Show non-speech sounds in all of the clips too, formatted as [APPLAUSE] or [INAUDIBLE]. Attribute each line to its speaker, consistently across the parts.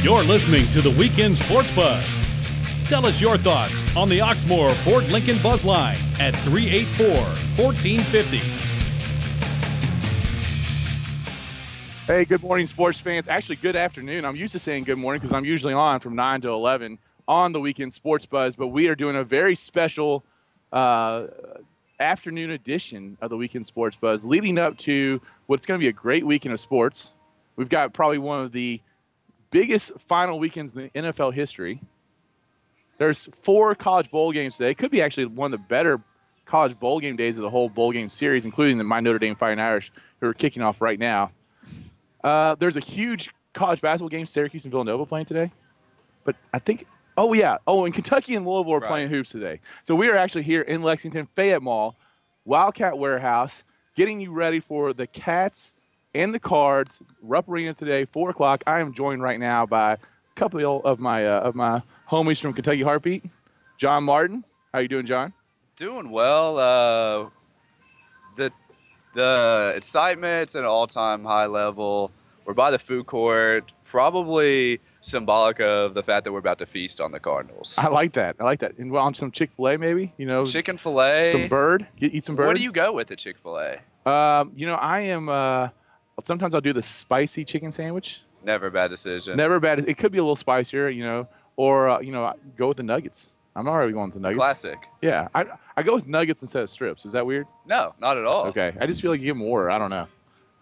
Speaker 1: You're listening to the Weekend Sports Buzz. Tell us your thoughts on the Oxmoor Ford Lincoln Buzz Line at 384 1450.
Speaker 2: Hey, good morning, sports fans. Actually, good afternoon. I'm used to saying good morning because I'm usually on from 9 to 11 on the Weekend Sports Buzz, but we are doing a very special uh, afternoon edition of the Weekend Sports Buzz leading up to what's going to be a great weekend of sports. We've got probably one of the biggest final weekends in NFL history. There's four college bowl games today. Could be actually one of the better college bowl game days of the whole bowl game series, including the My Notre Dame Fighting Irish, who are kicking off right now. Uh, there's a huge college basketball game, Syracuse and Villanova playing today. But I think, oh, yeah. Oh, and Kentucky and Louisville are
Speaker 3: Right.
Speaker 2: playing hoops today. So we are actually here in Lexington, Fayette Mall, Wildcat Warehouse, getting you ready for the Cats and the Cards, Rupp Arena today, 4 o'clock. I am joined right now by a couple of my, uh, of my homies from Kentucky Heartbeat, John Martin. How you doing, John?
Speaker 3: Doing well. Uh, the the excitement's at an all time high level. We're by the food court, probably symbolic of the fact that we're about to feast on the Cardinals.
Speaker 2: I like that. I like that. And on some Chick Fil A, maybe you know,
Speaker 3: Chicken fillet.
Speaker 2: some bird. Get, eat some bird.
Speaker 3: What do you go with at Chick fil A?
Speaker 2: Um, you know, I am. Uh, sometimes I'll do the spicy chicken sandwich.
Speaker 3: Never a bad decision.
Speaker 2: Never bad. It could be a little spicier, you know, or uh, you know, I go with the nuggets. I'm already going with the nuggets.
Speaker 3: Classic.
Speaker 2: Yeah, I I go with nuggets instead of strips. Is that weird?
Speaker 3: No, not at all.
Speaker 2: Okay. I just feel like you get more. I don't know.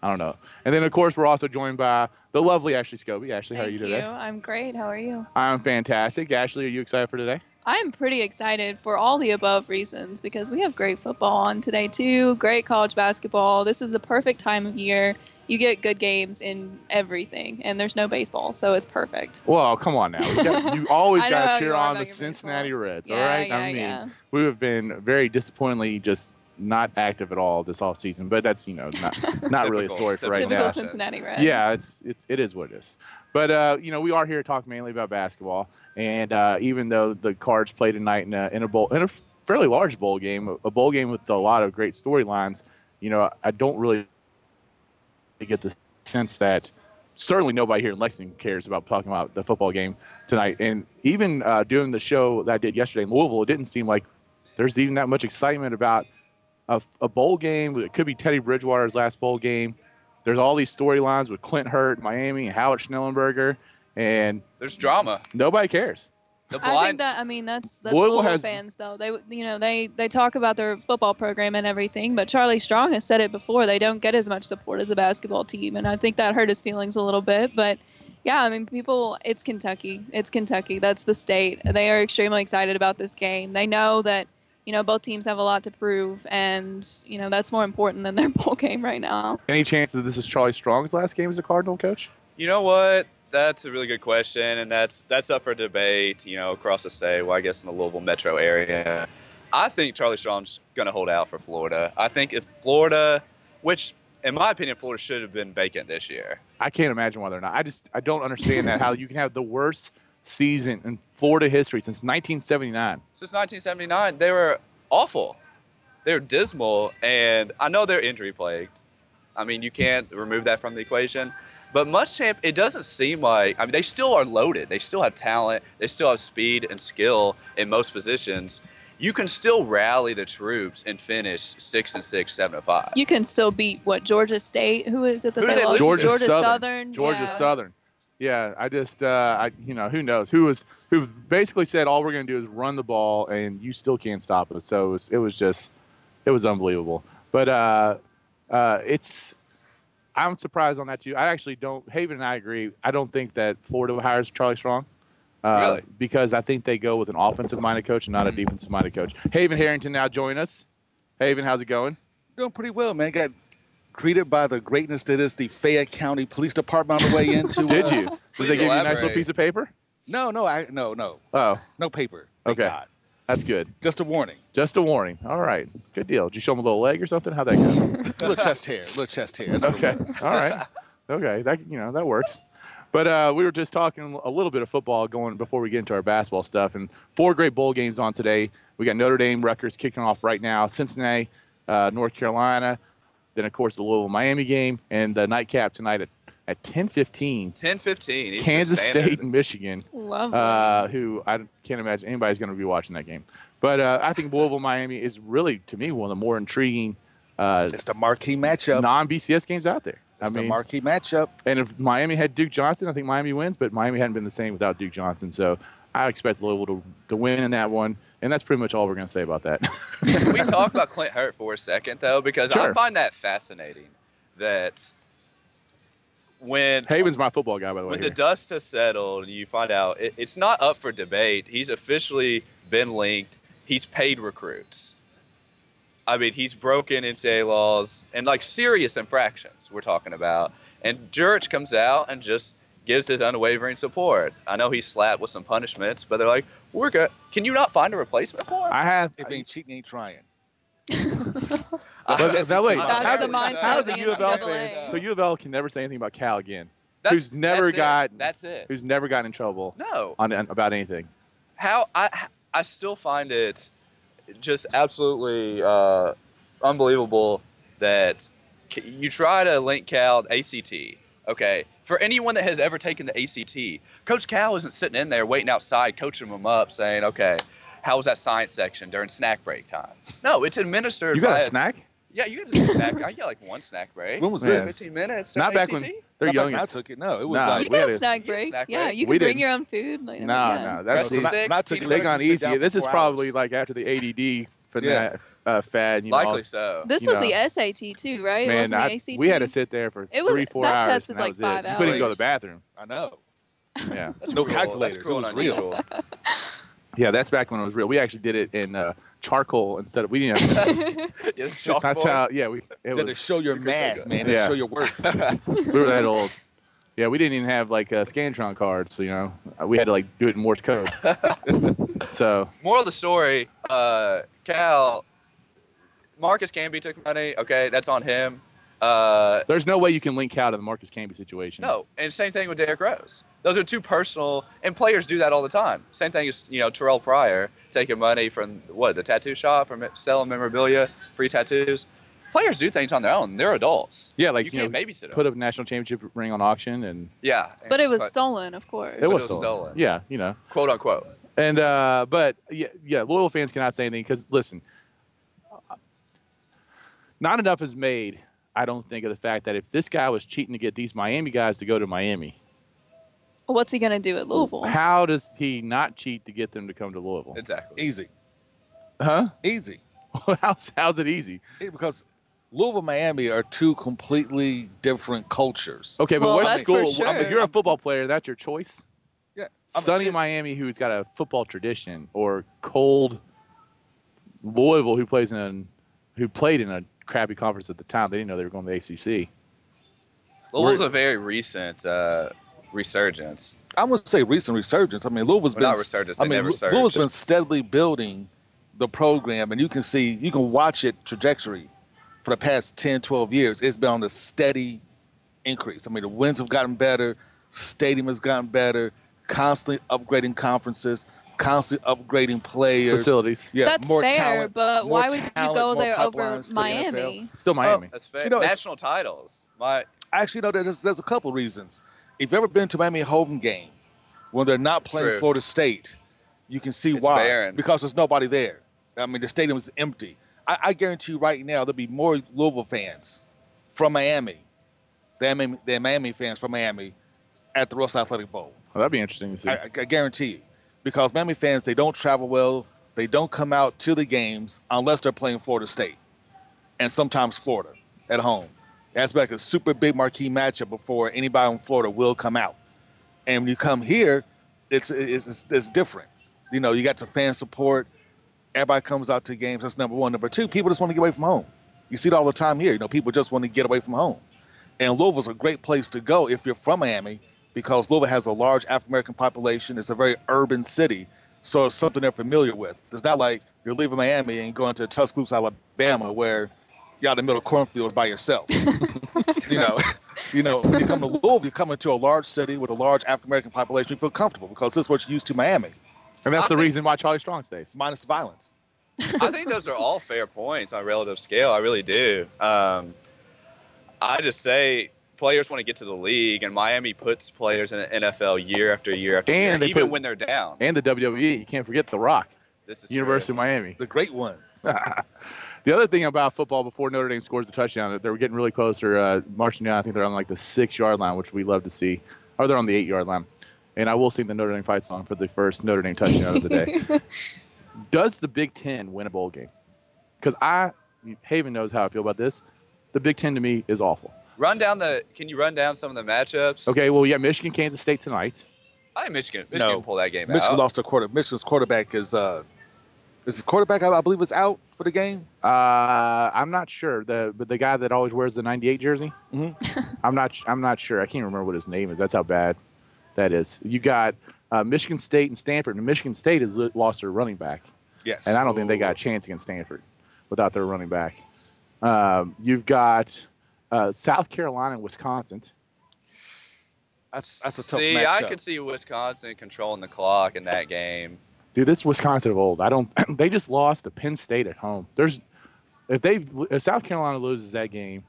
Speaker 2: I don't know. And then of course we're also joined by the lovely Ashley Scobie. Ashley, how are you
Speaker 4: Thank
Speaker 2: today?
Speaker 4: I'm great. How are you?
Speaker 2: I'm fantastic. Ashley, are you excited for today?
Speaker 4: I'm pretty excited for all the above reasons because we have great football on today too, great college basketball. This is the perfect time of year. You get good games in everything, and there's no baseball, so it's perfect.
Speaker 2: Well, come on now. You, got, you always
Speaker 4: [LAUGHS] I know
Speaker 2: got
Speaker 4: how
Speaker 2: to cheer
Speaker 4: you are
Speaker 2: on
Speaker 4: about
Speaker 2: the
Speaker 4: your baseball.
Speaker 2: Cincinnati Reds, all
Speaker 4: Yeah,
Speaker 2: right?
Speaker 4: yeah,
Speaker 2: I mean,
Speaker 4: yeah.
Speaker 2: we have been very disappointingly just not active at all this off season, but that's, you know, not, not really a
Speaker 3: Typical.
Speaker 2: story for right
Speaker 4: Typical
Speaker 2: now.
Speaker 3: Cin-
Speaker 4: Cincinnati Reds.
Speaker 2: Yeah, it's, it's it is what it is. But uh, you know, we are here to talk mainly about basketball, and uh, even though the Cards play tonight in a, in a bowl in a fairly large bowl game, a- a bowl game with a lot of great storylines, you know, I don't really get the sense that certainly nobody here in Lexington cares about talking about the football game tonight. And even uh, doing the show that I did yesterday in Louisville, it didn't seem like there's even that much excitement about a, a bowl game. It could be Teddy Bridgewater's last bowl game. There's all these storylines with Clint Hurt, Miami, and Howard Schnellenberger, and
Speaker 3: There's drama.
Speaker 2: nobody cares.
Speaker 3: The blinds.
Speaker 4: I think that I mean that's that's
Speaker 2: Louisville
Speaker 4: Louisville
Speaker 2: has-
Speaker 4: fans though. They you know they they talk about their football program and everything, but Charlie Strong has said it before. They don't get as much support as a basketball team, and I think that hurt his feelings a little bit. But yeah, I mean people, it's Kentucky. It's Kentucky. That's the state. They are extremely excited about this game. They know that you know both teams have a lot to prove, and you know that's more important than their [LAUGHS] bowl game right now.
Speaker 2: Any chance that this is Charlie Strong's last game as a Cardinal coach?
Speaker 3: You know what? That's a really good question, and that's that's up for debate. You know, across the state. Well, I guess in the Louisville metro area. I think Charlie Strong's going to hold out for Florida. I think if Florida, which in my opinion, Florida should have been vacant this year.
Speaker 2: I can't imagine why they're not. I just I don't understand that how you can have the worst season in Florida history since 1979.
Speaker 3: Since 1979, they were awful. They were dismal, and I know they're injury plagued. I mean, you can't remove that from the equation. But Muschamp, it doesn't seem like I mean they still are loaded. They still have talent. They still have speed and skill in most positions. You can still rally the troops and finish six and six, seven and five.
Speaker 4: You can still beat what Georgia State? Who Oh, is it that
Speaker 3: Who do
Speaker 4: they,
Speaker 3: they
Speaker 4: lost? to?
Speaker 3: lose to?
Speaker 2: Georgia Southern.
Speaker 4: Southern.
Speaker 2: Georgia
Speaker 4: yeah.
Speaker 2: Southern. Yeah, I just uh, I you know who knows who was who basically said all we're gonna do is run the ball and you still can't stop us. So it was, it was just it was unbelievable. But uh, uh, it's I'm surprised on that too. I actually don't. Haven and I agree. I don't think that Florida hires Charlie Strong. Uh,
Speaker 3: Really?
Speaker 2: Because I think they go with an offensive-minded coach and not a defensive-minded coach. Haven Harrington now join us. Haven, how's it going?
Speaker 5: Doing pretty well, man. Got greeted by the greatness that is the Fayette County Police Department on
Speaker 2: [LAUGHS]
Speaker 5: the way into.
Speaker 2: Did
Speaker 5: uh,
Speaker 2: you? Did
Speaker 3: Please
Speaker 2: they give you a nice little
Speaker 3: elaborate.
Speaker 2: piece of paper?
Speaker 5: No, no, I no, no,
Speaker 2: Oh,
Speaker 5: no paper. Thank
Speaker 2: Okay.
Speaker 5: God.
Speaker 2: that's good.
Speaker 5: Just a warning.
Speaker 2: Just a warning. All right. Good deal. Did you show him a little leg or something? How'd that
Speaker 3: [LAUGHS]
Speaker 2: go?
Speaker 5: little chest hair. Little chest hair. That's what it
Speaker 2: okay.
Speaker 5: was.
Speaker 2: All right. Okay. That you know that works. But uh, we were just talking a little bit of football going before we get into our basketball stuff, and four great bowl games on today. We got Notre Dame, Rutgers kicking off right now, Cincinnati, uh, North Carolina, then of course the Louisville Miami game, and the nightcap tonight at at 10:15.
Speaker 3: 10 15. Eastern
Speaker 2: Kansas
Speaker 3: Standard.
Speaker 2: State and Michigan,
Speaker 4: Love
Speaker 2: uh, who I can't imagine anybody's going to be watching that game. But uh, I think Louisville Miami is really, to me, one of the more intriguing uh,
Speaker 5: It's the marquee matchup.
Speaker 2: non BCS games out there.
Speaker 5: it's
Speaker 2: I
Speaker 5: the
Speaker 2: mean,
Speaker 5: marquee matchup.
Speaker 2: and if Miami had Duke Johnson, I think Miami wins. But Miami hadn't been the same without Duke Johnson, so I expect Louisville to, to win in that one. And that's pretty much all we're going to say about that. [LAUGHS]
Speaker 3: Can we talk about Clint Hurt for a second, though? Because I
Speaker 2: Sure.
Speaker 3: find that fascinating that when
Speaker 2: Haven's my football guy, by the way.
Speaker 3: when
Speaker 2: here.
Speaker 3: the dust has settled and you find out it, it's not up for debate he's officially been linked he's paid recruits i mean he's broken ncaa laws and like serious infractions we're talking about and Jurich comes out and just gives his unwavering support i know he's slapped with some punishments but they're like we're good can you not find a replacement for him
Speaker 2: I have.
Speaker 5: If ain't cheating, ain't trying.
Speaker 3: [LAUGHS] I-
Speaker 2: But,
Speaker 5: That's
Speaker 2: now wait,
Speaker 3: insane.
Speaker 2: how,
Speaker 4: That's the mindset
Speaker 2: how
Speaker 4: of
Speaker 2: does a
Speaker 4: the
Speaker 2: U of L
Speaker 4: NCAA.
Speaker 2: fan? So U of L can never say anything about Cal again.
Speaker 3: That's-
Speaker 2: who's never
Speaker 3: that's it.
Speaker 2: got-
Speaker 3: that's it
Speaker 2: Who's never gotten in trouble
Speaker 3: no
Speaker 2: on about anything?
Speaker 3: how I I still find it just absolutely uh, unbelievable that c- you try to link Cal to ACT. Okay, for anyone that has ever taken the ACT, Coach Cal isn't sitting in there waiting outside, coaching them up, saying, "Okay, how was that science section during snack break time?" No, it's administered.
Speaker 2: You got
Speaker 3: by
Speaker 2: a snack?
Speaker 3: Yeah, you got a snack. I got like one snack break.
Speaker 2: When was
Speaker 5: Yes.
Speaker 2: this?
Speaker 3: 15 minutes.
Speaker 2: Not
Speaker 3: at
Speaker 2: back
Speaker 3: ACT?
Speaker 2: when they're
Speaker 5: Not back
Speaker 2: young.
Speaker 5: when I
Speaker 2: as-
Speaker 5: took it. No, it was
Speaker 2: Nah,
Speaker 5: like
Speaker 2: we
Speaker 4: you got
Speaker 2: had a-
Speaker 4: a snack
Speaker 3: You had a
Speaker 4: break.
Speaker 3: snack
Speaker 4: yeah,
Speaker 3: break.
Speaker 4: you
Speaker 2: We
Speaker 4: can bring
Speaker 2: didn't.
Speaker 4: your own food. Like, I mean,
Speaker 2: No,
Speaker 4: yeah.
Speaker 2: no, that's
Speaker 5: Breakfast
Speaker 2: not,
Speaker 5: sticks,
Speaker 2: not took.
Speaker 5: peanut
Speaker 2: They
Speaker 5: butter
Speaker 2: gone
Speaker 5: and sit
Speaker 2: easy.
Speaker 5: down
Speaker 2: This
Speaker 5: for
Speaker 2: is
Speaker 5: four
Speaker 2: probably
Speaker 5: hours.
Speaker 2: like after the ADD fad,
Speaker 5: Yeah.
Speaker 2: uh, fad. You
Speaker 3: Likely
Speaker 2: know,
Speaker 3: so.
Speaker 4: This
Speaker 2: You
Speaker 4: was
Speaker 2: know.
Speaker 4: the SAT too, right?
Speaker 2: man,
Speaker 4: Wasn't the
Speaker 2: I,
Speaker 4: ACT?
Speaker 2: we had to sit there for
Speaker 4: It was-
Speaker 2: three, four
Speaker 4: that
Speaker 2: hours.
Speaker 4: test
Speaker 2: and
Speaker 4: is like
Speaker 2: that was
Speaker 4: five
Speaker 2: it. Just couldn't go to the
Speaker 3: hours.
Speaker 2: bathroom.
Speaker 5: I know.
Speaker 2: Yeah,
Speaker 3: That's
Speaker 5: No
Speaker 3: cruel.
Speaker 5: calculators.
Speaker 3: That's
Speaker 5: It
Speaker 3: cruel
Speaker 5: was
Speaker 3: and
Speaker 5: real.
Speaker 3: unusual.
Speaker 2: yeah, that's back when it was real. We actually did it in uh, charcoal instead of we didn't. Have,
Speaker 3: [LAUGHS]
Speaker 5: [LAUGHS]
Speaker 3: Yeah, the
Speaker 2: that's
Speaker 3: chalkboard.
Speaker 2: how. Yeah, we it
Speaker 5: You had to
Speaker 2: was
Speaker 5: show your
Speaker 3: You could take
Speaker 5: math,
Speaker 3: it.
Speaker 5: man. You had
Speaker 2: Yeah.
Speaker 5: to Show your work.
Speaker 2: [LAUGHS] we were
Speaker 5: [LAUGHS]
Speaker 2: that old. Yeah, we didn't even have like uh, Scantron cards, so you know we had to like do it in Morse
Speaker 5: [LAUGHS]
Speaker 2: code. so
Speaker 3: moral of the story, uh, Cal, Marcus Canby took money. Okay, that's on him. Uh,
Speaker 2: there's no way you can link out to the Marcus Camby situation.
Speaker 3: no, and same thing with Derrick Rose. Those are two personal, and players do that all the time. Same thing as you know Terrell Pryor taking money from what the tattoo shop from selling memorabilia, free tattoos. Players do things on their own. They're adults.
Speaker 2: Yeah, like
Speaker 3: you,
Speaker 2: you,
Speaker 3: can't
Speaker 2: know,
Speaker 3: babysit them.
Speaker 2: put a national championship ring on auction, and
Speaker 3: yeah,
Speaker 4: But it was stolen, of course.
Speaker 2: it was
Speaker 3: was
Speaker 2: stolen.
Speaker 3: stolen.
Speaker 2: Yeah, you know.
Speaker 3: quote unquote.
Speaker 2: And uh, but yeah, yeah, loyal fans cannot say anything because listen, not enough is made. I don't think of the fact that if this guy was cheating to get these Miami guys to go to Miami,
Speaker 4: What's he gonna do at Louisville?
Speaker 2: how does he not cheat to get them to come to Louisville? [LAUGHS]
Speaker 3: Exactly.
Speaker 5: Easy.
Speaker 2: Huh?
Speaker 5: Easy.
Speaker 2: how's, how's it easy?
Speaker 5: Yeah, because Louisville, Miami are two completely different cultures.
Speaker 2: Okay, but
Speaker 4: Well,
Speaker 2: what
Speaker 4: that's
Speaker 2: school?
Speaker 4: for
Speaker 2: I mean, if
Speaker 4: sure.
Speaker 2: you're a football player, that's your choice.
Speaker 5: Yeah. I mean,
Speaker 2: Sunny
Speaker 5: it-
Speaker 2: Miami, who's got a football tradition, or cold Louisville, who plays in a, who played in a crappy conference at the time. They didn't know they were going to the ACC.
Speaker 3: Louisville's a very recent uh, resurgence.
Speaker 5: I wouldn't say recent resurgence. I mean, Louisville's
Speaker 3: Well, not
Speaker 5: been
Speaker 3: resurgence,
Speaker 5: I
Speaker 3: they
Speaker 5: mean,
Speaker 3: never
Speaker 5: Lou-
Speaker 3: surged.
Speaker 5: Louisville's been steadily building the program, and you can see, you can watch it trajectory for the past 10, 12 years. It's been on a steady increase. I mean, the wins have gotten better, stadium has gotten better, constantly upgrading conferences, constantly upgrading players.
Speaker 2: Facilities,
Speaker 5: Yeah,
Speaker 4: That's
Speaker 5: more
Speaker 4: fair,
Speaker 5: talent,
Speaker 4: but
Speaker 5: more
Speaker 4: why would you
Speaker 5: talent,
Speaker 4: go
Speaker 5: more
Speaker 4: there over
Speaker 5: pipelines to the NFL.
Speaker 4: Miami?
Speaker 2: still Miami.
Speaker 3: That's fair.
Speaker 5: Oh, You know, it's-
Speaker 3: National titles. My
Speaker 5: Actually, no, there's there's a couple reasons. If you've ever been to Miami home game when they're not playing
Speaker 3: True.
Speaker 5: Florida State, you can see
Speaker 3: It's
Speaker 5: why.
Speaker 3: barren.
Speaker 5: Because there's nobody there. I mean, the stadium is empty. I, I guarantee you right now there'll be more Louisville fans from Miami than Miami, than Miami fans from Miami at the Russ Athletic Bowl.
Speaker 2: Well, that'd be interesting to see.
Speaker 5: I, I I guarantee you, because Miami fans they don't travel well. They don't come out to the games unless they're playing Florida State, and sometimes Florida at home. That's like a super big marquee matchup before anybody in Florida will come out. And when you come here, it's it's, it's, it's different. You know, you got your fan support. Everybody comes out to games. That's number one. Number two, people just want to get away from home. You see it all the time here. You know, people just want to get away from home. And Louisville's a great place to go if you're from Miami because Louisville has a large African American population. It's a very urban city, so it's something they're familiar with. It's not like you're leaving Miami and going to Tuscaloosa, Alabama, where you're out in the middle of cornfields by yourself. you know, you know, when you come to Louisville, you come into a large city with a large African American population. You feel comfortable because this is what you're used to Miami,
Speaker 2: and that's the
Speaker 3: I think-
Speaker 2: reason why Charlie Strong stays.
Speaker 5: minus the violence.
Speaker 3: I think those are
Speaker 5: [LAUGHS]
Speaker 3: all fair points on a relative scale. I really do. Um, I just say players want to get to the league, and Miami puts players in the NFL year after year after
Speaker 2: And
Speaker 3: year,
Speaker 2: they
Speaker 3: even
Speaker 2: put-
Speaker 3: when they're down.
Speaker 2: And the WWE. You can't forget The Rock,
Speaker 3: This is
Speaker 2: University of Miami.
Speaker 5: The great one.
Speaker 2: The other thing about football before Notre Dame scores the touchdown, that they're getting really closer. Uh, marching down, I think they're on like the six yard line, which we love to see, or they're on the eight yard line. And I will sing the Notre Dame fight song for the first Notre Dame touchdown of the day. Does the Big Ten win a bowl game? Because I, Haven knows how I feel about this. The Big Ten to me is awful.
Speaker 3: Run down the. Can you run down some of the matchups?
Speaker 2: Okay, well, yeah, Michigan, Kansas State tonight.
Speaker 3: I think Michigan. Michigan
Speaker 5: No.
Speaker 3: pull that game
Speaker 5: Michigan
Speaker 3: out.
Speaker 5: lost their quarter. Michigan's quarterback is uh, is the quarterback I, I believe is out for the game.
Speaker 2: Uh, I'm not sure. The but the guy that always wears the '98 jersey. I'm not. I'm not sure. I can't remember what his name is. That's how bad that is. You got uh, Michigan State and Stanford. And Michigan State has lo- lost their running back,
Speaker 5: Yes,
Speaker 2: and I don't think they got a chance against Stanford without their running back. Um, you've got uh, South Carolina and Wisconsin.
Speaker 5: That's, that's a tough
Speaker 3: see,
Speaker 5: matchup.
Speaker 3: I could see Wisconsin controlling the clock in that game.
Speaker 2: Dude, it's Wisconsin of old. I don't. [CLEARS THROAT] They just lost to Penn State at home. There's if they if South Carolina loses that game,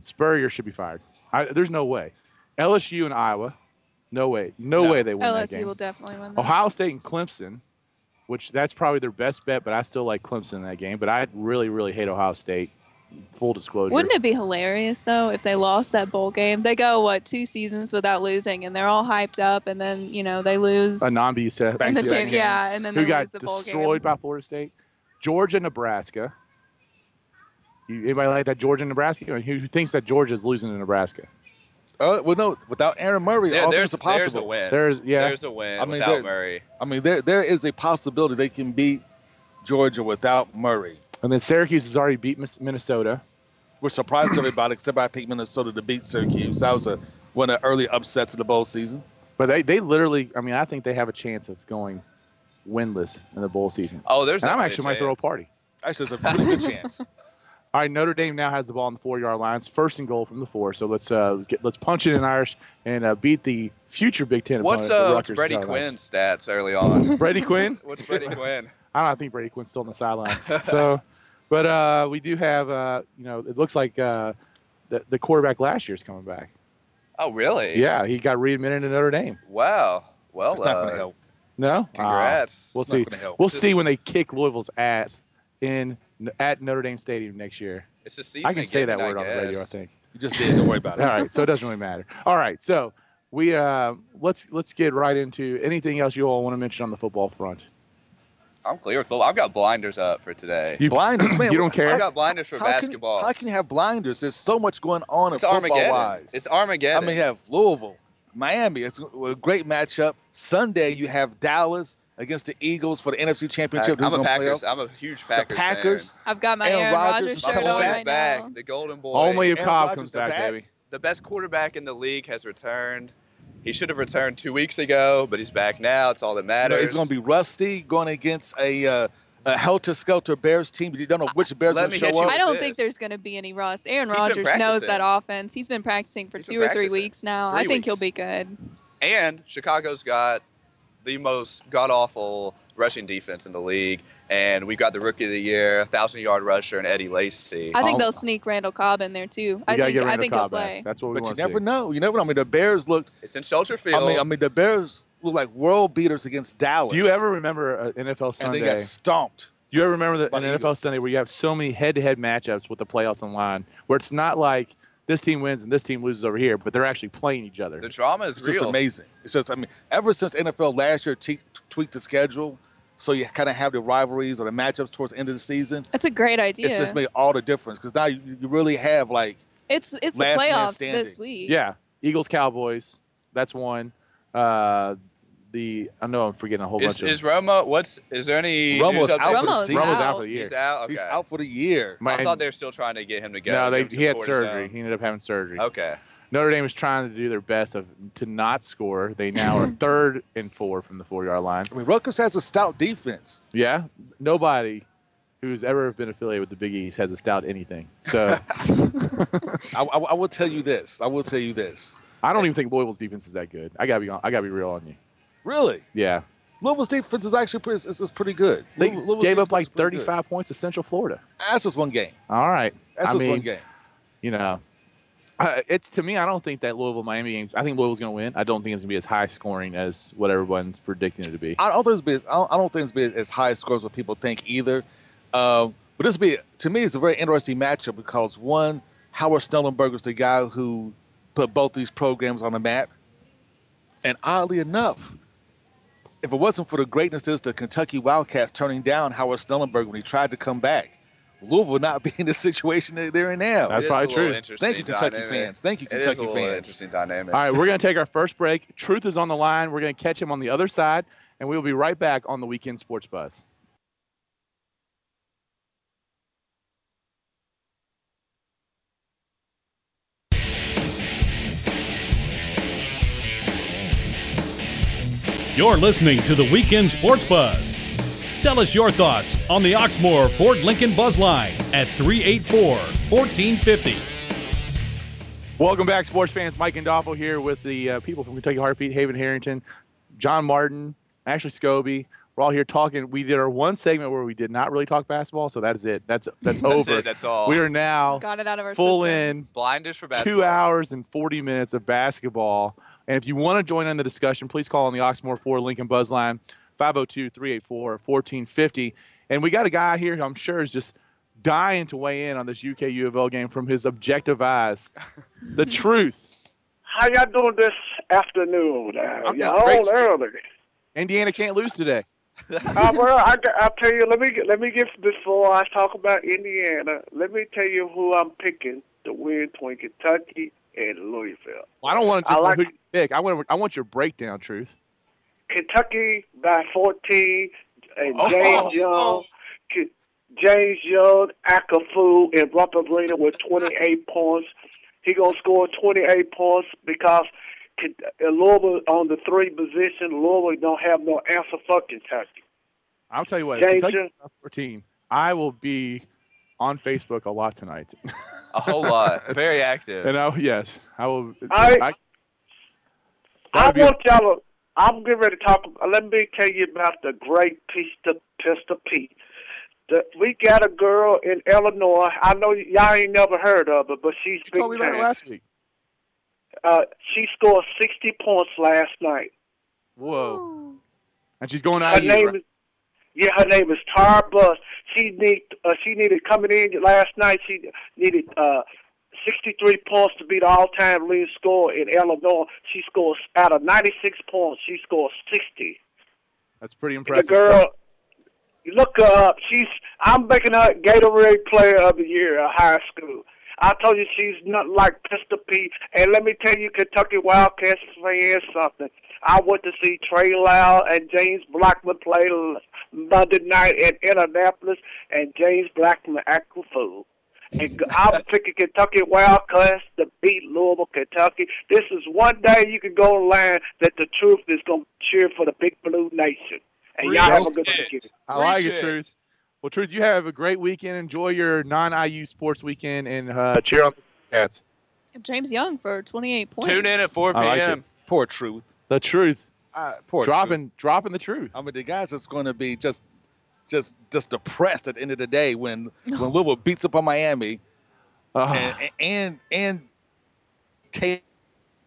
Speaker 2: Spurrier should be fired. I, there's no way. LSU and Iowa, no way, no,
Speaker 5: No.
Speaker 2: way they win that
Speaker 4: LSU
Speaker 2: game.
Speaker 4: will definitely win. That.
Speaker 2: Ohio State and Clemson, which that's probably their best bet, but I still like Clemson in that game. But I really, really hate Ohio State. Full disclosure.
Speaker 4: Wouldn't it be hilarious though if they lost that bowl game? They go what two seasons without losing, and they're all hyped up, and then you know they lose.
Speaker 2: a non-BC set
Speaker 4: in the
Speaker 5: Back-to-back
Speaker 4: champ-
Speaker 5: games.
Speaker 4: yeah, and then
Speaker 2: who
Speaker 4: they
Speaker 2: got
Speaker 4: lose the bowl
Speaker 2: destroyed
Speaker 4: game.
Speaker 2: by Florida State, Georgia, Nebraska. You, anybody like that Georgia, Nebraska? I mean, who, who thinks that Georgia's losing to Nebraska?
Speaker 5: Uh, well, no, without Aaron Murray,
Speaker 3: There-
Speaker 5: all
Speaker 3: there's,
Speaker 5: things are
Speaker 3: there's a
Speaker 5: possible.
Speaker 3: win.
Speaker 2: There's yeah,
Speaker 3: There's a win
Speaker 5: I mean,
Speaker 3: without
Speaker 5: there-
Speaker 3: Murray.
Speaker 5: I mean, there there is a possibility they can beat Georgia without Murray.
Speaker 2: and then Syracuse has already beat Mis- Minnesota.
Speaker 5: We're surprised everybody, except I picked Minnesota to beat Syracuse. That was a one of the early upsets of the bowl season.
Speaker 2: But they, they literally, I mean, I think they have a chance of going winless in the bowl season.
Speaker 3: Oh, there's.
Speaker 2: and I'm
Speaker 3: definitely
Speaker 2: actually might throw a
Speaker 3: chance.
Speaker 2: party.
Speaker 5: Actually, there's a pretty good chance.
Speaker 2: All right, Notre Dame now has the ball on the four-yard line. It's first and goal from the four. So let's uh, get, let's punch it in Irish and uh, beat the future Big Ten
Speaker 3: What's
Speaker 2: opponent,
Speaker 3: uh,
Speaker 2: the
Speaker 3: what's
Speaker 2: Rutgers
Speaker 3: Brady
Speaker 2: Tigers.
Speaker 3: Quinn's stats early
Speaker 5: [LAUGHS]
Speaker 3: on?
Speaker 2: Brady Quinn.
Speaker 3: what's Brady Quinn?
Speaker 2: I don't think Brady Quinn's still on the sidelines. so, [LAUGHS] but uh, we do have, uh, you know, it looks like uh, the, the quarterback last year's coming back.
Speaker 3: Oh, really?
Speaker 2: Yeah, he got readmitted to Notre Dame.
Speaker 3: Wow. [LAUGHS] Well,
Speaker 5: It's not going
Speaker 3: uh,
Speaker 5: to help.
Speaker 2: No,
Speaker 3: Congrats.
Speaker 2: Ah, we'll
Speaker 5: It's not
Speaker 2: see.
Speaker 5: gonna help.
Speaker 2: We'll see when they kick Louisville's ass in at Notre Dame Stadium next year.
Speaker 3: It's the season.
Speaker 2: I can say that
Speaker 3: again, I
Speaker 2: word on the radio. I
Speaker 3: guess.
Speaker 2: think.
Speaker 5: You just did. Don't worry about
Speaker 2: All
Speaker 5: it.
Speaker 2: right, so it doesn't really matter. [LAUGHS] All right, so we uh, let's let's get right into anything else you all want to mention on the football front.
Speaker 3: I'm clear with. I've got blinders up for today.
Speaker 2: You
Speaker 5: Blinders, man.
Speaker 2: You don't care?
Speaker 3: I've got blinders for
Speaker 5: how
Speaker 3: basketball.
Speaker 5: Can, how can you have blinders? There's so much going on
Speaker 3: it's
Speaker 5: in football
Speaker 3: Armageddon.
Speaker 5: wise.
Speaker 3: It's Armageddon.
Speaker 5: I mean, you have Louisville, Miami. It's a great matchup. Sunday, you have Dallas against the Eagles for the NFC Championship.
Speaker 3: I'm
Speaker 5: Who's
Speaker 3: a
Speaker 5: gonna play
Speaker 3: Packers.
Speaker 5: up?
Speaker 3: I'm a huge Packers. fan.
Speaker 5: Packers.
Speaker 4: I've got my
Speaker 5: Aaron
Speaker 4: Aaron
Speaker 5: Rodgers
Speaker 4: Rodgers
Speaker 5: is
Speaker 3: My
Speaker 4: shirt
Speaker 5: coming
Speaker 4: on
Speaker 3: boy
Speaker 5: back.
Speaker 3: is
Speaker 4: right
Speaker 3: back.
Speaker 4: now.
Speaker 3: The golden boy.
Speaker 2: Only if
Speaker 5: Aaron
Speaker 2: Cobb
Speaker 5: Rodgers
Speaker 2: comes
Speaker 5: is
Speaker 2: back,
Speaker 5: back.
Speaker 2: baby.
Speaker 3: the best quarterback in the league has returned. He should have returned two weeks ago, but he's back now. It's all that
Speaker 5: You know,
Speaker 3: matters.
Speaker 5: it's going to be rusty going against a, uh, a helter-skelter Bears team. You don't know which Bears
Speaker 3: Let
Speaker 5: going to
Speaker 3: me
Speaker 5: show
Speaker 3: hit you
Speaker 5: up.
Speaker 3: with
Speaker 4: I don't
Speaker 3: this.
Speaker 4: think there's going to be any rust. Aaron
Speaker 3: He's been
Speaker 4: Rodgers knows
Speaker 3: practicing.
Speaker 4: that offense. He's been practicing for
Speaker 3: He's been
Speaker 4: two or three
Speaker 3: practicing.
Speaker 4: weeks now. I
Speaker 3: Three
Speaker 4: think he'll
Speaker 3: weeks.
Speaker 4: be good.
Speaker 3: And Chicago's got the most god awful rushing defense in the league. And we've got the rookie of the year, thousand yard rusher, and Eddie Lacy.
Speaker 4: I think
Speaker 5: Oh.
Speaker 4: they'll sneak Randall Cobb in there too. I
Speaker 2: We gotta
Speaker 4: think
Speaker 2: get
Speaker 4: I
Speaker 2: Randall
Speaker 4: think he'll
Speaker 2: Cobb back.
Speaker 4: play.
Speaker 2: That's what we
Speaker 5: But you
Speaker 2: want
Speaker 5: never
Speaker 2: to see.
Speaker 5: know. You never know. I mean, the Bears looked.
Speaker 3: It's in Soldier Field.
Speaker 5: I mean, I mean, the Bears look like world beaters against Dallas.
Speaker 2: Do you ever remember uh, NFL
Speaker 5: And
Speaker 2: Sunday?
Speaker 5: they got stomped.
Speaker 2: You ever remember the,
Speaker 5: By
Speaker 2: an
Speaker 5: the
Speaker 2: NFL
Speaker 5: Eagles.
Speaker 2: Sunday where you have so many head-to-head matchups with the playoffs on line, where it's not like this team wins and this team loses over here, but they're actually playing each other.
Speaker 3: the drama is
Speaker 5: It's
Speaker 3: real.
Speaker 5: just amazing. It's just, I mean, ever since NFL last year te- tweaked the schedule, so you kind of have the rivalries or the matchups towards the end of the season,
Speaker 4: That's a great idea.
Speaker 5: it's just made all the difference because now you, you really have like
Speaker 4: It's it's the
Speaker 5: last man
Speaker 4: playoffs
Speaker 5: standing.
Speaker 4: this week.
Speaker 2: Yeah, Eagles Cowboys. That's one. Uh, the I know I'm forgetting a whole
Speaker 3: Is,
Speaker 2: bunch of.
Speaker 3: is Romo? What's is there any?
Speaker 5: Romo's
Speaker 3: news update?
Speaker 5: out for the
Speaker 4: Romo's
Speaker 5: season.
Speaker 2: Romo's out
Speaker 4: out.
Speaker 2: for the year.
Speaker 3: He's out. Okay.
Speaker 5: He's out for the year.
Speaker 3: I
Speaker 2: Man,
Speaker 3: thought they were still trying to get him to go.
Speaker 2: no, they,
Speaker 3: give him
Speaker 2: he had
Speaker 3: some
Speaker 2: surgery.
Speaker 3: cortisone.
Speaker 2: He ended up having surgery.
Speaker 3: Okay.
Speaker 2: Notre Dame is trying to do their best of to not score. They now are third and four from the four yard line.
Speaker 5: I mean, Rutgers has a stout defense.
Speaker 2: Yeah, nobody who's ever been affiliated with the Big East has a stout anything. So
Speaker 5: I, I, I will tell you this. I will tell you this.
Speaker 2: I don't even think Louisville's defense is that good. I gotta be on, I gotta be real on you.
Speaker 5: Really,
Speaker 2: Yeah,
Speaker 5: Louisville's defense is actually pretty, is, is pretty good.
Speaker 2: they
Speaker 5: Louisville- Louisville's
Speaker 2: gave up
Speaker 5: defense
Speaker 2: like
Speaker 5: is pretty good.
Speaker 2: 35 points to Central Florida.
Speaker 5: That's just one game.
Speaker 2: All right,
Speaker 5: That's
Speaker 2: I
Speaker 5: just
Speaker 2: mean,
Speaker 5: one game.
Speaker 2: you know, Uh, it's to me. I don't think that Louisville Miami game. I think Louisville's going to win. I don't think it's going to be as high scoring as what everyone's predicting it to be.
Speaker 5: I don't think it's be as, I don't, I don't think it's be as high scores what people think either. Um, but this will be to me it's a very interesting matchup because one, Howard Snellenberg is the guy who put both these programs on the map, and oddly enough, if it wasn't for the greatnesses the Kentucky Wildcats turning down Howard Snellenberg when he tried to come back, Louisville would not be in the [LAUGHS] situation that they're in now.
Speaker 2: That's
Speaker 3: It is
Speaker 2: probably
Speaker 3: a little
Speaker 2: true.
Speaker 3: interesting
Speaker 5: Thank you, Kentucky
Speaker 3: dynamic.
Speaker 5: fans. Thank you,
Speaker 3: It is
Speaker 5: Kentucky
Speaker 3: a little
Speaker 5: fans.
Speaker 3: Interesting dynamic.
Speaker 2: All right, we're going to take our first break. Truth is on the line. We're going to catch him on the other side, and we will be right back on the weekend sports bus.
Speaker 1: You're listening to the Weekend Sports Buzz. Tell us your thoughts on the Oxmoor Ford Lincoln Buzz Line at 384 1450.
Speaker 2: Welcome back, sports fans. Mike Andolfo here with the uh, people from Kentucky Heartbeat, Haven Harrington, John Martin, Ashley Scobie. We're all here talking. We did our one segment where we did not really talk basketball, so that is it. That's that's over.
Speaker 3: it, [LAUGHS] that's all.
Speaker 2: We are now
Speaker 4: Got it out of our
Speaker 2: full
Speaker 4: system.
Speaker 2: in.
Speaker 3: Blinders for basketball.
Speaker 2: two hours and 40 minutes of basketball. And if you want to join in the discussion, please call on the Oxmoor 4 Lincoln Buzz Line, 502 384 1450. And we got a guy here who I'm sure is just dying to weigh in on this UK U of L game from his objective
Speaker 6: [LAUGHS]
Speaker 2: eyes. The truth.
Speaker 6: How y'all doing this afternoon? Uh,
Speaker 2: I'm doing
Speaker 6: y'all
Speaker 2: great,
Speaker 6: on early.
Speaker 2: Indiana can't lose today.
Speaker 6: Uh, well, I, will tell you. Let me get- let me get before I talk about Indiana. Let me tell you who I'm picking to win between Kentucky and Louisville.
Speaker 2: Well, I don't want to just
Speaker 6: I
Speaker 2: know
Speaker 6: like-
Speaker 2: who you pick. I want, I want your breakdown, truth.
Speaker 6: Kentucky by 14, and
Speaker 2: Oh.
Speaker 6: James Young, K- James Young, Akafu, and Robert Greener with 28 points. He gonna score 28 points because K- uh, Louisville on the three position. Louisville don't have no answer for Kentucky.
Speaker 2: I'll tell you what, if
Speaker 6: James,
Speaker 2: Kentucky
Speaker 6: uh,
Speaker 2: wins by 14, I will be on Facebook a lot tonight. [LAUGHS]
Speaker 3: A whole lot. Very active.
Speaker 2: and I, yes, I will.
Speaker 6: I- I
Speaker 2: That'd be-
Speaker 6: want
Speaker 2: [LAUGHS]
Speaker 6: y'all. To, I'm getting ready to talk. Let me tell you about the great Pista Pista Pete. The, we got a girl in Illinois. I know y'all ain't never heard of her, but she's
Speaker 2: you
Speaker 6: big
Speaker 2: told me about it
Speaker 6: time.
Speaker 2: last week.
Speaker 6: uh, she scored 60 points last night.
Speaker 2: Whoa. And she's going out.
Speaker 6: Her name is yeah, her name is Tara Bus. She need uh, she needed coming in last night. She needed uh, 63 points to be the all-time leading scorer in Illinois. She scores out of 96 points. She scored 60.
Speaker 2: That's pretty
Speaker 6: The
Speaker 2: impressive.
Speaker 6: girl,
Speaker 2: stuff.
Speaker 6: you look her up. She's I'm making her Gatorade Player of the Year at high school. I told you she's nothing like Pistol Pete. And let me tell you, Kentucky Wildcats fans, something. I went to see Trey Lau and James Blackman play l- Monday night in Indianapolis, and James Blackman acted a fool. And I'm picking Kentucky Wildcats to beat Louisville, Kentucky. This is one day you can go online that the truth is going to cheer for the Big Blue Nation. And y'all have a good
Speaker 3: Preach it.
Speaker 6: weekend.
Speaker 2: I like
Speaker 3: Preach
Speaker 2: it, Truth. Well, Truth, you have a great weekend. Enjoy your non-IU sports weekend and uh, cheer on the Cats.
Speaker 4: James Young for 28 points.
Speaker 3: Tune in at 4
Speaker 2: I
Speaker 3: p.m.
Speaker 2: liked it.
Speaker 5: Poor truth.
Speaker 2: The truth.
Speaker 5: Uh, poor truth.
Speaker 2: dropping, dropping the truth.
Speaker 5: I mean, the guy's just going to be just, just, just depressed at the end of the day when [LAUGHS] when Louisville beats up on Miami
Speaker 2: Ugh.
Speaker 5: and and and takes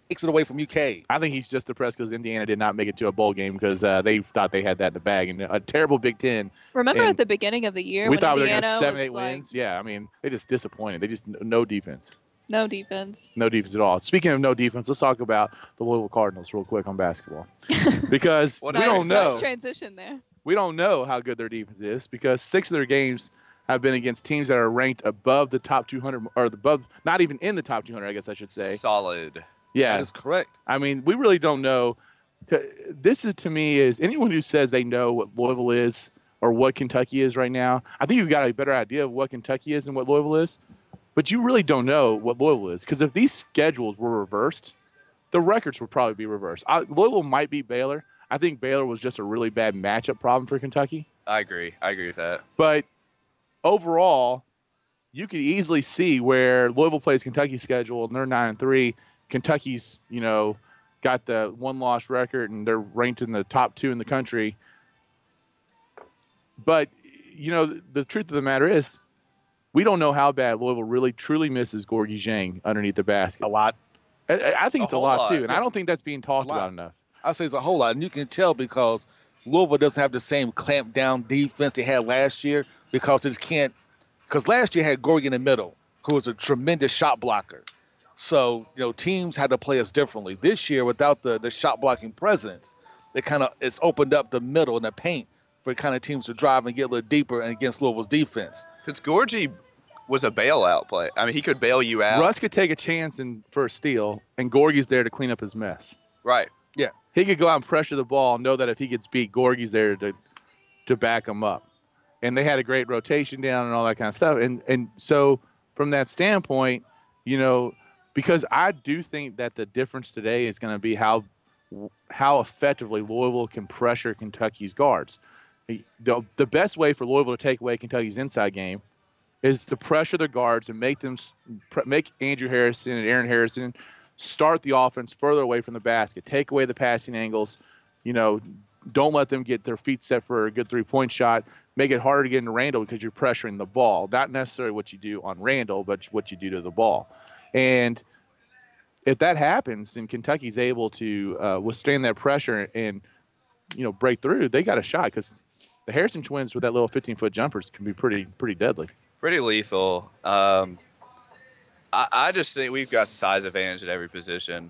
Speaker 5: it away from UK.
Speaker 2: I think he's just depressed because Indiana did not make it to a bowl game because uh, they thought they had that in the bag and a terrible Big Ten.
Speaker 4: Remember
Speaker 2: and
Speaker 4: at the beginning of the year
Speaker 2: we
Speaker 4: when
Speaker 2: thought we were
Speaker 4: Indiana
Speaker 2: going to seven,
Speaker 4: was
Speaker 2: eight
Speaker 4: like
Speaker 2: wins. Yeah, I mean, they just disappointed. They just n- no defense,
Speaker 4: no defense.
Speaker 2: no defense at all. Speaking of no defense, let's talk about the Louisville Cardinals real quick on basketball because we
Speaker 3: What
Speaker 4: Nice-
Speaker 3: a
Speaker 2: don't know.
Speaker 4: Nice transition there.
Speaker 2: we don't know how good their defense is because six of their games have been against teams that are ranked above the top 200 or above, not even in the top 200, I guess I should say.
Speaker 3: Solid.
Speaker 2: Yeah.
Speaker 5: That is correct.
Speaker 2: I mean, we really don't know. To- This is to me is anyone who says they know what Louisville is or what Kentucky is right now. I think you've got a better idea of what Kentucky is and what Louisville is, but you really don't know what Louisville is because if these schedules were reversed, the records would probably be reversed. I, Louisville might beat Baylor. I think Baylor was just a really bad matchup problem for Kentucky.
Speaker 3: I agree. I agree with that.
Speaker 2: But overall, you could easily see where Louisville plays Kentucky's schedule and they're nine and three. Kentucky's, you know, got the one loss record and they're ranked in the top two in the country. But you know, the, the truth of the matter is we don't know how bad Louisville really truly misses Gorgie Zhang underneath the basket.
Speaker 5: a lot.
Speaker 2: I- I, I think
Speaker 3: A
Speaker 2: it's a
Speaker 3: whole
Speaker 2: lot,
Speaker 3: lot.
Speaker 2: too, and I don't think that's being talked
Speaker 5: lot.
Speaker 2: about enough.
Speaker 5: I say it's a whole lot, and you can tell because Louisville doesn't have the same clamp down defense they had last year because it can't. Because last year had Gorgie in the middle, who was a tremendous shot blocker. So you know teams had to play us differently this year without the the shot blocking presence. It kind of it's opened up the middle and the paint for kind of teams to drive and get a little deeper and against Louisville's defense.
Speaker 3: Because Gorgie was a bailout play. I mean, he could bail you out.
Speaker 2: Russ could take a chance and for a steal, and Gorgie's there to clean up his mess.
Speaker 3: Right.
Speaker 5: Yeah,
Speaker 2: He could go out and pressure the ball, and know that if he gets beat, Gorgie's there to to back him up. And they had a great rotation down and all that kind of stuff. And and so from that standpoint, you know, because I do think that the difference today is going to be how how effectively Louisville can pressure Kentucky's guards. The, the best way for Louisville to take away Kentucky's inside game is to pressure their guards and make them s- pre- make Andrew Harrison and Aaron Harrison start the offense further away from the basket, take away the passing angles, you know, don't let them get their feet set for a good three-point shot. Make it harder to get into Randall because you're pressuring the ball. Not necessarily what you do on Randall, but what you do to the ball. And if that happens, and Kentucky's able to uh, withstand that pressure and you know break through, they got a shot because the Harrison twins with that little 15-foot jumpers can be pretty pretty deadly.
Speaker 3: Pretty lethal. Um, I, I just think we've got size advantage at every position,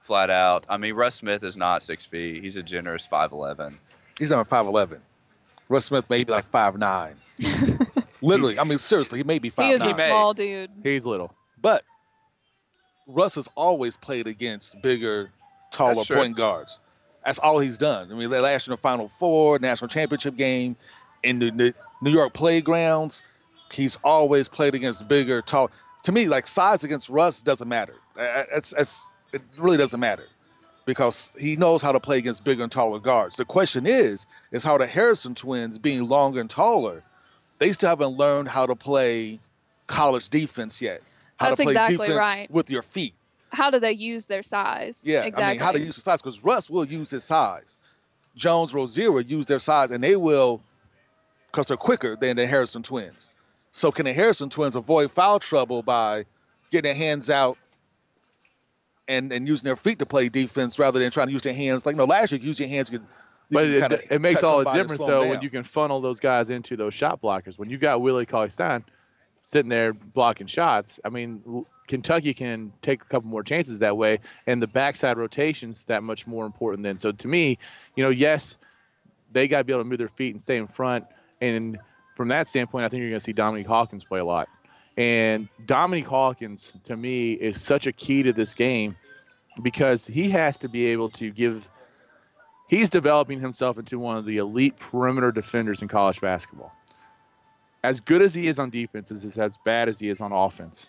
Speaker 3: flat out. I mean, Russ Smith is not six feet. He's a generous 5'11.
Speaker 5: he's on five eleven. Russ Smith may be like five
Speaker 4: [LAUGHS]
Speaker 5: nine. Literally, I mean seriously, he may be five
Speaker 4: He is
Speaker 5: nine.
Speaker 4: a
Speaker 3: May.
Speaker 4: small dude.
Speaker 2: He's little.
Speaker 5: But Russ has always played against bigger, taller
Speaker 3: That's true.
Speaker 5: point guards. That's all he's done. I mean, the last year in the Final Four, national championship game, in the, the New York playgrounds, he's always played against bigger, tall. To me, like size against Russ doesn't matter. Uh, uh, It's, it's, it really doesn't matter because he knows how to play against bigger and taller guards. The question is, is how the Harrison twins, being longer and taller, they still haven't learned how to play college defense yet. How
Speaker 4: That's
Speaker 5: to play
Speaker 4: exactly
Speaker 5: defense
Speaker 4: right.
Speaker 5: with your feet.
Speaker 4: How do they use their size?
Speaker 5: Yeah,
Speaker 4: exactly.
Speaker 5: I mean, how to use your size because Russ will use his size. Jones, Rozier will use their size, and they will, because they're quicker than the Harrison twins. So can the Harrison twins avoid foul trouble by getting their hands out and, and using their feet to play defense rather than trying to use their hands? Like, no, last year you use your hands. You could, you
Speaker 2: But
Speaker 5: could
Speaker 2: it,
Speaker 5: kinda
Speaker 2: it makes
Speaker 5: touch
Speaker 2: all the
Speaker 5: somebody and
Speaker 2: difference
Speaker 5: slow
Speaker 2: though
Speaker 5: 'em
Speaker 2: when
Speaker 5: down.
Speaker 2: you can funnel those guys into those shot blockers. When you got Willie Cauley Stein sitting there blocking shots, I mean L- Kentucky can take a couple more chances that way, and the backside rotation's that much more important. Then, so to me, you know, yes, they got to be able to move their feet and stay in front. And from that standpoint, I think you're going to see Dominique Hawkins play a lot. And Dominique Hawkins, to me, is such a key to this game because he has to be able to give. He's developing himself into one of the elite perimeter defenders in college basketball. As good as he is on defense, is as bad as he is on offense.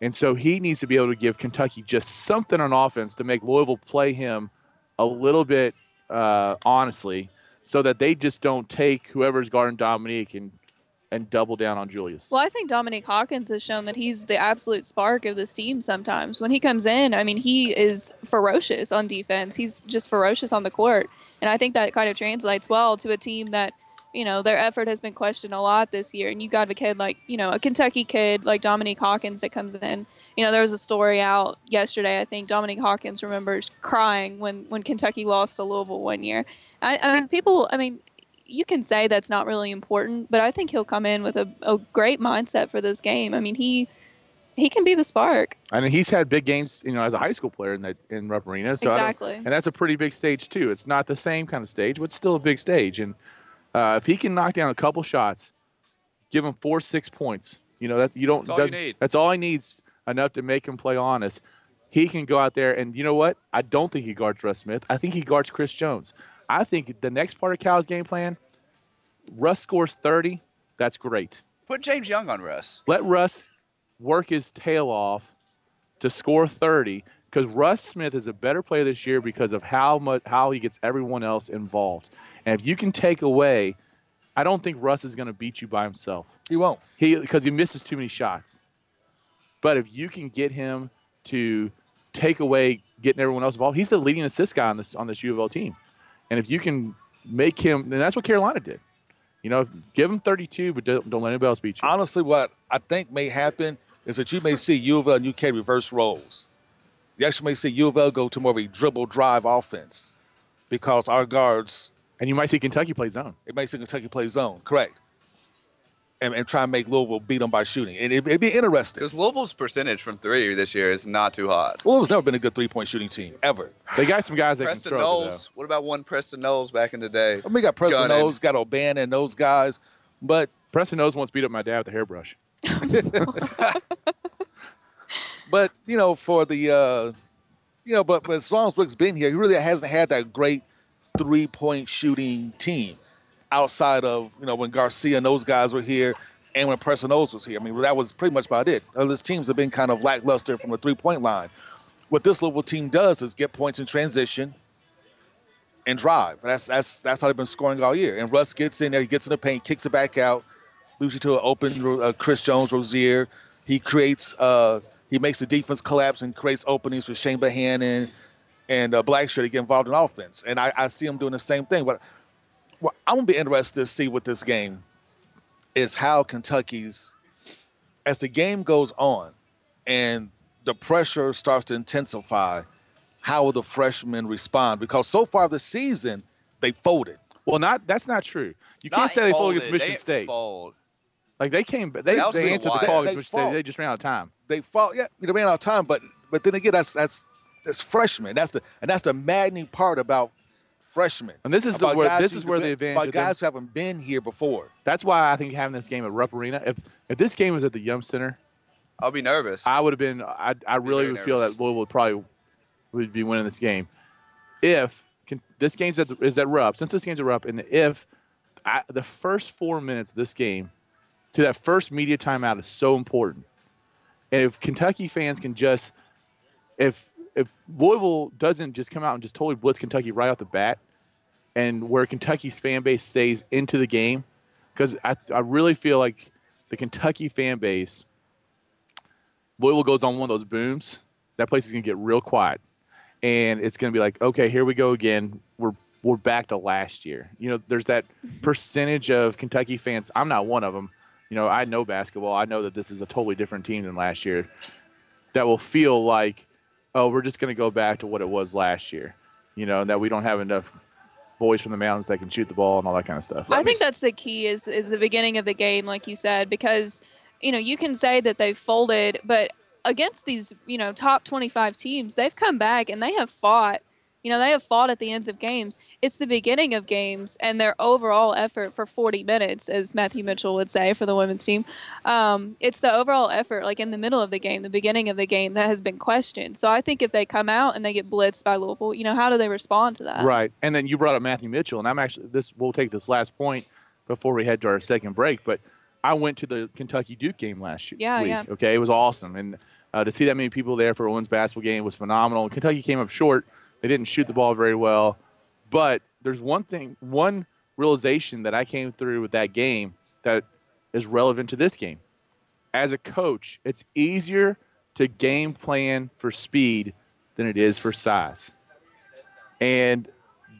Speaker 2: And so he needs to be able to give Kentucky just something on offense to make Louisville play him a little bit uh, honestly, so that they just don't take whoever's guarding Dominique and and double down on Julius.
Speaker 4: Well, I think Dominic Hawkins has shown that he's the absolute spark of this team sometimes. When he comes in, I mean, he is ferocious on defense. He's just ferocious on the court. And I think that kind of translates well to a team that, you know, their effort has been questioned a lot this year. And you got a kid like, you know, a Kentucky kid like Dominic Hawkins that comes in. You know, there was a story out yesterday. I think Dominic Hawkins remembers crying when, when Kentucky lost to Louisville one year. I, I mean, people, I mean, you can say that's not really important, but I think he'll come in with a, a great mindset for this game. I mean, he he can be the spark.
Speaker 2: I mean, he's had big games, you know, as a high school player in that in Rupp Arena. So I don't-
Speaker 4: Exactly.
Speaker 2: and that's a pretty big stage too. It's not the same kind of stage, but it's still a big stage. And uh, if he can knock down a couple shots, give him four, six points. You know that you don't.
Speaker 3: That's all you
Speaker 2: doesn't-
Speaker 3: need.
Speaker 2: That's all he needs enough to make him play honest. He can go out there and you know what? I don't think he guards Russ Smith. I think he guards Chris Jones. I think the next part of Cal's game plan, Russ scores thirty. That's great
Speaker 3: Put James Young on Russ.
Speaker 2: let Russ work his tail off to score 30 because Russ Smith is a better player this year because of how much how he gets everyone else involved. And if you can take away, I don't think Russ is going to beat you by himself.
Speaker 5: He won't.
Speaker 2: He because he misses too many shots. But if you can get him to take away getting everyone else involved, he's the leading assist guy on this on this U of L team. And if you can make him, and that's what Carolina did. You know, give them 32, but don't, don't let anybody else beat you.
Speaker 5: Honestly, what I think may happen is that you may see U of L and UK reverse roles. You actually may see U of L go to more of a dribble drive offense because our guards,
Speaker 2: And you might see Kentucky play zone.
Speaker 5: it may see Kentucky play zone, correct? And, and try and make Louisville beat them by shooting. And it, it'd be interesting.
Speaker 3: Because Louisville's percentage from three this year is not too hot.
Speaker 5: Louisville's never been a good three point shooting team, ever.
Speaker 2: They got some guys that
Speaker 3: Preston
Speaker 2: can throw. it, though.
Speaker 3: Knowles. What about one Preston Knowles back in the day?
Speaker 5: I mean, we got Preston
Speaker 3: Gunning.
Speaker 5: Knowles, got O'Bannon, those guys. But
Speaker 2: Preston Knowles once beat up my dad with a hairbrush.
Speaker 5: But you know, for the uh, you know, but, but as long as Rick's been here, he really hasn't had that great three point shooting team outside of you know when Garcia and those guys were here and when Preston Knowles was here. I mean, that was pretty much about it. Other teams have been kind of lackluster from the three point line. What this Louisville team does is get points in transition and drive. That's that's that's how they've been scoring all year. And Russ gets in there, he gets in the paint, kicks it back out, leaves you to an open uh, Chris Jones, Rozier. He creates, uh, he makes the defense collapse and creates openings for Shane Bohannon and uh, Blackshear to get involved in offense. And I, I see him doing the same thing. But well, I'm gonna be interested to see with this game is how Kentucky's as the game goes on and the pressure starts to intensify. How will the freshmen respond? Because so far this season they folded.
Speaker 2: Well, not that's not true. You can't
Speaker 3: Not
Speaker 2: say they fold against
Speaker 3: folded,
Speaker 2: Michigan
Speaker 3: they
Speaker 2: State.
Speaker 3: Fold.
Speaker 2: Like they came, but they,
Speaker 3: That was
Speaker 2: they
Speaker 3: the
Speaker 2: answered the
Speaker 3: wire.
Speaker 2: call against
Speaker 5: They- they
Speaker 2: Michigan State.
Speaker 5: fought.
Speaker 2: They just ran out of time.
Speaker 5: they fall. Yeah, they ran out of time, but but then again, that's that's that's freshmen. That's the and that's the maddening part about freshmen.
Speaker 2: And this is the
Speaker 5: about
Speaker 2: where-
Speaker 5: guys
Speaker 2: this
Speaker 5: who-
Speaker 2: is where the advantage
Speaker 5: about
Speaker 2: of them-
Speaker 5: guys who haven't been here before.
Speaker 2: That's why I think having this game at Rupp Arena. If if this game was at the Yum Center,
Speaker 3: I'll be nervous.
Speaker 2: I would have been. I I really
Speaker 3: very
Speaker 2: would feel that
Speaker 3: nervous.
Speaker 2: Louisville probably would be winning this game. If can, this game's at the, is at Rupp, since this game's at Rupp, and if I, the first four minutes of this game to that first media timeout is so important, and if Kentucky fans can just if if Louisville doesn't just come out and just totally blitz Kentucky right off the bat, and where Kentucky's fan base stays into the game, because I, I really feel like the Kentucky fan base, Louisville goes on one of those booms, that place is gonna get real quiet, and it's gonna be like, okay, here we go again. We're we're back to last year. You know, there's that percentage of Kentucky fans. I'm not one of them. You know, I know basketball. I know that this is a totally different team than last year. That will feel like, oh, we're just gonna go back to what it was last year. You know, that we don't have enough boys from the mountains that can shoot the ball and all that kind of stuff.
Speaker 4: I think that's the key is is the beginning of the game, like you said, because you know you can say that they folded, but against these you know top 25 teams, they've come back and they have fought. You know they have fought at the ends of games. It's the beginning of games and their overall effort for 40 minutes, as Matthew Mitchell would say for the women's team. Um, it's the overall effort, like in the middle of the game, the beginning of the game, that has been questioned. So I think if they come out and they get blitzed by Louisville, you know how do they respond to that?
Speaker 2: Right. And then you brought up Matthew Mitchell, and I'm actually this. We'll take this last point before we head to our second break. But I went to the Kentucky Duke game last year.
Speaker 4: Yeah,
Speaker 2: week.
Speaker 4: yeah.
Speaker 2: Okay, it was awesome, and uh, to see that many people there for a women's basketball game was phenomenal. Kentucky came up short; they didn't shoot the ball very well. But there's one thing, one realization that I came through with that game that is relevant to this game. As a coach, it's easier to game plan for speed than it is for size. And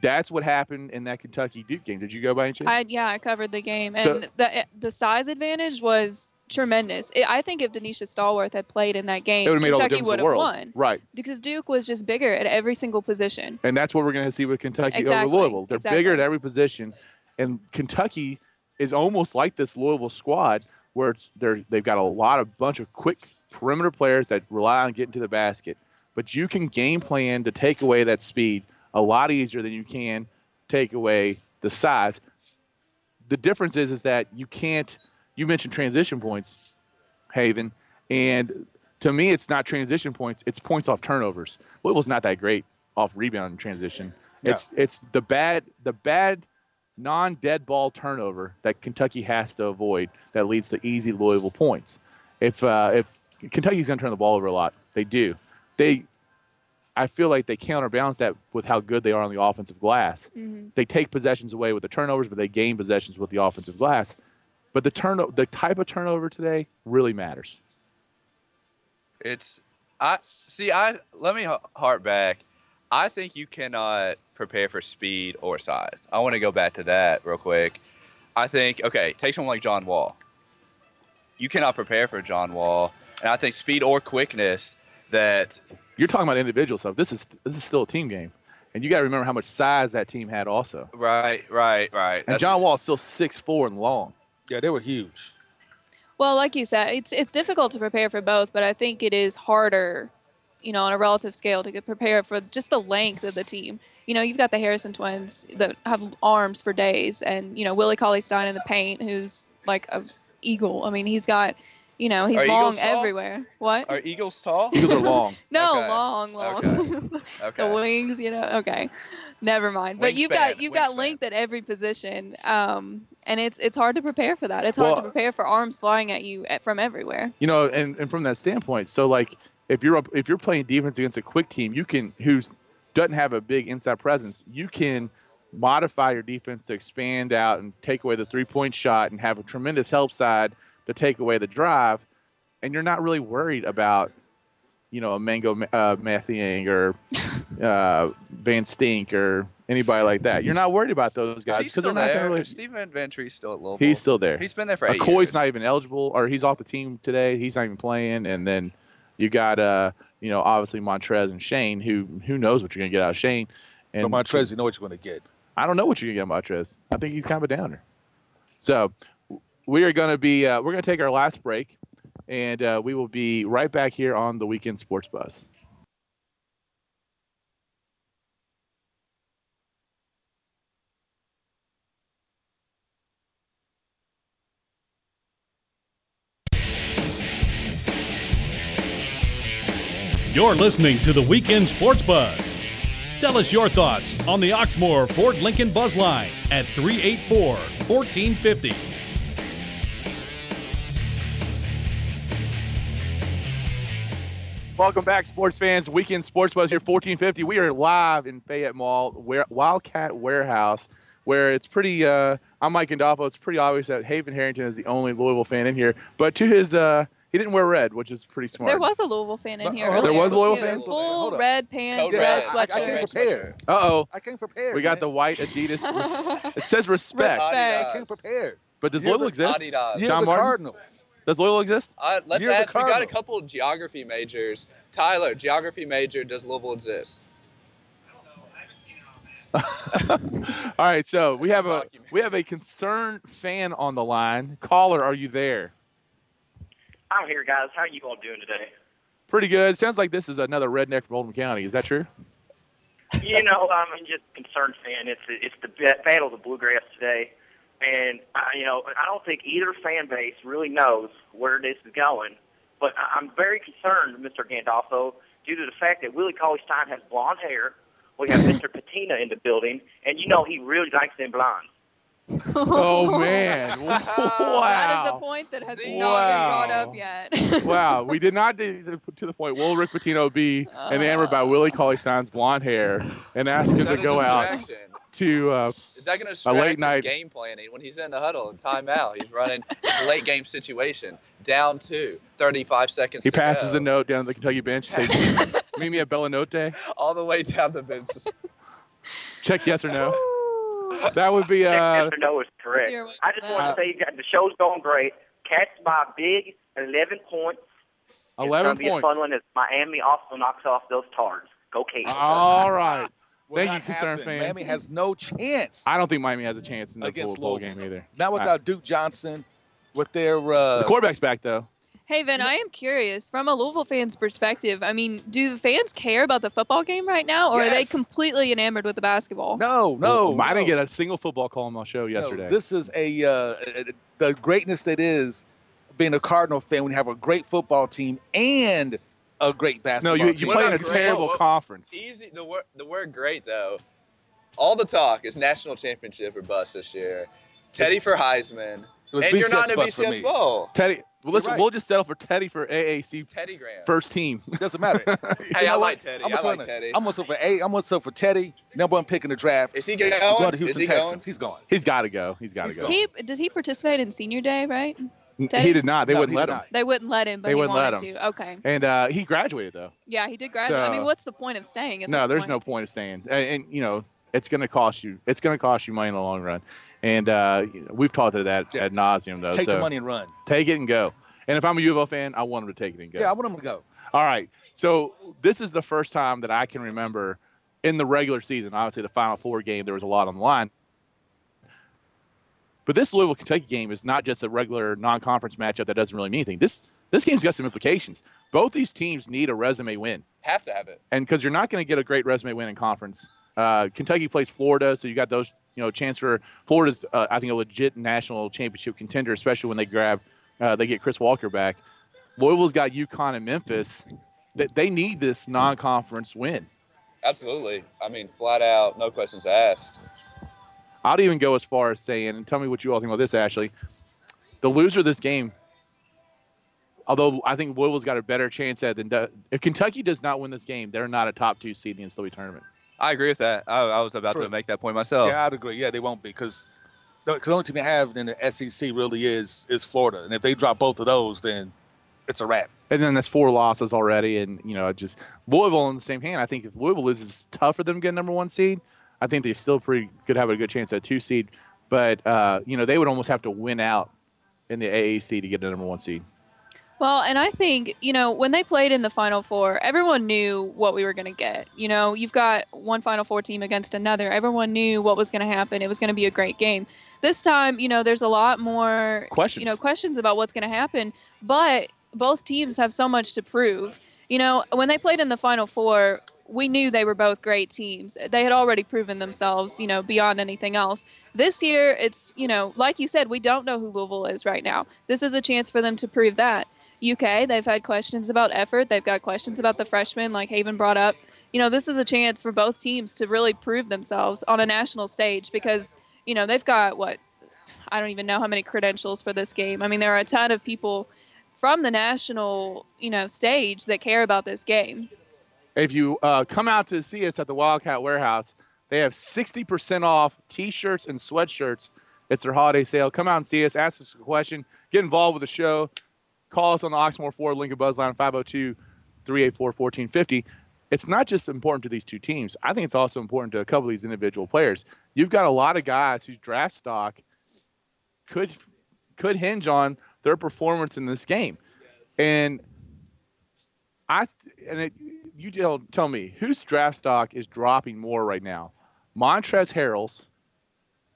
Speaker 2: that's what happened in that Kentucky Duke game. Did you go by any chance?
Speaker 4: I yeah, I covered the game,
Speaker 2: So-
Speaker 4: and the eh, the size advantage was tremendous. I I think if Denisha Stallworth had played in that game,
Speaker 2: it would have made all the
Speaker 4: Kentucky
Speaker 2: difference in
Speaker 4: would
Speaker 2: the
Speaker 4: have
Speaker 2: world.
Speaker 4: won
Speaker 2: Right.
Speaker 4: because Duke was just bigger at every single position.
Speaker 2: And that's what we're going to see with Kentucky
Speaker 4: Exactly,
Speaker 2: over Louisville. They're bigger at
Speaker 4: exactly.
Speaker 2: every position. And Kentucky is almost like this Louisville squad where it's, they're, they've got a lot of bunch of quick perimeter players that rely on getting to the basket. But you can game plan to take away that speed a lot easier than you can take away the size. The difference is is that you can't you mentioned transition points, Haven, and to me it's not transition points, it's points off turnovers. Louisville's not that great off rebound and transition. It's it's the bad the bad non dead ball turnover that Kentucky has to avoid that leads to easy Louisville points. If uh, if Kentucky's gonna turn the ball over a lot, they do. They I feel like they counterbalance that with how good they are on the offensive glass. They take possessions away with the turnovers, but they gain possessions with the offensive glass. But the turn the type of turnover today really matters.
Speaker 3: It's I see. I let me h- harp back. I think you cannot prepare for speed or size. I want to go back to that real quick. I think okay, take someone like John Wall. You cannot prepare for John Wall, and I think speed or quickness that
Speaker 2: You're talking about individual stuff. This is this is still a team game, and you got to remember how much size that team had also.
Speaker 3: right, right, right.
Speaker 2: And
Speaker 3: That's-
Speaker 2: John Wall's still six four and long.
Speaker 5: Yeah, they were huge.
Speaker 4: Well, like you said, it's it's difficult to prepare for both, but I think it is harder, you know, on a relative scale to get prepare for just the length of the team. You know, you've got the Harrison twins that have arms for days, and you know Willie Cauley Stein in the paint, who's like a eagle. I mean, he's got, you know, he's
Speaker 3: Are
Speaker 4: long
Speaker 3: eagles tall?
Speaker 4: everywhere. What?
Speaker 3: Are Eagles tall?
Speaker 2: Eagles are long.
Speaker 4: no,
Speaker 3: okay.
Speaker 4: long, [LAUGHS] long.
Speaker 3: [LAUGHS] Okay.
Speaker 4: the wings, you know. Okay, never mind. But you've
Speaker 3: Wingspan,
Speaker 4: got you've got
Speaker 3: wingspan.
Speaker 4: length at every position, um, and it's it's hard to prepare for that. It's hard to
Speaker 2: Well-
Speaker 4: prepare for arms flying at you at, from everywhere.
Speaker 2: you know, and, and from that standpoint, so like if you're up, if you're playing defense against a quick team, you can who's doesn't have a big inside presence, you can modify your defense to expand out and take away the three point shot and have a tremendous help side to take away the drive, and you're not really worried about you know a Mango Ma- uh, Mathiang or uh, Van Stink or anybody like that. You're not worried about those guys
Speaker 3: He's
Speaker 2: because
Speaker 3: still
Speaker 2: they're not gonna
Speaker 3: there.
Speaker 2: really.
Speaker 3: Stephen Van Tree's still at Louisville.
Speaker 2: He's still there.
Speaker 3: He's been there for eight
Speaker 2: McCoy's
Speaker 3: years.
Speaker 2: not even eligible, or he's off the team today. He's not even playing. And then you got, uh, you know, obviously Montrez and Shane. Who who knows what you're gonna get out of Shane? And
Speaker 5: But Montrez, you know what you're going to get.
Speaker 2: I don't know what you're gonna get out of Montrez. I think he's kind of a downer. So w- we are gonna be uh, we're gonna take our last break, and uh, we will be right back here on the weekend sports bus.
Speaker 1: You're listening to the Weekend Sports Buzz. Tell us your thoughts on the Oxmoor Ford Lincoln Buzz Line at 384 1450.
Speaker 2: Welcome back, sports fans. Weekend Sports Buzz here, 1450. We are live in Fayette Mall, where, Wildcat Warehouse, where it's pretty. Uh, I'm Mike Gandolfo. It's pretty obvious that Haven Harrington is the only Louisville fan in here. But to his, uh, he didn't wear red, which is pretty smart.
Speaker 4: There was a Louisville fan in
Speaker 5: But-
Speaker 4: here.
Speaker 5: oh, there
Speaker 4: earlier.
Speaker 2: was a Louisville
Speaker 4: Yeah,
Speaker 2: fan?
Speaker 5: Hold
Speaker 4: Full
Speaker 5: up.
Speaker 4: red pants,
Speaker 3: Code
Speaker 4: red
Speaker 3: red. I- I
Speaker 5: I,
Speaker 4: sweatshirt.
Speaker 5: can't prepare.
Speaker 2: Uh oh.
Speaker 5: I can't prepare.
Speaker 2: We got the
Speaker 5: man.
Speaker 2: white
Speaker 4: [LAUGHS]
Speaker 2: Adidas. with- it says respect,
Speaker 4: Respect.
Speaker 5: I can't prepare.
Speaker 2: but does
Speaker 5: You're
Speaker 2: Louisville
Speaker 5: the
Speaker 2: exist?
Speaker 3: Adidas.
Speaker 5: You're
Speaker 2: Uh, John
Speaker 5: the
Speaker 2: Martin?
Speaker 5: Cardinals.
Speaker 2: Does Louisville
Speaker 3: [LAUGHS]
Speaker 2: exist?
Speaker 3: Uh, let's
Speaker 5: You're the
Speaker 3: ask. We got a
Speaker 5: Cardinal.
Speaker 3: couple geography majors. Tyler, geography major, does Louisville exist?
Speaker 2: All right, so we have a
Speaker 3: Document.
Speaker 2: we have a concerned fan on the line. Caller, are you there?
Speaker 7: I'm here, guys. How you all doing today?
Speaker 2: Pretty good. Sounds like this is another redneck from Oldham County. Is that true?
Speaker 7: You know, I'm just concerned fan. It's it's the ba- battle of the bluegrass today, and I, you know, I don't think either fan base really knows where this is going. But I- I'm very concerned, Mr. Gandolfo, due to the fact that Willie Cauley Stein has blonde hair. We have Mr. Patina in the building, and you know he really likes them blondes.
Speaker 2: Oh man! wow.
Speaker 4: That is a point that has
Speaker 3: Wow.
Speaker 4: not been brought up yet. [LAUGHS]
Speaker 2: Wow, we did not do to to the point. Will Rick Pitino be enamored by Willie Cauley Stein's blonde hair and ask him
Speaker 3: Is
Speaker 2: to
Speaker 3: that a
Speaker 2: go out
Speaker 3: distraction?
Speaker 2: to? Uh,
Speaker 3: Is that going to distract his
Speaker 2: night-
Speaker 3: game planning when he's in the huddle and timeout? He's running it's a late game situation, down two, 35 seconds.
Speaker 2: he
Speaker 3: to
Speaker 2: passes
Speaker 3: go,
Speaker 2: a note down the Kentucky bench. Says, "Meet me at Bellanote.
Speaker 3: all the way down the bench.
Speaker 2: Check yes or no." That would be.
Speaker 7: Check
Speaker 2: Uh,
Speaker 7: Mr. Noah is correct.
Speaker 4: Zero.
Speaker 7: I just want
Speaker 2: Uh,
Speaker 7: to say that the show's going great. Cats by a big 11 points.
Speaker 2: Eleven
Speaker 7: it's gonna
Speaker 2: points.
Speaker 7: Be a fun one as Miami also knocks off those Tards. Go Cajuns.
Speaker 2: All right.
Speaker 5: Will
Speaker 2: Thank
Speaker 5: not
Speaker 2: you, concerned
Speaker 5: happen.
Speaker 2: fan.
Speaker 5: Miami has no chance.
Speaker 2: I don't think Miami has a chance in the bowl,
Speaker 5: Against
Speaker 2: bowl
Speaker 5: Louisville.
Speaker 2: game either.
Speaker 5: Not without Duke Johnson, with their uh,
Speaker 2: The quarterback's back though.
Speaker 4: Hey, Vin, I am curious from a Louisville fan's perspective. I mean, do the fans care about the football game right now, or are they
Speaker 5: Yes.
Speaker 4: completely enamored with the basketball?
Speaker 5: No, no,
Speaker 2: I didn't
Speaker 5: no.
Speaker 2: get a single football call on my show
Speaker 5: No,
Speaker 2: yesterday.
Speaker 5: this is a uh, the greatness that is being a Cardinal fan when you have a great football team and a great
Speaker 2: no,
Speaker 5: basketball
Speaker 2: you,
Speaker 5: team.
Speaker 2: you play in a
Speaker 3: about Grant?
Speaker 2: terrible
Speaker 3: Whoa, whoa.
Speaker 2: conference.
Speaker 3: Easy. The word, the word great, though. All the talk is national championship or bust this year. Teddy for Heisman.
Speaker 5: It was
Speaker 3: and you're not
Speaker 5: BCS
Speaker 3: in a
Speaker 5: bust for me.
Speaker 3: BCS Bowl.
Speaker 2: Teddy, well, listen,
Speaker 5: right.
Speaker 2: we'll just settle for Teddy for AAC
Speaker 3: Teddy Graham.
Speaker 2: first team. [LAUGHS]
Speaker 5: It doesn't matter.
Speaker 3: Hey, I like Teddy.
Speaker 5: I'm
Speaker 3: I like
Speaker 5: gonna-
Speaker 3: Teddy.
Speaker 5: I'm gonna settle for A. I'm gonna settle for Teddy. Number one pick in the draft.
Speaker 3: is he going?
Speaker 5: I'm going to
Speaker 3: is
Speaker 5: Houston
Speaker 3: he
Speaker 5: Texans.
Speaker 3: going?
Speaker 5: He's gone.
Speaker 2: He's got to go. He's got to
Speaker 5: He's
Speaker 2: go.
Speaker 4: He did he participate in senior day, right?
Speaker 2: N-
Speaker 4: Teddy?
Speaker 2: He did not. They
Speaker 5: No,
Speaker 2: wouldn't
Speaker 5: he
Speaker 2: let
Speaker 5: did
Speaker 2: him.
Speaker 4: They wouldn't let him, but
Speaker 2: They
Speaker 4: he
Speaker 2: wouldn't let
Speaker 4: wanted
Speaker 2: him.
Speaker 4: to. Okay.
Speaker 2: And uh, he graduated though.
Speaker 4: Yeah, he did graduate. I
Speaker 2: So-
Speaker 4: mean, what's the point of staying? At
Speaker 2: No,
Speaker 4: this
Speaker 2: there's
Speaker 4: point?
Speaker 2: no point of staying. And, and you know, It's going to cost you. It's going to cost you money in the long run. And uh, you know, we've talked to that
Speaker 5: Yeah.
Speaker 2: ad nauseum, though.
Speaker 5: Take
Speaker 2: so
Speaker 5: the money and run.
Speaker 2: Take it and go. And if I'm a U of O fan, I want them to take it and go.
Speaker 5: Yeah, I want them to go.
Speaker 2: All right. So this is the first time that I can remember in the regular season. Obviously, the Final Four game, there was a lot on the line. But this Louisville Kentucky game is not just a regular non-conference matchup that doesn't really mean anything. This this game's got some implications. Both these teams need a resume win,
Speaker 3: Have to have it.
Speaker 2: and because you're not going to get a great resume win in conference. Uh, Kentucky plays Florida, so you got those you know chance for Florida's. Uh, I think a legit national championship contender, especially when they grab uh, they get Chris Walker back. Louisville's got UConn and Memphis. They, they need this non-conference win.
Speaker 3: Absolutely. I mean, flat out, no questions asked.
Speaker 2: I'd even go as far as saying, and tell me what you all think about this, Ashley. The loser of this game, although I think Louisville's got a better chance at than if Kentucky does not win this game, they're not a top two seed in the NCAA tournament.
Speaker 3: I agree with that. I, I was about
Speaker 5: True.
Speaker 3: to make that point
Speaker 2: Oh.
Speaker 3: myself.
Speaker 5: Yeah, I'd agree. Yeah, they won't be because the only team they have in the SEC really is is Florida, and if they drop both of those, then it's a wrap.
Speaker 2: And then that's four losses already, and you know, I just Louisville on the same hand. I think if Louisville loses, it's tough for them to get a number one seed. I think they still pretty could have a good chance at a two seed, but uh, you know, they would almost have to win out in the AAC to get a number one seed.
Speaker 4: Well, and I think, you know, when they played in the Final Four, everyone knew what we were going to get. You know, you've got one Final Four team against another. Everyone knew what was going to happen. It was going to be a great game. This time, you know, there's a lot more
Speaker 2: Questions.
Speaker 4: you know, questions about what's going to happen, but both teams have so much to prove. You know, when they played in the Final Four, we knew they were both great teams. They had already proven themselves, you know, beyond anything else. This year, it's, you know, like you said, we don't know who Louisville is right now. This is a chance for them to prove that. UK, they've had questions about effort. They've got questions about the freshmen, like Haven brought up. You know, this is a chance for both teams to really prove themselves on a national stage because, you know, they've got what? I don't even know how many credentials for this game. I mean, there are a ton of people from the national, you know, stage that care about this game. [LAUGHS]
Speaker 2: If you uh, come out to see us at the Wildcat Warehouse, they have 60% off t-shirts and sweatshirts. It's their holiday sale. Come out and see us. Ask us a question. Get involved with the show. Call us on the Oxmoor Ford Lincoln Buzz Line 502-384-1450. It's not just important to these two teams. I think it's also important to a couple of these individual players. You've got a lot of guys whose draft stock could could hinge on their performance in this game. And I th- and it, you tell tell me whose draft stock is dropping more right now, Montrez Harrell's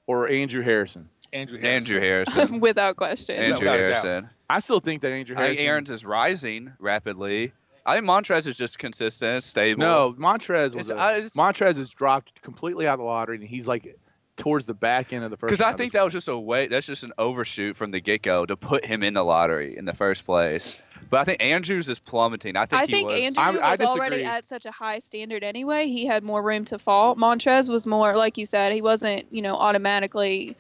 Speaker 2: or Andrew Harrison?
Speaker 5: Andrew Harris.
Speaker 3: Andrew
Speaker 5: [LAUGHS]
Speaker 3: Harrison.
Speaker 4: Without question.
Speaker 3: Andrew
Speaker 5: without a doubt.
Speaker 3: Harrison.
Speaker 2: I still think that Andrew
Speaker 3: I think
Speaker 2: Harrison.
Speaker 3: Aaron's is rising rapidly. I think Montrez is just consistent, stable.
Speaker 2: no, Montrez was
Speaker 3: It's-
Speaker 2: a,
Speaker 3: I- it's-
Speaker 2: Montrez is dropped completely out of the lottery, and he's like towards the back end of the first.
Speaker 3: Because I
Speaker 2: round at
Speaker 3: think
Speaker 2: this
Speaker 3: that was
Speaker 2: point.
Speaker 3: just a way. That's just an overshoot from the get go to put him in the lottery in the first place. But I think Andrews is plummeting. I think
Speaker 4: I
Speaker 3: he
Speaker 4: think
Speaker 3: was.
Speaker 4: Andrew
Speaker 2: I'm-
Speaker 4: was
Speaker 2: I
Speaker 4: already
Speaker 2: disagree.
Speaker 4: at such a high standard anyway. He had more room to fall. Montrez was more, like you said, he wasn't, you know, automatically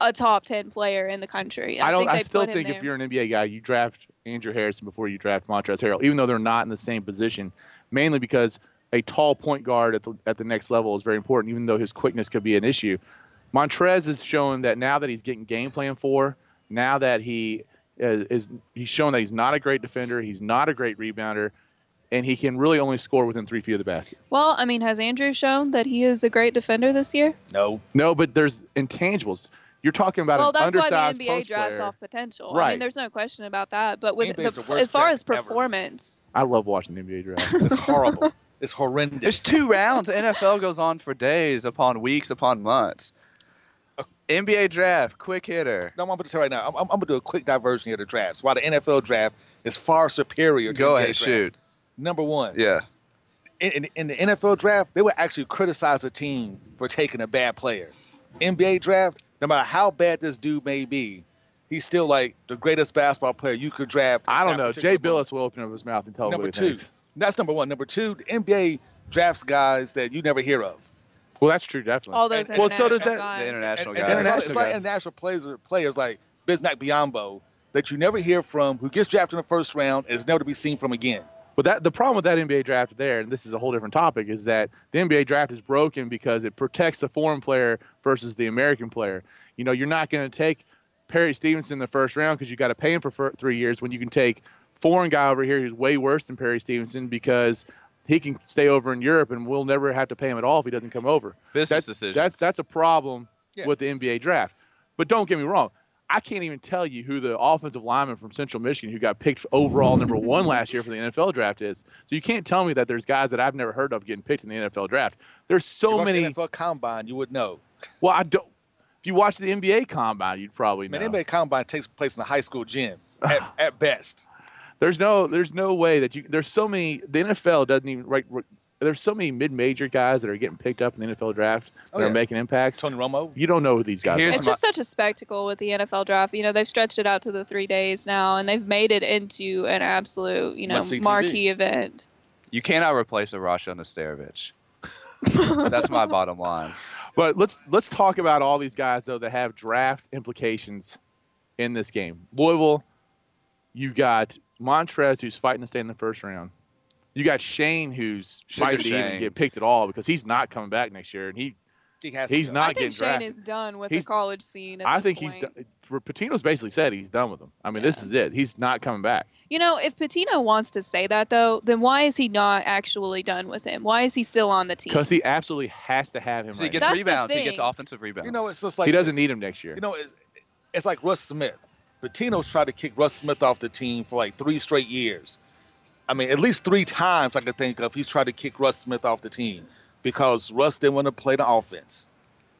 Speaker 4: a top 10 player in the country.
Speaker 2: I don't.
Speaker 4: Think
Speaker 2: I
Speaker 4: they
Speaker 2: still
Speaker 4: put him
Speaker 2: think if
Speaker 4: there.
Speaker 2: you're an NBA guy, you draft Andrew Harrison before you draft Montrezl Harrell, even though they're not in the same position. Mainly because a tall point guard at the at the next level is very important, even though his quickness could be an issue. Montrez is showing that now that he's getting game plan for, now that he is, is he's shown that he's not a great defender, he's not a great rebounder, and he can really only score within three feet of the basket.
Speaker 4: Well, I mean, has Andrew shown that he is a great defender this year?
Speaker 5: No,
Speaker 2: No, but there's intangibles. You're talking about
Speaker 4: well,
Speaker 2: an
Speaker 4: that's why the
Speaker 2: undersized
Speaker 4: NBA
Speaker 2: post
Speaker 4: drafts
Speaker 2: player.
Speaker 4: off potential. I
Speaker 2: Right.
Speaker 4: mean, there's no question about that. But with
Speaker 5: NBA is
Speaker 4: the,
Speaker 5: the worst
Speaker 4: as far
Speaker 5: draft
Speaker 4: as
Speaker 5: ever.
Speaker 4: performance,
Speaker 2: I love watching the NBA draft.
Speaker 5: it's horrible. it's horrendous.
Speaker 3: There's two rounds. The NFL goes on for days, upon weeks, upon months.
Speaker 5: Oh.
Speaker 3: NBA draft, quick hitter.
Speaker 5: No, I'm gonna tell you right now. I'm, I'm, I'm gonna do a quick diversion of the drafts. Why the NFL draft is far superior. to
Speaker 3: Go
Speaker 5: the
Speaker 3: ahead,
Speaker 5: NBA draft.
Speaker 3: shoot.
Speaker 5: Number one,
Speaker 3: Yeah.
Speaker 5: in, in, in the NFL draft, they would actually criticize a team for taking a bad player. NBA draft, no matter how bad this dude may be, he's still like the greatest basketball player you could draft.
Speaker 2: I don't
Speaker 5: at that
Speaker 2: know.
Speaker 5: particular
Speaker 2: Jay
Speaker 5: moment.
Speaker 2: Billis will open up his mouth and tell us
Speaker 5: Number
Speaker 2: what he
Speaker 5: two,
Speaker 2: thinks.
Speaker 5: that's number one. Number two, the NBA drafts guys that you never hear of.
Speaker 2: Well, that's true, definitely.
Speaker 4: all those
Speaker 5: And- well,
Speaker 2: so does
Speaker 4: international
Speaker 2: that-
Speaker 4: guys.
Speaker 3: The international
Speaker 5: And-
Speaker 3: guy.
Speaker 5: and it's like-
Speaker 2: International
Speaker 5: it's like
Speaker 2: guys.
Speaker 5: international players, players like Bismack Biombo that you never hear from, who gets drafted in the first round and is never to be seen from again.
Speaker 2: but that the problem with that NBA draft there, and this is a whole different topic, is that the NBA draft is broken because it protects the foreign player versus the American player. You know, you're not going to take Perry Stevenson in the first round because you got to pay him for fir- three years when you can take foreign guy over here who's way worse than Perry Stevenson because he can stay over in Europe and we'll never have to pay him at all if he doesn't come over.
Speaker 3: Business
Speaker 2: that's,
Speaker 3: decisions.
Speaker 2: That's that's a problem
Speaker 5: Yeah.
Speaker 2: with the NBA draft. But don't get me wrong. I can't even tell you who the offensive lineman from Central Michigan who got picked overall number one last year for the NFL draft is. So you can't tell me that there's guys that I've never heard of getting picked in the NFL draft. There's
Speaker 5: you
Speaker 2: so
Speaker 5: watch the
Speaker 2: many.
Speaker 5: NFL Combine, you would
Speaker 2: [LAUGHS]
Speaker 5: know.
Speaker 2: Well, I don't. If you watch the NBA combine, you'd probably
Speaker 5: I
Speaker 2: know.
Speaker 5: mean, NBA Combine takes place in the high school gym
Speaker 2: [SIGHS]
Speaker 5: at, at best.
Speaker 2: There's no there's no way that you there's so many the NFL doesn't even right right- there's so many mid-major guys that are getting picked up in the NFL draft that
Speaker 5: Oh,
Speaker 2: are
Speaker 5: yeah.
Speaker 2: making impacts.
Speaker 5: Tony Romo.
Speaker 2: You don't know who these guys
Speaker 3: Here's
Speaker 2: are.
Speaker 4: It's just such a spectacle with the NFL draft. You know, they've stretched it out to the three days now, and they've made it into an absolute, you know,
Speaker 5: Must see TV.
Speaker 4: marquee event.
Speaker 3: You cannot replace a Rasha Nastarovich. That's my bottom line.
Speaker 2: But let's let's talk about all these guys though that have draft implications in this game. Louisville, you got Montrez who's fighting to stay in the first round. You got Shane who's
Speaker 3: Sugar
Speaker 2: fighting to
Speaker 3: Shane.
Speaker 2: even get picked at all because he's not coming back next year, and he
Speaker 5: He has
Speaker 2: he's
Speaker 5: to
Speaker 2: not
Speaker 4: I think
Speaker 2: getting
Speaker 4: Shane
Speaker 2: drafted.
Speaker 4: is done with
Speaker 2: He's-
Speaker 4: the college scene. At
Speaker 2: I
Speaker 4: this
Speaker 2: think
Speaker 4: point.
Speaker 2: he's done. Patino's basically said he's done with him. I mean, this
Speaker 4: Yeah.
Speaker 2: is it. He's not coming back.
Speaker 4: You know, if Patino wants to say that though, then why is he not actually done with him? Why is he still on the team?
Speaker 2: Because he absolutely has to have him.
Speaker 3: So he
Speaker 2: right
Speaker 3: gets
Speaker 2: now.
Speaker 4: That's the
Speaker 3: rebounds. He gets
Speaker 4: thing.
Speaker 3: offensive rebounds.
Speaker 5: You know, it's just like
Speaker 2: he doesn't
Speaker 5: this.
Speaker 2: need him next year.
Speaker 5: You know, it's, it's like Russ Smith. Patino's tried to kick Russ Smith off the team for like three straight years. I mean, at least three times I could think of he's tried to kick Russ Smith off the team because Russ didn't want to play the offense.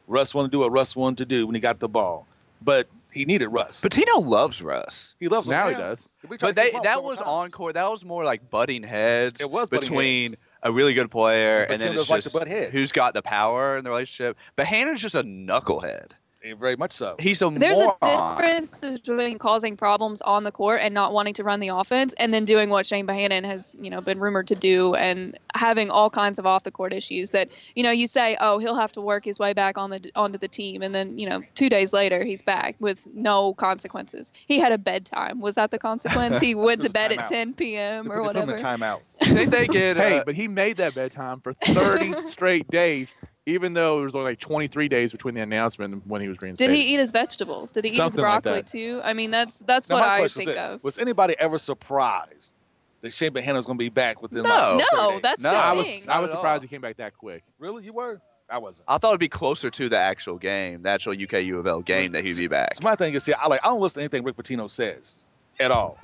Speaker 5: Russ wanted to do what Russ wanted to do when he got the ball, but he needed Russ.
Speaker 3: Patino loves Russ.
Speaker 5: he loves him
Speaker 2: now he does.
Speaker 5: We
Speaker 3: But
Speaker 5: tried to
Speaker 3: they,
Speaker 5: kick him off
Speaker 3: that
Speaker 5: several
Speaker 3: was
Speaker 5: times.
Speaker 3: on court. That was more like butting heads
Speaker 5: It was butting
Speaker 3: between
Speaker 5: heads.
Speaker 3: a really good player and, then
Speaker 5: Patino's
Speaker 3: it's
Speaker 5: like to
Speaker 3: just
Speaker 5: butt heads.
Speaker 3: who's got the power in the relationship. But Hannah's just a knucklehead.
Speaker 5: Yeah, very much so.
Speaker 3: He's a
Speaker 4: There's
Speaker 3: moron.
Speaker 4: a difference between causing problems on the court and not wanting to run the offense, and then doing what Shane Bohannon has, you know, been rumored to do, and having all kinds of off the court issues. That you know, you say, oh, he'll have to work his way back on the onto the team, and then you know, two days later, he's back with no consequences. He had a bedtime. Was that the consequence? He went to
Speaker 5: It was
Speaker 4: bed
Speaker 5: timeout.
Speaker 4: at 10 p.m.
Speaker 5: They
Speaker 4: or
Speaker 5: put him in
Speaker 4: whatever.
Speaker 5: timeout.
Speaker 3: They think it. Uh,
Speaker 2: Hey, but he made that bedtime for 30 straight days, even though there was only like 23 days between the announcement and when he was
Speaker 4: Did
Speaker 2: reinstated.
Speaker 4: he eat his vegetables? Did he eat his
Speaker 2: Something like
Speaker 4: broccoli
Speaker 2: that.
Speaker 4: too? I mean, that's that's
Speaker 5: Now,
Speaker 4: what
Speaker 5: my
Speaker 4: I
Speaker 5: question
Speaker 4: think
Speaker 5: is this.
Speaker 4: of.
Speaker 5: Was anybody ever surprised that Shane Bohannon's going to be back within
Speaker 3: No.
Speaker 5: like 30
Speaker 4: No,
Speaker 5: days?
Speaker 4: that's
Speaker 3: No,
Speaker 4: the
Speaker 2: I
Speaker 4: thing.
Speaker 2: was
Speaker 3: Not
Speaker 2: I was
Speaker 3: at all.
Speaker 2: surprised he came back that quick.
Speaker 5: Really, you were? I wasn't.
Speaker 3: I thought it'd be closer to the actual game, the actual UK U of L game, that he'd be back.
Speaker 5: So my thing is, see, I like I don't listen to anything Rick Pitino says at all.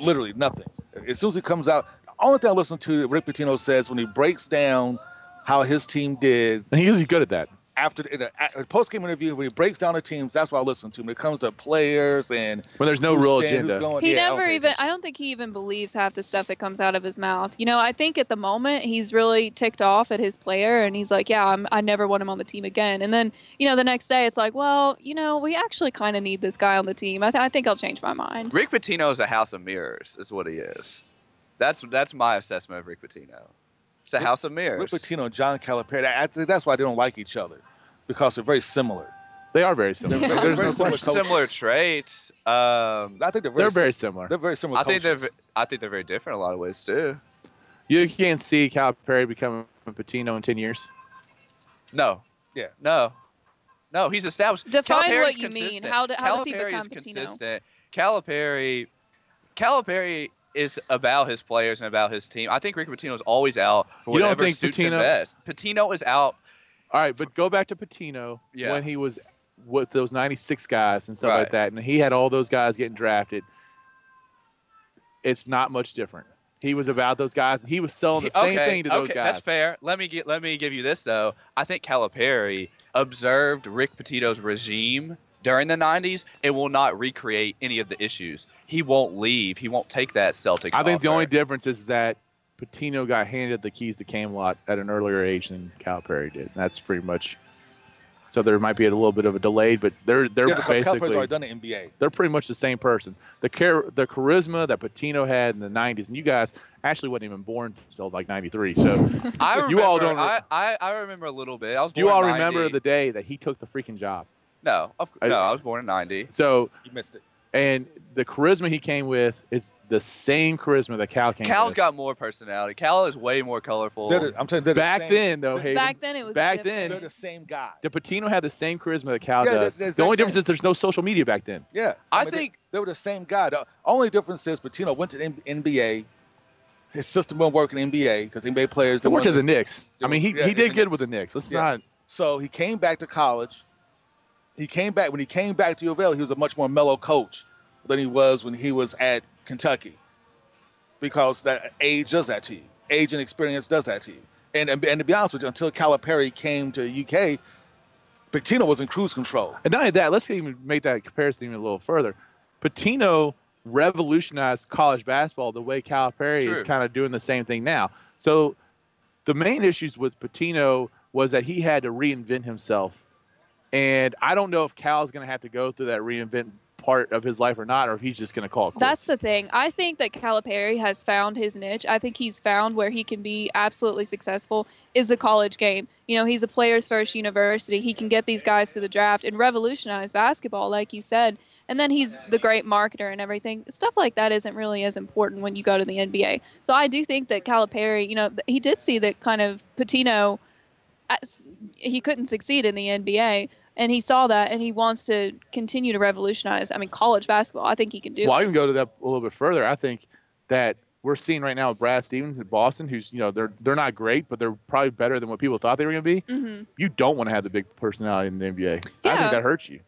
Speaker 5: Literally nothing. As soon as he comes out, the only thing I listen to that Rick Pitino says when he breaks down how his team did
Speaker 2: And he was good at that.
Speaker 5: after the, in a, at a post-game interview when he breaks down the teams. That's what I listen to when it comes to players and
Speaker 2: When there's no
Speaker 5: who's
Speaker 2: real
Speaker 5: staying, who's
Speaker 2: agenda.
Speaker 5: going.
Speaker 4: He
Speaker 5: Yeah, I don't
Speaker 4: never
Speaker 5: pay
Speaker 4: even.
Speaker 5: attention.
Speaker 4: I don't think he even believes half the stuff that comes out of his mouth. You know, I think at the moment he's really ticked off at his player, and he's like, "Yeah, I'm, I never want him on the team again." And then, you know, the next day it's like, "Well, you know, we actually kind of need this guy on the team. I, th- I think I'll change my mind."
Speaker 3: Rick Pitino is a house of mirrors, is what he is. That's that's my assessment of Rick Pitino. It's a house of mirrors.
Speaker 5: Rick Pitino and John Calipari. I, I think that's why they don't like each other because they're very similar.
Speaker 2: They are very similar.
Speaker 5: They're
Speaker 2: There's
Speaker 5: very
Speaker 2: no
Speaker 5: similar
Speaker 2: question.
Speaker 5: coaches.
Speaker 3: Similar traits. Um,
Speaker 5: I think they're very.
Speaker 2: They're
Speaker 5: sim-
Speaker 2: very similar.
Speaker 5: They're very similar.
Speaker 3: I think they're
Speaker 5: coaches.
Speaker 3: ve- I think they're very different in a lot of ways too.
Speaker 2: You can't see Calipari becoming Patino in 10 years.
Speaker 3: No.
Speaker 5: Yeah.
Speaker 3: No. No, he's established.
Speaker 4: Define
Speaker 3: Calipari's
Speaker 4: what you mean.
Speaker 3: consistent.
Speaker 4: How do- how does he
Speaker 3: Calipari is
Speaker 4: become Pitino?
Speaker 3: consistent. Calipari, Calipari is about his players and about his team. I think Rick Pitino's always out for
Speaker 2: You don't
Speaker 3: whatever
Speaker 2: think
Speaker 3: suits him
Speaker 2: Pitino-
Speaker 3: best. Pitino is out.
Speaker 2: All right, but go back to Patino
Speaker 3: Yeah.
Speaker 2: when he was with those 96 guys and stuff
Speaker 3: Right.
Speaker 2: like that, and he had all those guys getting drafted. It's not much different. He was about those guys. He was selling the same
Speaker 3: [LAUGHS] okay,
Speaker 2: thing to those
Speaker 3: okay,
Speaker 2: guys.
Speaker 3: That's fair. Let me get, let me give you this though. I think Calipari observed Rick Pitino's regime during the 90s and will not recreate any of the issues. He won't leave. He won't take that Celtics.
Speaker 2: I think the
Speaker 3: offer.
Speaker 2: only difference is that Patino got handed the keys to Camelot at an earlier age than Calipari did. That's pretty much. So there might be a little bit of a delay, but they're they're
Speaker 5: Yeah, because Calipari's
Speaker 2: basically
Speaker 5: already done the NBA.
Speaker 2: they're pretty much the same person. The char- the charisma that Patino had in the '90s, and you guys actually wasn't even born until like '93.
Speaker 5: [LAUGHS]
Speaker 2: So
Speaker 3: I remember,
Speaker 2: [LAUGHS] You all don't
Speaker 3: I,
Speaker 2: re-
Speaker 3: I, I remember a little bit. I was.
Speaker 2: do you
Speaker 3: born
Speaker 2: all
Speaker 3: in
Speaker 2: remember
Speaker 3: 90.
Speaker 2: the day that he took the freaking job?
Speaker 3: No, of,
Speaker 2: I-
Speaker 3: no. I was born in ninety.
Speaker 2: So
Speaker 5: You missed it.
Speaker 2: and the charisma he came with is the same charisma that Cal came
Speaker 3: Cal's
Speaker 2: with.
Speaker 3: got more personality. Cal is way more colorful.
Speaker 5: They're the- I'm telling you, they're the
Speaker 2: back
Speaker 5: same-
Speaker 2: then though, Hayden,
Speaker 4: Back then it was
Speaker 2: back
Speaker 4: different.
Speaker 5: they're
Speaker 2: then-
Speaker 5: the same guy.
Speaker 2: the Patino had the same charisma that Cal
Speaker 5: Yeah,
Speaker 2: does.
Speaker 5: that's- that's
Speaker 2: the
Speaker 5: what
Speaker 2: only
Speaker 5: I'm
Speaker 2: difference
Speaker 5: saying.
Speaker 2: is there's no social media back then.
Speaker 5: Yeah,
Speaker 3: I
Speaker 5: mean, they-
Speaker 3: think-
Speaker 5: they, were the same guy. The only difference is Patino went to the N- NBA, his system won't work in NBA because NBA players
Speaker 2: He
Speaker 5: don't
Speaker 2: worked
Speaker 5: want
Speaker 2: at the Knicks. I mean, he,
Speaker 5: Yeah,
Speaker 2: he
Speaker 5: the
Speaker 2: did good
Speaker 5: Knicks.
Speaker 2: with the Knicks. Let's
Speaker 5: Yeah.
Speaker 2: not.
Speaker 5: So he came back to college. He came back when he came back to U of L. He was a much more mellow coach than he was when he was at Kentucky, because that age does that to you. Age and experience does that to you. And and, and to be honest with you, until Calipari came to UK, Pitino was in cruise control.
Speaker 2: And not only that, let's even make that comparison even a little further. Patino revolutionized college basketball the way Calipari is
Speaker 3: True.
Speaker 2: kind of doing the same thing now. So the main issues with Patino was that he had to reinvent himself. And I don't know if Cal's going to have to go through that reinvent part of his life or not, or if he's just going to call it quits.
Speaker 4: That's the thing. I think that Calipari has found his niche. I think he's found where he can be absolutely successful is the college game. You know, he's a player's first university. He can get these guys to the draft and revolutionize basketball, like you said. And then he's the great marketer and everything. Stuff like that isn't really as important when you go to the NBA. So I do think that Calipari, you know, th- he did see that kind of Patino, as- he couldn't succeed in the NBA. And he saw that, and he wants to continue to revolutionize. I mean, college basketball. I think he can do. it.
Speaker 2: Well, I can go to that a little bit further. I think that we're seeing right now with Brad Stevens at Boston, who's you know they're they're not great, but they're probably better than what people thought they were going to be.
Speaker 4: Mm-hmm.
Speaker 2: You don't want to have the big personality in the NBA. I
Speaker 4: Yeah.
Speaker 2: think that hurts you.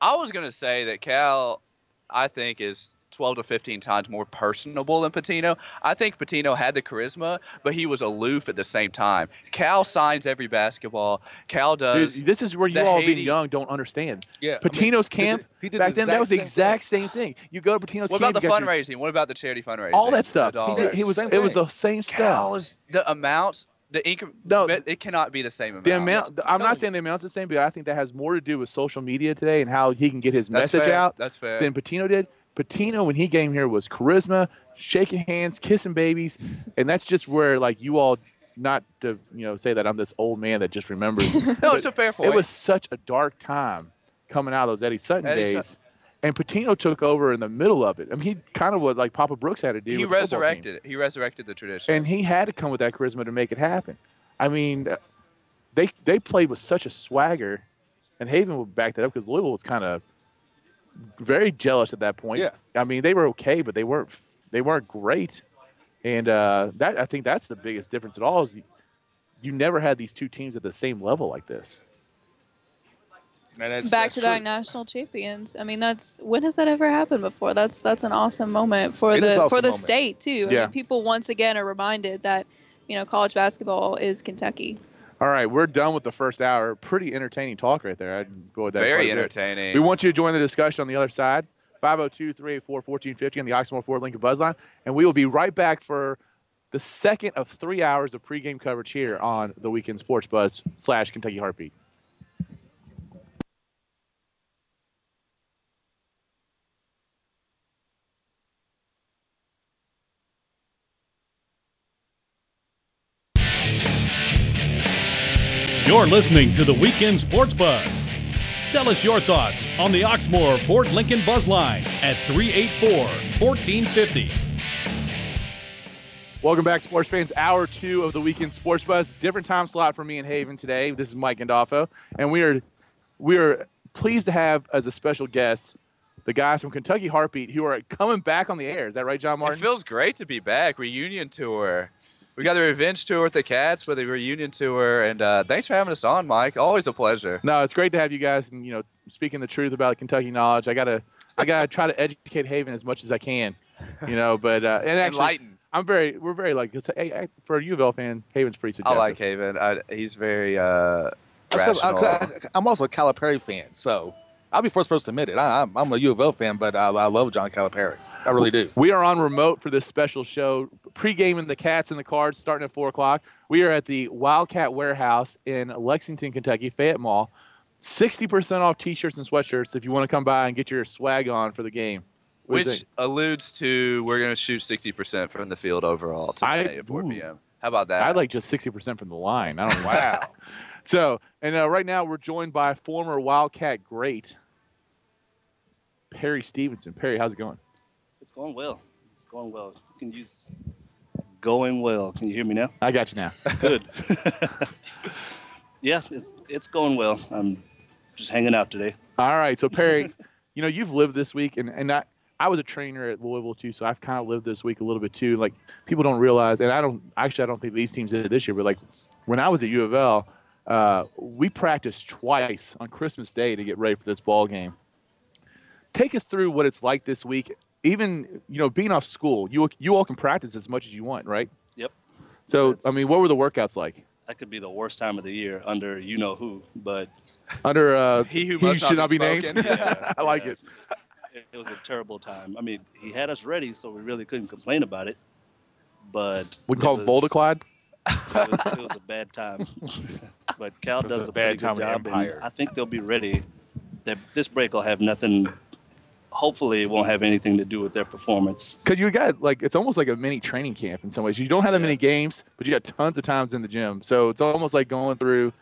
Speaker 3: I was gonna say that Cal, I think is. 12 to 15 times more personable than Patino. I think Patino had the charisma, but he was aloof at the same time. Cal signs every basketball. Cal
Speaker 2: Dude,
Speaker 3: does.
Speaker 2: this is where you
Speaker 3: the
Speaker 2: all being
Speaker 3: Haiti-
Speaker 2: young don't understand.
Speaker 5: Uh, Yeah,
Speaker 2: Patino's camp
Speaker 5: he did the
Speaker 2: back then that
Speaker 5: exact
Speaker 2: was the
Speaker 5: same thing.
Speaker 2: exact same thing. You go to Patino's
Speaker 3: what
Speaker 2: camp,
Speaker 3: about the
Speaker 2: you got your-
Speaker 3: fundraising? What about the charity fundraising?
Speaker 2: all that stuff.
Speaker 3: The
Speaker 5: He
Speaker 3: dollars.
Speaker 5: did- he was
Speaker 2: it was the same
Speaker 3: Cal
Speaker 2: stuff.
Speaker 3: is the amount, the increment.
Speaker 2: No.
Speaker 3: it cannot be the same amount.
Speaker 2: The amount. I'm
Speaker 5: telling
Speaker 2: not
Speaker 5: you.
Speaker 2: saying the amount's the same, but I think that has more to do with social media today and how he can get his
Speaker 3: That's
Speaker 2: message
Speaker 3: fair.
Speaker 2: out.
Speaker 3: That's fair.
Speaker 2: than Patino did. Patino, when he came here, was charisma, shaking hands, kissing babies, and that's just where like you all, not to you know say that I'm this old man that just remembers.
Speaker 3: [LAUGHS] no,
Speaker 2: but
Speaker 3: it's a fair point.
Speaker 2: it was such a dark time coming out of those Eddie Sutton
Speaker 3: Eddie Sut-
Speaker 2: days, and Patino took over in the middle of it. I mean, he kind of was like Papa Brooks had to do.
Speaker 3: he
Speaker 2: with the football team.
Speaker 3: resurrected it. He resurrected the tradition.
Speaker 2: and he had to come with that charisma to make it happen. I mean, uh, they they played with such a swagger, and Haven would back that up because Louisville was kind of very jealous at that point.
Speaker 5: Yeah.
Speaker 2: I mean, they were okay, but they weren't f- they weren't great, and uh, that I think that's the biggest difference at all is you, you never had these two teams at the same level like this.
Speaker 5: And that's-
Speaker 4: back
Speaker 5: that's
Speaker 4: to back
Speaker 5: true.
Speaker 4: national champions. I mean, that's when has that ever happened before? That's that's an awesome moment for
Speaker 5: It is
Speaker 4: the
Speaker 5: awesome
Speaker 4: for the
Speaker 5: moment.
Speaker 4: state too. I
Speaker 2: Yeah.
Speaker 4: mean, people once again are reminded that you know college basketball is Kentucky.
Speaker 2: All right, we're done with the first hour. Pretty entertaining talk right there. I enjoyed that. quite
Speaker 3: Very
Speaker 2: a bit.
Speaker 3: entertaining.
Speaker 2: We want you to join the discussion on the other side. 502-384-1450 on the Oxmoor Ford Lincoln Buzz Line. And we will be right back for the second of three hours of pregame coverage here on the Weekend Sports Buzz slash Kentucky Heartbeat.
Speaker 1: You're listening to the Weekend Sports Buzz. Tell us your thoughts on the Oxmoor Ford Lincoln Buzz Line at 384 1450.
Speaker 2: Welcome back, sports fans. Hour two of the Weekend Sports Buzz. Different time slot for me and Haven today. This is Mike Gandolfo, and we are we are pleased to have as a special guest the guys from Kentucky Heartbeat who are coming back on the air. Is that right, John Martin?
Speaker 3: It feels great to be back. Reunion tour. We got the revenge tour with the Cats, with the reunion tour, and uh, thanks for having us on, Mike. Always a pleasure.
Speaker 2: No, it's great to have you guys and you know speaking the truth about Kentucky knowledge. I gotta I gotta try to educate Haven as much as I can, you know. But uh,
Speaker 3: [LAUGHS]
Speaker 2: and actually,
Speaker 3: Enlighten.
Speaker 2: I'm very we're very like 'cause, hey, I- for a U of L fan, Haven's pretty
Speaker 3: I
Speaker 2: subjective.
Speaker 3: like Haven. I, he's very uh,
Speaker 5: That's 'cause I- 'cause
Speaker 3: rational.
Speaker 5: I, am also a Calipari fan, so I'll be first person to admit it. I, I'm, I'm a U of L fan, but I, I love John Calipari. I really do.
Speaker 2: We are on remote for this special show, pre-gaming the Cats and the Cards, starting at four o'clock. We are at the Wildcat Warehouse in Lexington, Kentucky, Fayette Mall. Sixty percent off T-shirts and sweatshirts if you want to come by and get your swag on for the game. What do you think?
Speaker 3: Which alludes to we're going to shoot 60% from the field overall
Speaker 2: I-
Speaker 3: today at 4
Speaker 2: ooh.
Speaker 3: p.m. How about that?
Speaker 2: I like just 60% from the line. I don't know why.
Speaker 5: [LAUGHS] Wow.
Speaker 2: So, and uh, right now we're joined by former Wildcat great Perry Stevenson. Perry, how's it going?
Speaker 8: It's going well. It's going well. Can you s- going well? Can you hear me now?
Speaker 2: I got you now.
Speaker 8: Good. yeah, it's it's going well. I'm just hanging out today.
Speaker 2: All right. So, Perry, you know, you've lived this week, and, and I, I was a trainer at Louisville too, so I've kind of lived this week a little bit too. Like people don't realize, and I don't actually, I don't think these teams did it this year, but like when I was at U of L, uh, we practiced twice on Christmas Day to get ready for this ball game. Take us through what it's like this week. Even you know, being off school, you you all can practice as much as you want, right?
Speaker 8: Yep.
Speaker 2: So I
Speaker 8: That's-
Speaker 2: mean, what were the workouts like
Speaker 8: That could be the worst time of the year under you know who, [LAUGHS] but
Speaker 2: under uh,
Speaker 3: He who must
Speaker 2: should
Speaker 3: not be
Speaker 2: named?
Speaker 3: spoken.
Speaker 8: Yeah,
Speaker 2: I like
Speaker 8: yeah.
Speaker 2: it.
Speaker 8: it, it was a terrible time. I mean, he had us ready, so we really couldn't complain about it. But
Speaker 2: We call it
Speaker 8: was-
Speaker 2: Voldaclad.
Speaker 8: It was, it was a bad time. but Cal
Speaker 5: It was
Speaker 8: does
Speaker 5: a
Speaker 8: a,
Speaker 5: bad
Speaker 8: pretty
Speaker 5: time in
Speaker 8: good job. and
Speaker 5: Empire.
Speaker 8: I think they'll be ready. That this break will have nothing. Hopefully, it won't have anything to do with their performance.
Speaker 2: Because you got like it's almost like a mini training camp in some ways. You don't have that many games, but you got tons of times in the gym. So it's almost like going through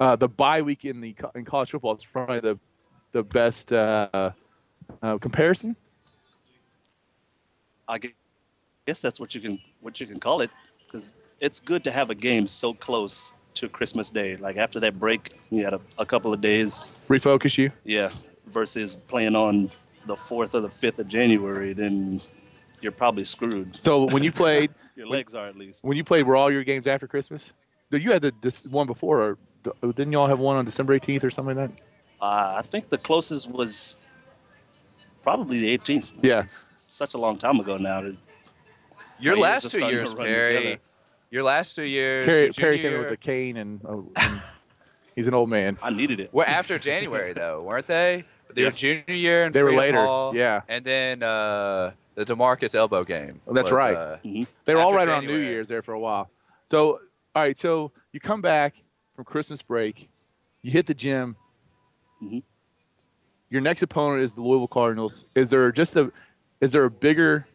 Speaker 2: uh, the bye week in the co- in college football. It's probably the the best uh, uh, comparison.
Speaker 8: I gue- guess that's what you can what you can call it, because it's good to have a game so close to Christmas Day. Like after that break, you had a, a couple of days.
Speaker 2: Refocus you.
Speaker 8: Yeah, versus playing on the fourth or the fifth of January, then you're probably screwed.
Speaker 2: So when you
Speaker 3: [LAUGHS]
Speaker 2: played
Speaker 8: Your legs are at least.
Speaker 2: when you played were all your games after Christmas? No, You had the dis- one before, or d- didn't y'all have one on December 18th or something like that?
Speaker 8: Uh, I think the closest was probably the 18th.
Speaker 2: Yeah.
Speaker 8: It's such a long time ago now. that
Speaker 3: [LAUGHS] Your
Speaker 8: my ears
Speaker 3: last
Speaker 8: are
Speaker 3: two
Speaker 8: starting to
Speaker 3: years,
Speaker 8: run
Speaker 3: Perry.
Speaker 8: together.
Speaker 3: Your last two years.
Speaker 2: Perry,
Speaker 3: your
Speaker 2: Perry
Speaker 3: junior
Speaker 2: came in with
Speaker 3: year-
Speaker 2: a cane, and, oh, and
Speaker 3: [LAUGHS]
Speaker 2: he's an old man.
Speaker 8: I needed it.
Speaker 3: Well, after January though, weren't they? They
Speaker 2: Yeah.
Speaker 3: were junior year and
Speaker 2: They were
Speaker 3: Freedom
Speaker 2: later,
Speaker 3: Hall,
Speaker 2: yeah.
Speaker 3: And then uh, the Demarcus elbow game.
Speaker 2: Oh, that's
Speaker 3: was,
Speaker 2: right.
Speaker 3: uh,
Speaker 2: They were all
Speaker 3: after
Speaker 2: right around New
Speaker 3: January.
Speaker 2: Year's there for a while. So, all right. So you come back from Christmas break, you hit the gym.
Speaker 3: Mm-hmm.
Speaker 8: Mhm.
Speaker 2: Your next opponent is the Louisville Cardinals. Is there just a, is there a bigger,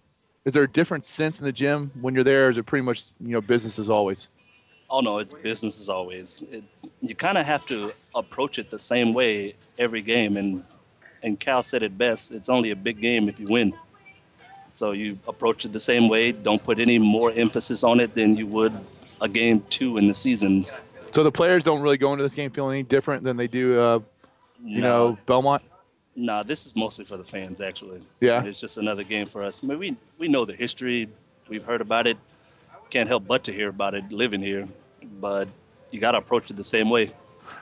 Speaker 2: is there a different sense in the gym when you're there? Or is it pretty much you know business as always?
Speaker 8: Oh no, it's business as always. It, you kind of have to approach it the same way every game, and and Cal said it best. It's only a big game if you win. So you approach it the same way. Don't put any more emphasis on it than you would a game two in the season.
Speaker 2: So the players don't really go into this game feeling any different than they do, uh, you know, Belmont.
Speaker 8: Nah, this is mostly for the fans, actually.
Speaker 2: Yeah.
Speaker 8: It's just another game for us. I mean, we, we know the history. We've heard about it. Can't help but to hear about it living here. But you got to approach it the same way.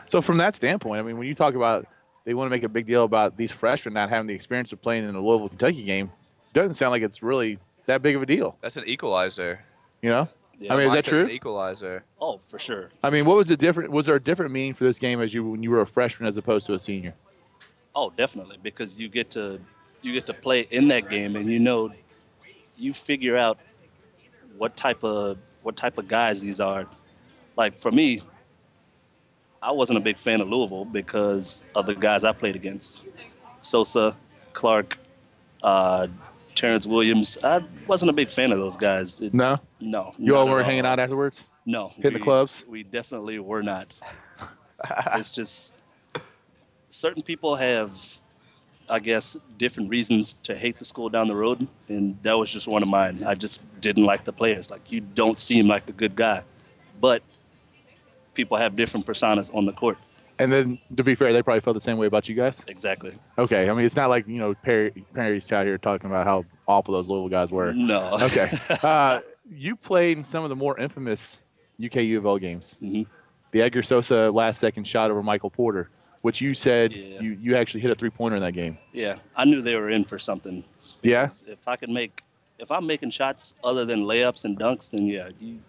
Speaker 2: So from that standpoint, I mean, when you talk about they want to make a big deal about these freshmen not having the experience of playing in a Louisville, Kentucky game, doesn't sound like it's really that big of a deal.
Speaker 3: That's an equalizer.
Speaker 2: You know,
Speaker 8: Yeah,
Speaker 2: I mean, is that
Speaker 3: Mindset's An
Speaker 2: true?
Speaker 3: equalizer.
Speaker 8: Oh, for sure.
Speaker 2: I mean, what was the different? Was there a different meaning for this game as you when you were a freshman as opposed to a senior?
Speaker 8: Oh, definitely. Because you get to you get to play in that game, and you know, you figure out what type of what type of guys these are. Like for me, I wasn't a big fan of Louisville because of the guys I played against. Sosa, Clark, uh, Terrence Williams. I wasn't a big fan of those guys. It-
Speaker 2: No,
Speaker 8: no.
Speaker 2: you
Speaker 8: not
Speaker 2: all
Speaker 8: at
Speaker 2: weren't hanging out afterwards.
Speaker 8: No.
Speaker 2: hitting the clubs?
Speaker 8: We definitely
Speaker 2: [LAUGHS]
Speaker 8: were not. it's just certain people have, I guess, different reasons to hate the school down the road, and that was just one of mine. I just didn't like the players. Like you don't seem like a good guy, but people have different personas on the court.
Speaker 2: And then, to be fair, they probably felt the same way about you guys.
Speaker 8: Exactly.
Speaker 2: Okay, I mean, it's not like you know Perry, Perry's out here talking about how awful those Louisville guys were.
Speaker 8: No.
Speaker 2: [LAUGHS] Okay, uh, you played in some of the more infamous UK U of L games.
Speaker 8: Mhm.
Speaker 2: The Edgar Sosa last second shot over Michael Porter, which you said
Speaker 8: Yeah.
Speaker 2: you, you actually hit a three pointer in that game.
Speaker 8: [LAUGHS] Yeah, I knew they were in for something.
Speaker 2: Yeah.
Speaker 8: If I could make, if I'm making shots other than layups and dunks, then yeah, you,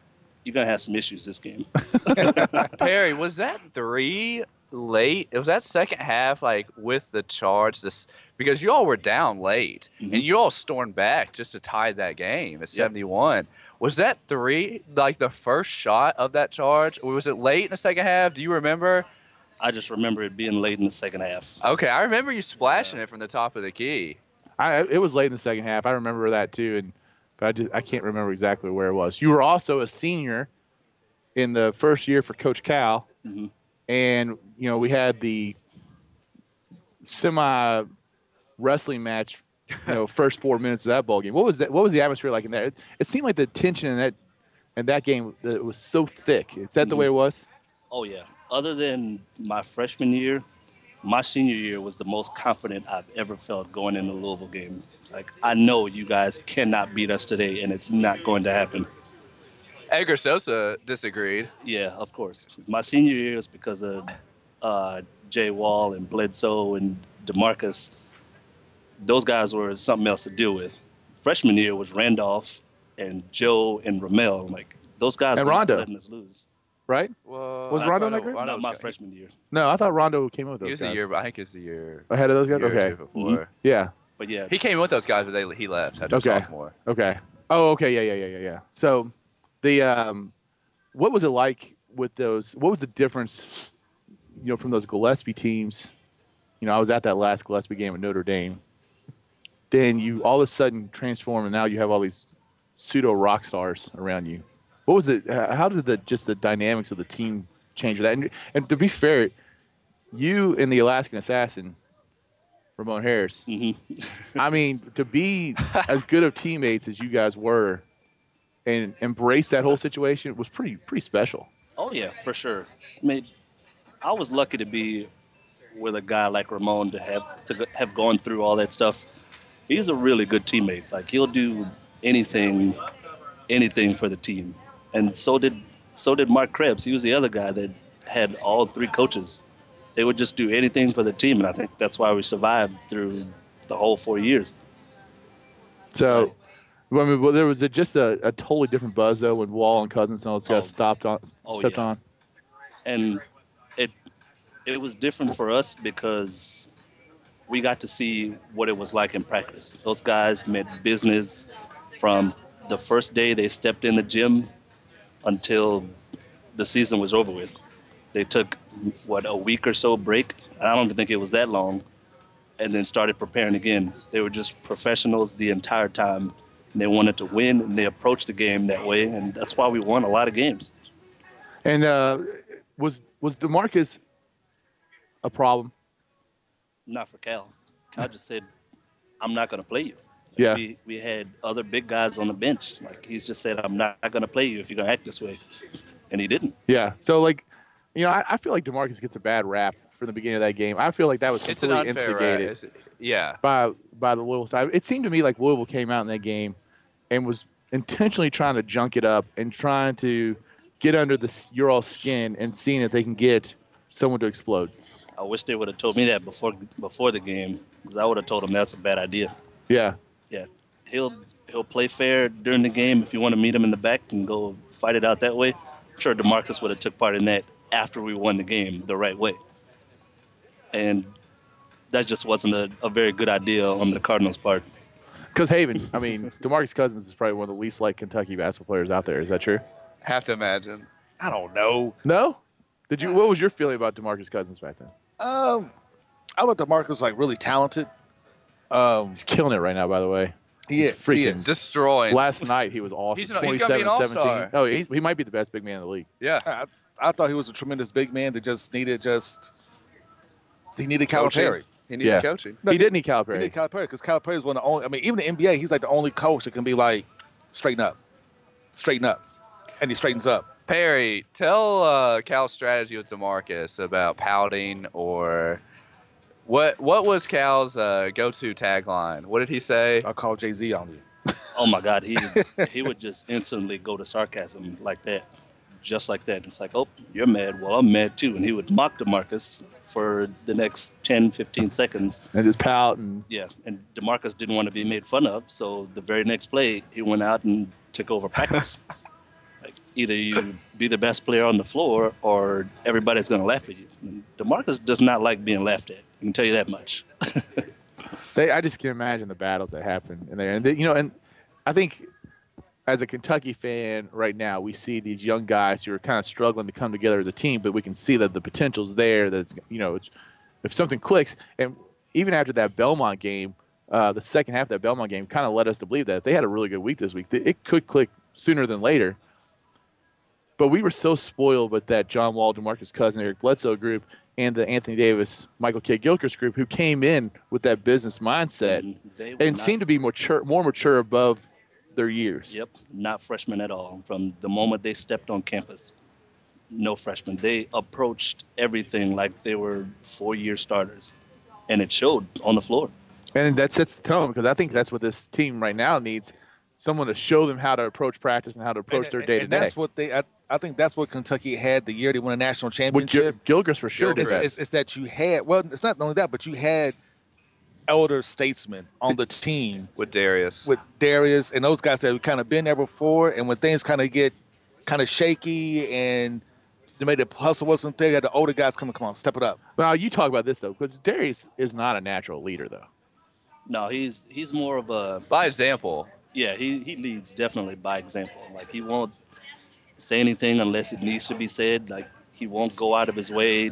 Speaker 8: you're gonna have some issues this game.
Speaker 3: Perry, was that three late? It was that second half, like with the charge, this because you all were down late and
Speaker 2: Mm-hmm.
Speaker 8: Mhm.
Speaker 3: you all stormed back just to tie that game at 71. Was that three like the first shot of that charge? Or was it late in the second half? Do you remember?
Speaker 8: I just remember it being late in the second half.
Speaker 3: Okay, I remember you splashing it from the top of the key.
Speaker 2: I it was late in the second half. I remember that too, and but I just I can't remember exactly where it was. You were also a senior in the first year for Coach Cal,
Speaker 3: Mm-hmm.
Speaker 8: Mhm.
Speaker 2: and you know we had the semi wrestling match. You
Speaker 3: [LAUGHS]
Speaker 2: know, first four minutes of that ball game. What was that? What was the atmosphere like in there? It, it seemed like the tension in that in that game that it was
Speaker 3: Mm-hmm.
Speaker 2: so thick. Is that the way it was?
Speaker 8: Oh yeah. Other than my freshman year, my senior year was the most confident I've ever felt going in the Louisville game. It's Like I know you guys cannot beat us today, and it's not going to happen.
Speaker 3: Edgar Sosa disagreed.
Speaker 8: Yeah, of course. My senior year was because of uh, Jay Wall and Bledsoe and Demarcus. Those guys were something else to deal with. Freshman year was Randolph and Joe and Ramel. Like those guys
Speaker 2: And
Speaker 8: were
Speaker 2: Rondo.
Speaker 8: letting us lose.
Speaker 2: right?
Speaker 3: Well,
Speaker 2: Was
Speaker 3: I-
Speaker 2: Rondo
Speaker 3: I
Speaker 2: in that
Speaker 3: don't-
Speaker 2: group?
Speaker 3: I don't
Speaker 8: Not my
Speaker 3: know.
Speaker 8: freshman year.
Speaker 2: No, I thought Rondo came with
Speaker 3: He
Speaker 2: those
Speaker 3: was a
Speaker 2: guys.
Speaker 3: year, but I think it's a year.
Speaker 2: Ahead of those guys?
Speaker 3: year or
Speaker 2: Okay.
Speaker 3: two before.
Speaker 2: Yeah.
Speaker 8: But yeah,
Speaker 3: He came with those guys, but they, he left after
Speaker 2: Okay.
Speaker 3: sophomore.
Speaker 2: Okay. Oh, okay. Yeah, yeah, yeah, yeah, yeah. So, the um, what was it like with those? What was the difference, you know, from those Gillespie teams? You know, I was at that last Gillespie game at Notre Dame. Then you all of a sudden transform, and now you have all these pseudo rock stars around you. What was it? h- How did the just the dynamics of the team change with that? And, and to be fair, you and the Alaskan Assassin, Ramon Harris, I mean, to be as good of teammates as you guys were and embrace that whole situation was pretty pretty special.
Speaker 8: Oh yeah, for sure. I mean, I was lucky to be with a guy like Ramon to have to go- have gone through all that stuff. He's a really good teammate. Like he'll do anything, anything for the team. And so did so did Mark Krebs. He was the other guy that had all three coaches. They would just do anything for the team, and I think that's why we survived through the whole four years.
Speaker 2: So, I mean, well, there was a, just a, a totally different buzz though when Wall and Cousins and all those guys
Speaker 8: Oh.
Speaker 2: stopped on,
Speaker 8: Oh,
Speaker 2: stepped
Speaker 8: yeah.
Speaker 2: on.
Speaker 8: and it it was different for us because we got to see what it was like in practice. Those guys meant business from the first day they stepped in the gym until the season was over with. They took what a week or so break. I don't even think it was that long, and then started preparing again. They were just professionals the entire time. And they wanted to win, and they approached the game that way, and that's why we won a lot of games.
Speaker 2: And uh, was was Demarcus a problem?
Speaker 8: not for Cal. Cal just said, I'm not going to play you.
Speaker 2: Yeah.
Speaker 8: We, we had other big guys on the bench. Like, he's just said, I'm not going to play you if you're going to act this way. And he didn't.
Speaker 2: Yeah. So like, you know, I, I feel like Demarcus gets a bad rap from the beginning of that game. I feel like that was
Speaker 3: It's an
Speaker 2: completely
Speaker 3: unfair right?
Speaker 2: instigated.
Speaker 3: It's- Yeah.
Speaker 2: by by the Louisville side. It seemed to me like Louisville came out in that game and was intentionally trying to junk it up and trying to get under the s- your all skin and seeing if they can get someone to explode.
Speaker 8: I wish they would have told me that before before the game because I would have told him that's a bad idea.
Speaker 2: Yeah,
Speaker 8: Yeah. He'll he'll play fair during the game if you want to meet him in the back and go fight it out that way. I'm sure DeMarcus would have took part in that after we won the game the right way. And that just wasn't a, a very good idea on the Cardinals' part.
Speaker 2: because Haven. I
Speaker 3: [LAUGHS]
Speaker 2: mean, Demarcus Cousins is probably one of the least like Kentucky basketball players out there. Is that true?
Speaker 3: Have to imagine.
Speaker 5: I don't know.
Speaker 2: No. Did you? What was your feeling about Demarcus Cousins back then?
Speaker 5: Um, I thought DeMarcus was like really talented. Um,
Speaker 2: He's killing it right now, by the way.
Speaker 5: he is. He
Speaker 2: Freaking
Speaker 5: is.
Speaker 3: Destroying.
Speaker 2: Last night he was awesome.
Speaker 3: He's an- he's gonna be an
Speaker 2: 27, 17.
Speaker 3: all-star.
Speaker 2: Oh, he's, he might be the best big man in the league.
Speaker 3: yeah.
Speaker 5: I, I thought he was a tremendous big man that just needed just he needed Calipari.
Speaker 3: He needed
Speaker 2: Yeah.
Speaker 3: coaching.
Speaker 5: No,
Speaker 2: he
Speaker 5: he-
Speaker 2: didn't need Calipari.
Speaker 5: He needed Calipari because Calipari is one of the only. I mean, even the NBA, he's like the only coach that can be like, straighten up, straighten up, and he straightens up.
Speaker 3: Perry, tell uh, Cal's strategy with Demarcus about pouting or what? What was Cal's uh, go-to tagline? What did he say?
Speaker 2: Uh,
Speaker 5: I'll call Jay Z on you.
Speaker 8: Oh my God, he he would just instantly go to sarcasm like that, just like that. It's like, oh, you're mad. Well, I'm mad too. And he would mock DeMarcus for the next 10, 15 seconds.
Speaker 2: and just pout and
Speaker 8: Yeah, and DeMarcus didn't want to be made fun of, so the very next play, he went out and took over practice. like either you be the best player on the floor, or everybody's going to laugh at you. And DeMarcus does not like being laughed at. I can tell you that much.
Speaker 2: They, I just can imagine the battles that happen in there, and they, you know, and I think as a Kentucky fan right now, we see these young guys who are kind of struggling to come together as a team, but we can see that the potential's there. That it's, you know, it's, if something clicks, and even after that Belmont game, uh, the second half of that Belmont game kind of led us to believe that if they had a really good week this week, th- it could click sooner than later. But we were so spoiled with that John Wall, Demarcus Cousin, Eric Bledsoe group, and the Anthony Davis, Michael K. Gilchrist group, who came in with that business mindset
Speaker 8: And they were
Speaker 2: and
Speaker 8: not-
Speaker 2: seemed to be mature, more mature above their years.
Speaker 8: Yep, not freshmen at all from the moment they stepped on campus. no freshmen. They approached everything like they were four-year starters, and it showed on the floor.
Speaker 2: And that sets the tone because I think that's what this team right now needs someone to show them how to approach practice and how to approach
Speaker 5: And-
Speaker 2: their
Speaker 5: and-
Speaker 2: day to
Speaker 5: and
Speaker 2: day.
Speaker 5: That's what they. I, I think that's what Kentucky had the year they won a national
Speaker 2: With Gil-
Speaker 5: championship.
Speaker 2: Gilchrist for sure.
Speaker 5: it's,
Speaker 2: did that.
Speaker 5: it's, it's that you had. Well, it's not only that, but you had elder statesmen on the team
Speaker 3: with Darius.
Speaker 5: with Darius and those guys that have kind of been there before. And when things kind of get kind of shaky and they made the hustle wasn't there, you had the older guys coming. Come on, step it up.
Speaker 2: Well, you talk about this though, because Darius is not a natural leader though.
Speaker 8: No, he's he's more of a
Speaker 3: By example,
Speaker 8: yeah. He he leads definitely by example. Like he won't say anything unless it needs to be said. Like he won't go out of his way,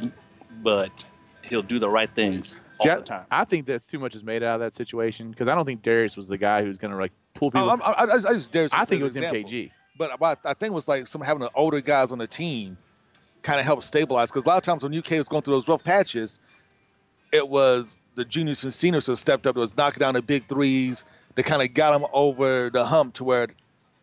Speaker 8: but he'll do the right things all
Speaker 2: See, I-
Speaker 8: the time.
Speaker 2: I, think that's too much is made out of that situation because I don't think Darius was the guy who's going to like pull people.
Speaker 5: Oh, I'm, I, I, I just Darius.
Speaker 2: I
Speaker 5: as
Speaker 2: think
Speaker 5: an
Speaker 2: it was
Speaker 5: example.
Speaker 2: MKG.
Speaker 5: But but I think it was like some having the older guys on the team kind of helped stabilize because a lot of times when UK was going through those rough patches, it was the juniors and seniors who stepped up, that was knocking down the big threes. They kind of got them over the hump to where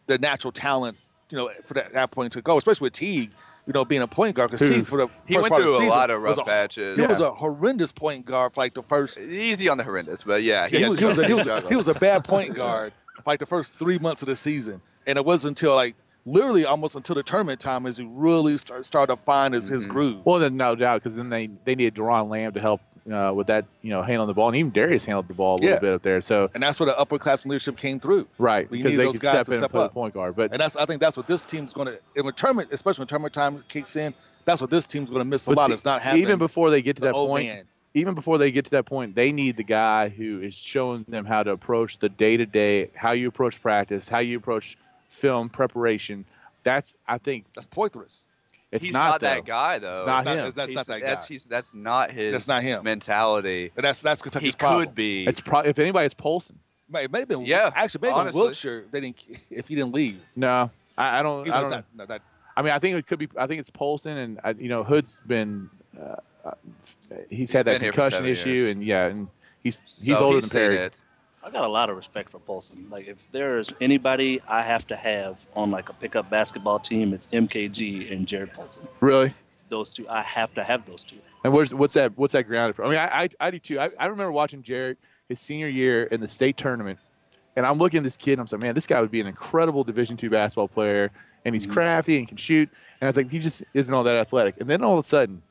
Speaker 5: the natural talent, you know, for that, that point to go, especially with Teague, you know, being a point guard because
Speaker 2: Who-
Speaker 5: Teague for the
Speaker 3: he
Speaker 5: first
Speaker 3: went
Speaker 5: part
Speaker 3: through
Speaker 5: of
Speaker 3: a
Speaker 5: the season
Speaker 3: lot of rough
Speaker 5: was a-
Speaker 3: patches.
Speaker 5: He was a horrendous point guard for like the first
Speaker 3: Easy on the horrendous, but yeah,
Speaker 5: yeah, he,
Speaker 3: had
Speaker 5: was,
Speaker 3: to
Speaker 5: he, was a, he, was a,
Speaker 3: juggle.
Speaker 5: he was a bad point guard for, like the first three months of the season. And it wasn't until like literally almost until the tournament time is he really start, started to find his, his groove.
Speaker 2: Mm-hmm. Well, then no doubt because then they they needed Deron Lamb to help uh, with that you know handling the ball and even Darius handled the ball a little
Speaker 5: Yeah.
Speaker 2: bit up there. So
Speaker 5: and that's where the upperclassmen leadership came through.
Speaker 2: right
Speaker 5: We
Speaker 2: because
Speaker 5: need
Speaker 2: they
Speaker 5: those
Speaker 2: could
Speaker 5: guys
Speaker 2: step
Speaker 5: to
Speaker 2: in
Speaker 5: step
Speaker 2: and play
Speaker 5: up.
Speaker 2: the point guard. But
Speaker 5: And that's I think that's what this team's going to in tournament, especially when tournament time kicks in. That's what this team's going to miss a
Speaker 2: but
Speaker 5: lot.
Speaker 2: see,
Speaker 5: It's not happening.
Speaker 2: even before they get to
Speaker 5: the
Speaker 2: that
Speaker 5: old
Speaker 2: point.
Speaker 5: man.
Speaker 2: Even before they get to that point, they need the guy who is showing them how to approach the day to day, how you approach practice, how you approach film preparation. That's I think
Speaker 5: That's Poitras.
Speaker 2: it's
Speaker 3: he's
Speaker 2: not,
Speaker 3: not, that
Speaker 2: though.
Speaker 3: guy though.
Speaker 2: It's not
Speaker 5: That's
Speaker 2: him.
Speaker 5: Not, that's not
Speaker 3: He's-
Speaker 5: that guy.
Speaker 3: That's he's, that's not his.
Speaker 5: That's not him.
Speaker 3: mentality.
Speaker 5: and that's that's Kentucky's
Speaker 3: He
Speaker 5: problem.
Speaker 3: could be.
Speaker 2: It's probably if anybody, it's Polson.
Speaker 5: May- Maybe
Speaker 3: Yeah,
Speaker 5: actually maybe
Speaker 3: honestly.
Speaker 5: Wiltshire they didn't [LAUGHS] if he didn't leave.
Speaker 2: No, I, I don't.
Speaker 5: He
Speaker 2: I
Speaker 5: was
Speaker 2: don't.
Speaker 5: not, no, that,
Speaker 2: I mean, I think it could be. I think it's Polson, and I, you know, Hood's been. Uh, uh, he's, had that
Speaker 3: been here for
Speaker 2: concussion
Speaker 3: seven
Speaker 2: issue,
Speaker 3: years.
Speaker 2: and yeah, and he's
Speaker 3: so
Speaker 2: he's older
Speaker 3: he's
Speaker 2: than
Speaker 3: seen
Speaker 2: Perry.
Speaker 3: It.
Speaker 8: I got a lot of respect for Polson. Like if there's anybody I have to have on like a pickup basketball team, it's MKG and Jared Polson.
Speaker 2: Really?
Speaker 8: Those two, I have to have those two.
Speaker 2: And where's what's that? What's that grounded from? I mean, I I, I do too. I, I remember watching Jared his senior year in the state tournament, and I'm looking at this kid, and I'm like, man, this guy would be an incredible Division two basketball player, and
Speaker 3: Mm-hmm.
Speaker 2: he's crafty and can shoot. And I was like, he just isn't all that athletic. And then all of a sudden,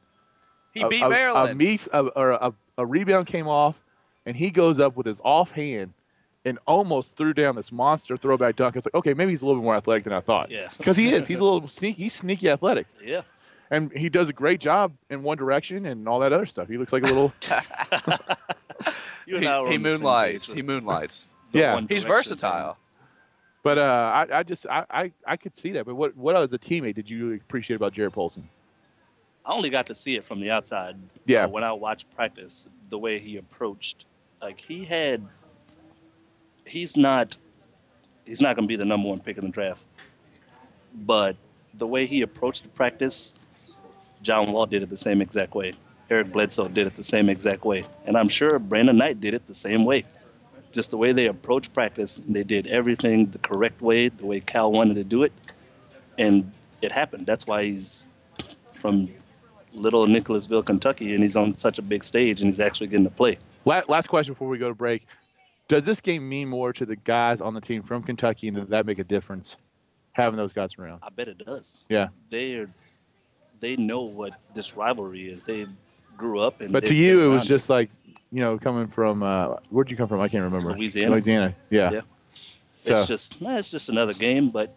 Speaker 3: He
Speaker 2: a-
Speaker 3: beat
Speaker 2: a, A,
Speaker 3: Maryland.
Speaker 2: meef, a, or a, a rebound came off, and he goes up with his off hand and almost threw down this monster throwback dunk. It's like, okay, maybe he's a little bit more athletic than I thought.
Speaker 8: Yeah.
Speaker 2: Because he is.
Speaker 3: [LAUGHS]
Speaker 2: He's a little sneaky. He's sneaky athletic.
Speaker 8: Yeah.
Speaker 2: And he does a great job in One Direction and all that other stuff. He looks like a
Speaker 8: [LAUGHS]
Speaker 2: little.
Speaker 3: he,
Speaker 8: You and I
Speaker 3: he
Speaker 8: were on the same
Speaker 3: moonlights.
Speaker 8: page.
Speaker 3: He moonlights.
Speaker 8: The
Speaker 2: Yeah.
Speaker 8: One
Speaker 3: He's
Speaker 8: Direction,
Speaker 3: versatile.
Speaker 2: but uh, I, I just, I, I, I could see that. But what, what as a teammate did you really appreciate about Jared Polson?
Speaker 8: I only got to see it from the outside.
Speaker 2: Yeah.
Speaker 8: uh, when I watched practice, the way he approached, like he had, he's not, he's not gonna be the number one pick in the draft, but the way he approached the practice, John Wall did it the same exact way. Eric Bledsoe did it the same exact way, and I'm sure Brandon Knight did it the same way. Just the way they approached practice, they did everything the correct way, the way Cal wanted to do it, and it happened. That's why he's from little Nicholasville, Kentucky, and he's on such a big stage and he's actually getting to play.
Speaker 2: La- last question before we go to break. Does this game mean more to the guys on the team from Kentucky, and does that make a difference having those guys around?
Speaker 8: I bet it does.
Speaker 2: Yeah.
Speaker 8: They are, they know what this rivalry is. They grew up and.
Speaker 2: But to
Speaker 8: they've
Speaker 2: you,
Speaker 8: been
Speaker 2: it was
Speaker 8: around
Speaker 2: just like, you know, coming from uh, where'd you come from? I can't remember.
Speaker 8: Louisiana.
Speaker 2: Louisiana. Yeah.
Speaker 8: Yeah.
Speaker 2: So uh,
Speaker 8: It's just, nah, it's just another game. But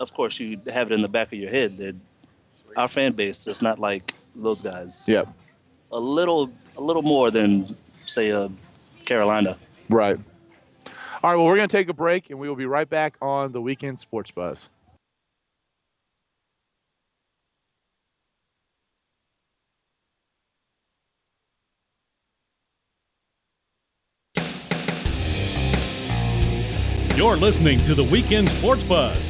Speaker 8: of course, you have it in the back of your head that our fan base is not like those guys.
Speaker 2: yeah,
Speaker 8: A little, a little more than say a Carolina.
Speaker 2: right. All right. Well, we're gonna take a break, and we will be right back on the weekend sports buzz.
Speaker 1: You're listening to the Weekend Sports Buzz.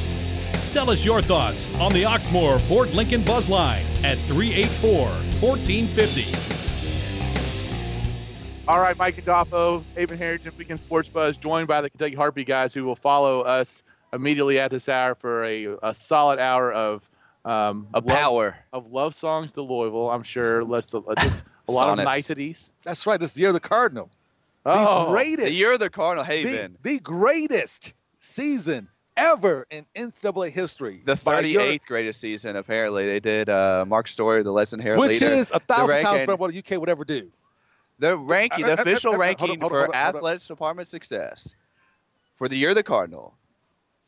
Speaker 1: Tell us your thoughts on the Oxmoor Ford Lincoln Buzz Line at 384 1450.
Speaker 2: All right, Mike Adolfo, Avon Heritage, and Weekend Sports Buzz, joined by the Kentucky Heartbeat guys who will follow us immediately at this hour for a, a solid hour of um,
Speaker 3: Of
Speaker 2: love-
Speaker 3: power.
Speaker 2: of love songs to Louisville. I'm sure. Let's uh, just a lot of
Speaker 3: Sonnets.
Speaker 2: niceties.
Speaker 5: That's right. This is the year of the Cardinal.
Speaker 2: Oh,
Speaker 5: the
Speaker 3: The
Speaker 5: greatest.
Speaker 3: year of the Cardinal
Speaker 5: the,
Speaker 3: Haven.
Speaker 5: the greatest season ever in NCAA history.
Speaker 3: The
Speaker 5: by your-
Speaker 3: 38th greatest season, apparently. They did uh, Mark Story, the legendary
Speaker 5: which
Speaker 3: leader.
Speaker 5: is a thousand
Speaker 3: rank
Speaker 5: times
Speaker 3: and-
Speaker 5: better than what the UK would ever do.
Speaker 3: The ranking,
Speaker 5: Uh, uh,
Speaker 3: the
Speaker 5: uh,
Speaker 3: official
Speaker 5: uh, uh, [LAUGHS] hold up,
Speaker 3: ranking
Speaker 5: hold up,
Speaker 3: for
Speaker 5: hold up, hold up.
Speaker 3: athletics department success for the year of the Cardinal,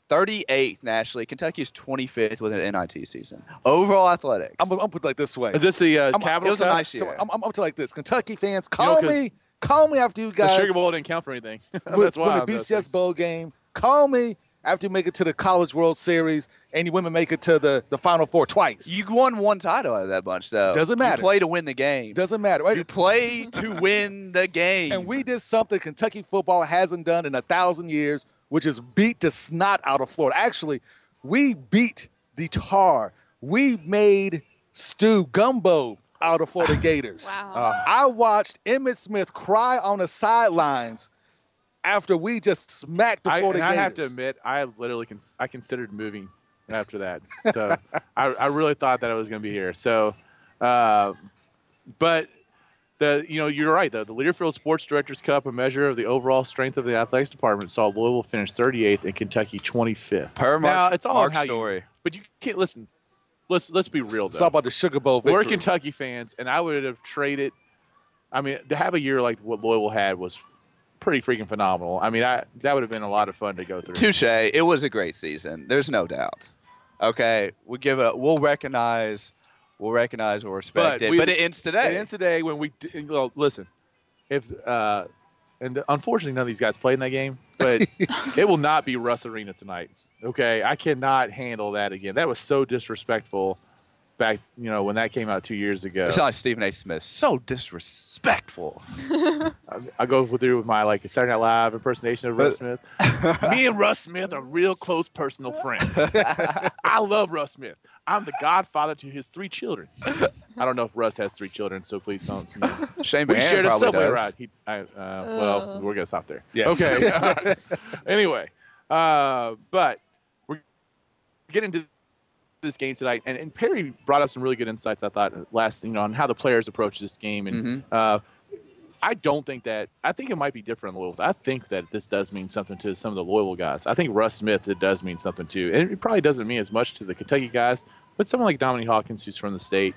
Speaker 3: 38th nationally. Kentucky is 25th with an NIT season. Overall athletics.
Speaker 5: I'm, I'm gonna put it like this way.
Speaker 2: is this the uh,
Speaker 5: I'm,
Speaker 2: Capital
Speaker 3: it was a
Speaker 2: Cup?
Speaker 3: nice year.
Speaker 5: I'm, I'm, I'm to like this. Kentucky fans,
Speaker 2: know,
Speaker 5: call
Speaker 2: 'cause
Speaker 5: me, call me after you
Speaker 2: The
Speaker 5: guys
Speaker 2: Sugar Bowl didn't count for anything. [LAUGHS]
Speaker 5: win-
Speaker 2: That's why.
Speaker 5: win
Speaker 2: I'm-
Speaker 5: the
Speaker 2: that's-
Speaker 5: BCS bowl game. Call me after you make it to the College World Series and you women make it to the, the Final Four twice.
Speaker 3: you won one title out of that bunch, though.
Speaker 5: Doesn't matter.
Speaker 3: You play to win the game.
Speaker 5: Doesn't matter.
Speaker 3: You
Speaker 5: Right?
Speaker 3: play to win the game.
Speaker 5: And we did something Kentucky football hasn't done in a thousand years, which is beat the snot out of Florida. Actually, we beat the tar. We made stew gumbo out of
Speaker 4: [LAUGHS]
Speaker 5: Florida Gators.
Speaker 4: Wow.
Speaker 2: uh,
Speaker 5: I watched Emmett Smith cry on the sidelines after we just smacked the
Speaker 2: I,
Speaker 5: Florida
Speaker 2: and I
Speaker 5: Gators.
Speaker 2: have to admit, I literally cons- I considered moving after that. So [LAUGHS] I, I really thought that I was going to be here. So, uh, but the you know you're right though. The Learfield Sports Directors Cup, a measure of the overall strength of the athletics department, saw Louisville finish 38th and Kentucky 25th. now
Speaker 3: Per Mark-
Speaker 2: it's all
Speaker 3: Mark
Speaker 2: on how you-
Speaker 3: Story.
Speaker 2: but you can't listen. Let's let's be real
Speaker 5: It's
Speaker 2: though.
Speaker 5: all about the Sugar Bowl victory.
Speaker 2: We're Kentucky fans, and I would have traded. I mean, to have a year like what Louisville had was pretty freaking phenomenal. I mean, I that would have been a lot of fun to go through.
Speaker 3: Touche. It was a great season. There's no doubt. Okay, we give a. We'll recognize. We'll recognize. We'll respect
Speaker 2: But
Speaker 3: it.
Speaker 2: we-
Speaker 3: but it ends today.
Speaker 2: It ends today when we d- well, listen. If uh, and unfortunately none of these guys played in that game,
Speaker 3: [LAUGHS]
Speaker 2: but it will not be Russ Arena tonight. Okay, I cannot handle that again. That was so disrespectful back, you know, when that came out two years ago.
Speaker 3: It's not like Stephen A. Smith. So disrespectful.
Speaker 2: I go through with my like Saturday Night Live impersonation of Russ Smith.
Speaker 3: [LAUGHS]
Speaker 2: Me and Russ Smith are real close personal friends. I love Russ Smith. I'm the godfather to his three children. I don't know if Russ has three children, so please don't. you know.
Speaker 3: Shane
Speaker 2: We
Speaker 3: McMahon
Speaker 2: shared a
Speaker 3: probably
Speaker 2: subway
Speaker 3: does.
Speaker 2: ride. He, I, uh, well,
Speaker 4: Ugh.
Speaker 2: we're gonna stop there.
Speaker 3: [LAUGHS]
Speaker 5: Yes.
Speaker 2: Okay. [LAUGHS] all right.
Speaker 5: [LAUGHS]
Speaker 2: anyway, uh, but we're getting to this game tonight, and, and Perry brought up some really good insights. I thought last, you know, on how the players approach this game, and
Speaker 5: Mm-hmm.
Speaker 2: uh, I don't think that. I think it might be different in Louisville. I think that this does mean something to some of the Louisville guys. I think Russ Smith it does mean something too, and it probably doesn't mean as much to the Kentucky guys, but someone like Dominique Hawkins, who's from the state.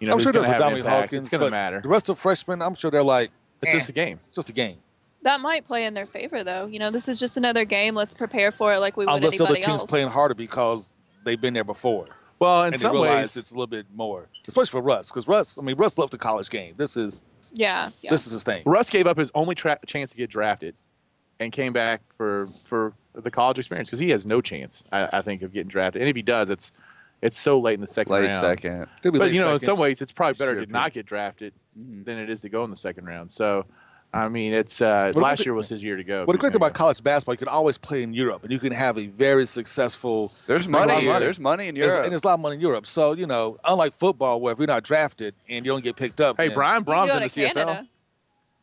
Speaker 2: You know,
Speaker 5: I'm
Speaker 2: who's
Speaker 5: sure
Speaker 2: gonna
Speaker 5: there's a
Speaker 2: have an
Speaker 5: Dominique
Speaker 2: impact.
Speaker 5: Hawkins.
Speaker 2: It's going to
Speaker 5: but
Speaker 2: matter.
Speaker 5: The rest of the freshmen, I'm sure they're like,
Speaker 2: It's
Speaker 5: eh,
Speaker 2: just a game.
Speaker 5: it's just a game.
Speaker 4: That might play in their favor, though. You know, this is just another game. Let's prepare for it like we would
Speaker 5: Unless the other
Speaker 4: anybody
Speaker 5: team's
Speaker 4: else.
Speaker 5: playing harder because they've been there before.
Speaker 2: Well, in
Speaker 5: and they
Speaker 2: some
Speaker 5: realize
Speaker 2: ways,
Speaker 5: it's a little bit more, especially for Russ, because Russ, I mean, Russ loved the college game. This is
Speaker 4: yeah, yeah.
Speaker 5: this is his thing.
Speaker 2: Russ gave up his only tra- chance to get drafted, and came back for for the college experience because he has no chance, I, I think, of getting drafted. And if he does, it's it's so late in the second
Speaker 3: Late
Speaker 2: round.
Speaker 3: second.
Speaker 5: Could be
Speaker 2: But
Speaker 5: late
Speaker 2: you know, in
Speaker 5: second. Mm-hmm.
Speaker 2: some ways, it's probably
Speaker 3: It's
Speaker 2: better
Speaker 3: your
Speaker 2: to not get drafted than it is to go in the second round. So, I mean, it's uh,
Speaker 5: about
Speaker 2: last
Speaker 5: the-
Speaker 2: year was his year to go.
Speaker 5: Well, the
Speaker 2: if you
Speaker 5: great thing
Speaker 2: think
Speaker 5: about college basketball, you can always play in Europe, and you can have a very successful.
Speaker 3: There's
Speaker 5: lot of
Speaker 3: money.
Speaker 5: money.
Speaker 3: There's money in
Speaker 5: there's-
Speaker 3: Europe.
Speaker 5: and there's a lot of money in Europe. So you know, unlike football, where if you're not drafted and you don't get picked up,
Speaker 2: Hey,
Speaker 5: then
Speaker 2: Brian
Speaker 4: You can
Speaker 2: Brom's
Speaker 4: go
Speaker 2: in the
Speaker 4: to
Speaker 2: CFL,
Speaker 4: Canada.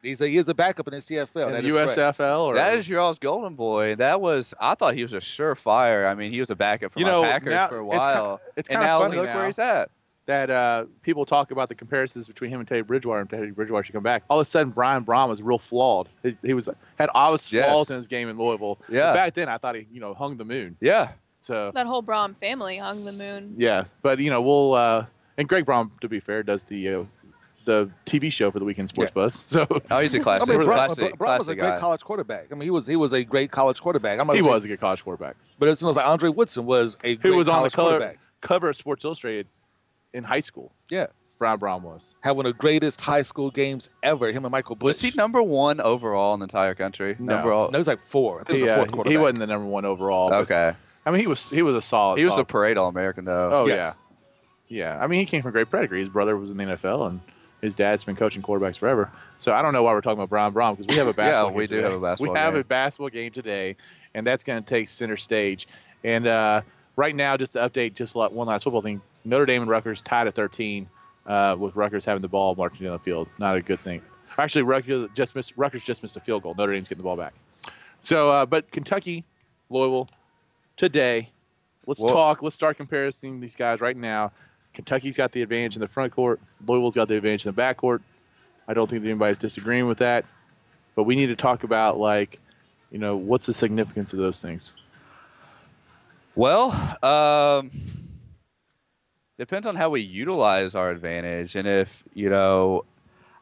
Speaker 5: he's a, he is a backup in the CFL,
Speaker 2: in
Speaker 5: That
Speaker 2: the
Speaker 5: is correct.
Speaker 2: USFL, or
Speaker 3: that is your all's golden boy. That was. I thought he was a surefire. I mean, he was a backup for
Speaker 2: You
Speaker 3: my
Speaker 2: know,
Speaker 3: Packers
Speaker 2: now-
Speaker 3: for a
Speaker 2: it's ki-
Speaker 3: while.
Speaker 2: it's
Speaker 3: and
Speaker 2: kinda
Speaker 3: now
Speaker 2: funny
Speaker 3: look
Speaker 2: now.
Speaker 3: where he's at.
Speaker 2: that uh, people talk about the comparisons between him and Teddy Bridgewater, and Teddy Bridgewater should come back. All of a sudden, Brian Braun was real flawed. He, he was had obvious
Speaker 3: Yes.
Speaker 2: flaws in his game in Louisville. But
Speaker 3: Yeah.
Speaker 2: back then, I thought he you know hung the moon.
Speaker 3: Yeah.
Speaker 2: So
Speaker 4: That whole Braun family hung the moon.
Speaker 2: yeah, but you know we'll uh, and Greg Braun, to be fair, does the uh, the TV show for the weekend sports bus. [LAUGHS] So
Speaker 3: Oh, he's a
Speaker 5: I
Speaker 3: classic.
Speaker 5: mean, Bron,
Speaker 3: classic,
Speaker 5: Bron- Bron was a
Speaker 3: classic
Speaker 5: great
Speaker 3: guy.
Speaker 5: college quarterback. I mean, he was he was a great college quarterback. I'm not
Speaker 2: he
Speaker 5: gonna
Speaker 2: was a
Speaker 5: take-
Speaker 2: good college quarterback
Speaker 5: but it's almost like Andre Woodson was a
Speaker 2: who
Speaker 5: great
Speaker 2: was on the
Speaker 5: college
Speaker 2: color,
Speaker 5: quarterback.
Speaker 2: cover of Sports Illustrated in high school.
Speaker 5: Yeah,
Speaker 2: Brian Braun was.
Speaker 5: had one of the greatest high school games ever. Him and Michael Bush.
Speaker 3: Was he number one overall in the entire country?
Speaker 2: No.
Speaker 3: Number all.
Speaker 5: No, he was like four. I think
Speaker 2: He,
Speaker 5: he was a
Speaker 2: uh,
Speaker 5: fourth
Speaker 2: he
Speaker 5: quarterback.
Speaker 2: wasn't the number one overall. but-
Speaker 3: Okay.
Speaker 2: I mean, he was he was a solid.
Speaker 3: He was
Speaker 2: solid
Speaker 3: a parade All American though.
Speaker 2: Oh
Speaker 5: Yes.
Speaker 2: yeah, yeah. I mean, he came from great pedigree. His brother was in the NFL, and his dad's been coaching quarterbacks forever. So I don't know why we're talking about Brian Brom because we have a basketball.
Speaker 3: we
Speaker 2: game
Speaker 3: do
Speaker 2: today.
Speaker 3: have a basketball
Speaker 2: We have
Speaker 3: game.
Speaker 2: a basketball game today, and that's going to take center stage. And uh, right now, just to update, just like one last football thing: Notre Dame and Rutgers tied at 13, uh, with Rutgers having the ball marching down the field. Not a good thing. Actually, Rutgers just missed. Rutgers just missed a field goal. Notre Dame's getting the ball back. So, uh, but Kentucky, Louisville, today Let's
Speaker 3: Well-
Speaker 2: talk. Let's start comparing these guys right now. Kentucky's got the advantage in the front court. Louisville's got the advantage in the back court. I don't think that anybody's disagreeing with that. But we need to talk about like, you know, what's the significance of those things?
Speaker 3: Well, um, depends on how we utilize our advantage, and if you know,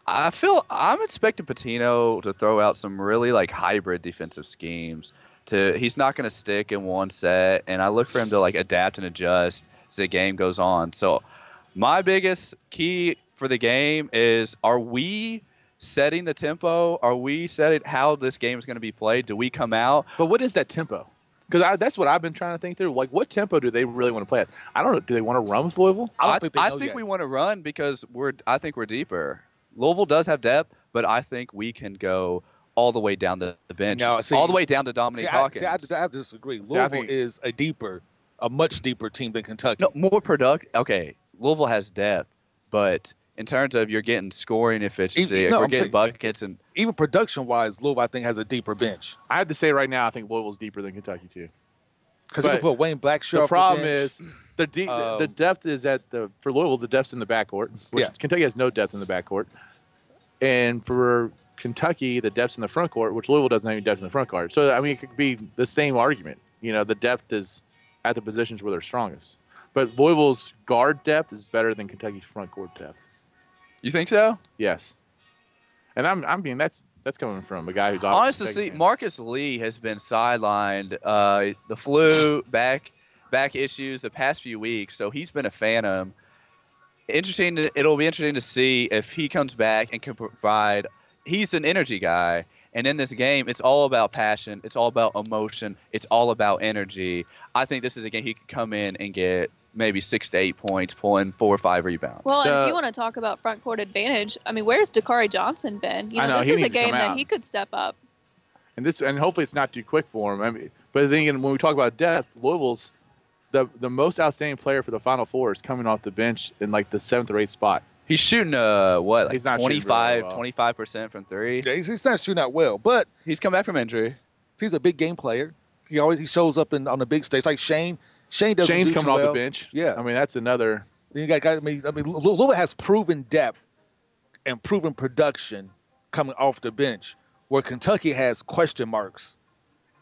Speaker 3: I feel I'm expecting Patino to throw out some really like hybrid defensive schemes. To he's not going to stick in one set, and I look for him to like adapt and adjust as the game goes on. So, my biggest key for the game is: Are we setting the tempo? Are we setting how this game is going to be played? Do we come out?
Speaker 2: But what is that tempo? Because that's what I've been trying to think through. Like, what tempo do they really want to play at? I don't know. Do they want to run with Louisville?
Speaker 5: I don't think they know yet.
Speaker 3: we want to run because we're. I think we're deeper. Louisville does have depth, but I think we can go all the way down the the bench,
Speaker 5: No, see-
Speaker 3: all the way down to Dominic
Speaker 5: See, I,
Speaker 3: Hawkins.
Speaker 5: see, I, dis- I disagree.
Speaker 2: See,
Speaker 5: Louisville
Speaker 2: I think-
Speaker 5: is a deeper, a much deeper team than Kentucky.
Speaker 3: no, more product. Okay, Louisville has depth, but in terms of you're getting scoring efficiency,
Speaker 5: no,
Speaker 3: we're
Speaker 5: I'm
Speaker 3: getting
Speaker 5: saying-
Speaker 3: buckets, and
Speaker 5: Even production wise, Louisville I think has a deeper bench
Speaker 2: I have to say right now, I think Louisville's deeper than Kentucky too.
Speaker 5: because you can
Speaker 2: But
Speaker 5: put Wayne Blackshear.
Speaker 2: the
Speaker 5: off
Speaker 2: problem
Speaker 5: bench.
Speaker 2: is the de-
Speaker 5: Um,
Speaker 2: the depth is at the for Louisville the depth's in the backcourt, which
Speaker 5: Yeah.
Speaker 2: Kentucky has no depth in the backcourt, and for Kentucky the depth's in the front court, which Louisville doesn't have any depth in the front court. So I mean, it could be the same argument. You know, the depth is at the positions where they're strongest, but Louisville's guard depth is better than Kentucky's front court depth.
Speaker 3: you think so?
Speaker 2: Yes, and I'm I mean that's that's coming from a guy who's
Speaker 3: Honest
Speaker 2: obviously
Speaker 3: to see,
Speaker 2: Kentucky fan.
Speaker 3: Marcus Lee has been sidelined. Uh, the flu, back back issues the past few weeks, so he's been a phantom. Interesting. to- It'll be interesting to see if he comes back and can provide. He's an energy guy, and in this game, it's all about passion. It's all about emotion. It's all about energy. I think this is a game he could come in and get maybe six to eight points, pulling four or five rebounds.
Speaker 4: Well, and if
Speaker 2: Uh,
Speaker 4: you want to talk about front court advantage, I mean, where's Dakari Johnson been? You
Speaker 2: I
Speaker 4: know,
Speaker 2: know, he
Speaker 4: this is a
Speaker 2: needs to
Speaker 4: game
Speaker 2: come
Speaker 4: that
Speaker 2: out.
Speaker 4: he could step up.
Speaker 2: and this and hopefully it's not too quick for him. I mean, but then again, when we talk about depth, Louisville's the the most outstanding player for the Final Four is coming off the bench in like the seventh or eighth spot.
Speaker 3: he's shooting uh what like
Speaker 2: He's not shooting very
Speaker 3: 25
Speaker 2: well.
Speaker 3: 25 percent from three.
Speaker 5: Yeah, he's, he's not shooting out well, but
Speaker 3: He's come back from injury.
Speaker 5: he's a big game player. He always he shows up in on the big stage like Shane. Shane doesn't.
Speaker 2: Shane's
Speaker 5: do too
Speaker 2: coming off
Speaker 5: well.
Speaker 2: the bench.
Speaker 5: Yeah.
Speaker 2: I mean that's another.
Speaker 5: Then you got guys. I mean, I mean, Lou- Louisville has proven depth and proven production coming off the bench, where Kentucky has question marks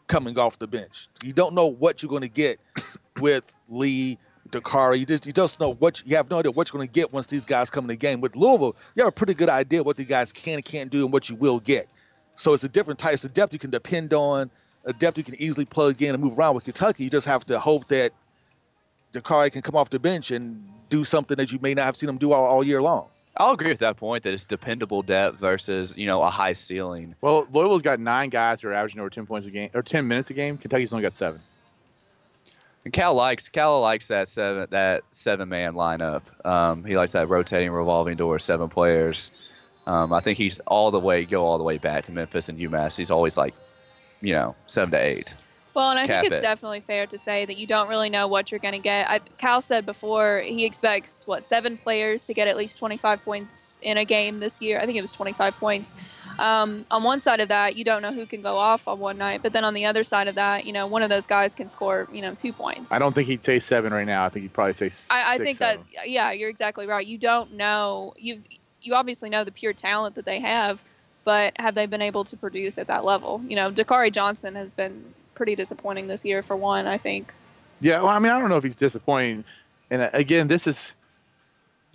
Speaker 5: coming off the bench. You don't know what you're going to get [COUGHS] with Lee, Dakari. You just you just know what you, you have no idea what you're going to get once these guys come in the game. With Louisville, you have a pretty good idea what the guys can and can't do and what you will get. So it's a different type. It's a depth you can depend on, a depth you can easily plug in and move around. With Kentucky, you just have to hope that Dakari can come off the bench and do something that you may not have seen him do all, all year long.
Speaker 3: I'll agree with that point that it's dependable depth versus you know a high ceiling.
Speaker 2: Well, Louisville's got nine guys who are averaging over ten points a game or ten minutes a game. Kentucky's only got seven.
Speaker 3: And Cal likes Cal likes that seven that seven man lineup. Um, he likes that rotating revolving door seven players. Um, I think he's all the way go all the way back to Memphis and UMass. He's always like, you know, seven to eight.
Speaker 4: Well, and I
Speaker 3: Cap
Speaker 4: think it's
Speaker 3: it.
Speaker 4: definitely fair to say that you don't really know what you're going to get. I, Cal said before he expects what seven players to get at least 25 points in a game this year. I think it was 25 points. Um, on one side of that, you don't know who can go off on one night, but then on the other side of that, you know, one of those guys can score, you know, two points.
Speaker 2: I don't think he'd say seven right now. I think he'd probably say. Six,
Speaker 4: I, I think
Speaker 2: seven.
Speaker 4: that yeah, you're exactly right. You don't know you you obviously know the pure talent that they have, but have they been able to produce at that level? You know, Dakari Johnson has been pretty disappointing this year for one. I think.
Speaker 2: Yeah. Well, I mean, I don't know if he's disappointing. And uh, again, this is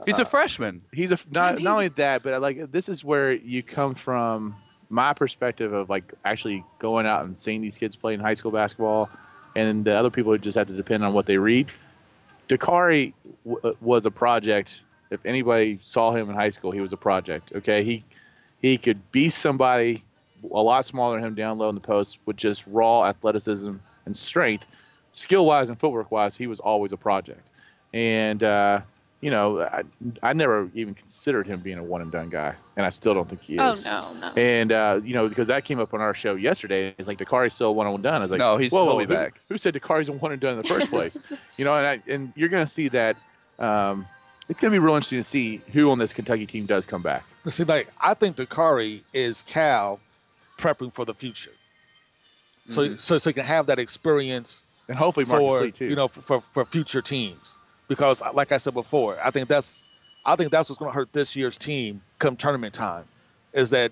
Speaker 3: He's
Speaker 2: Uh,
Speaker 3: a freshman.
Speaker 2: he's a not not only that, but like this is where you come from my perspective of like actually going out and seeing these kids playing high school basketball, and the other people who just have to depend on what they read. Dakari w- uh, was a project. If anybody saw him in high school, he was a project. Okay, he he could be somebody a lot smaller than him down low in the post with just raw athleticism and strength. Skill wise and footwork wise, he was always a project. And, uh, you know, I, I never even considered him being a one and done guy. And I still don't think he is.
Speaker 4: Oh no, no.
Speaker 2: And, uh, you know, because that came up on our show yesterday. It's like Dakari's still a one and done. I was like,
Speaker 3: No, he's-
Speaker 2: whoa,
Speaker 3: he'll
Speaker 2: whoa,
Speaker 3: be
Speaker 2: who-
Speaker 3: back.
Speaker 2: Who said Dakari's a one and done in the first
Speaker 4: [LAUGHS]
Speaker 2: place? you know, and, I, and you're going to see that. Um, it's going to be real interesting to see who on this Kentucky team does come back.
Speaker 5: It seems like I think Dakari is Mm-hmm. Cal prepping for the future. So so so he can have that experience
Speaker 2: and hopefully Marcus
Speaker 5: for
Speaker 2: Lee too.
Speaker 5: you know for, for for future teams because uh, like I said before, I think that's I think that's what's going to hurt this year's team come tournament time is that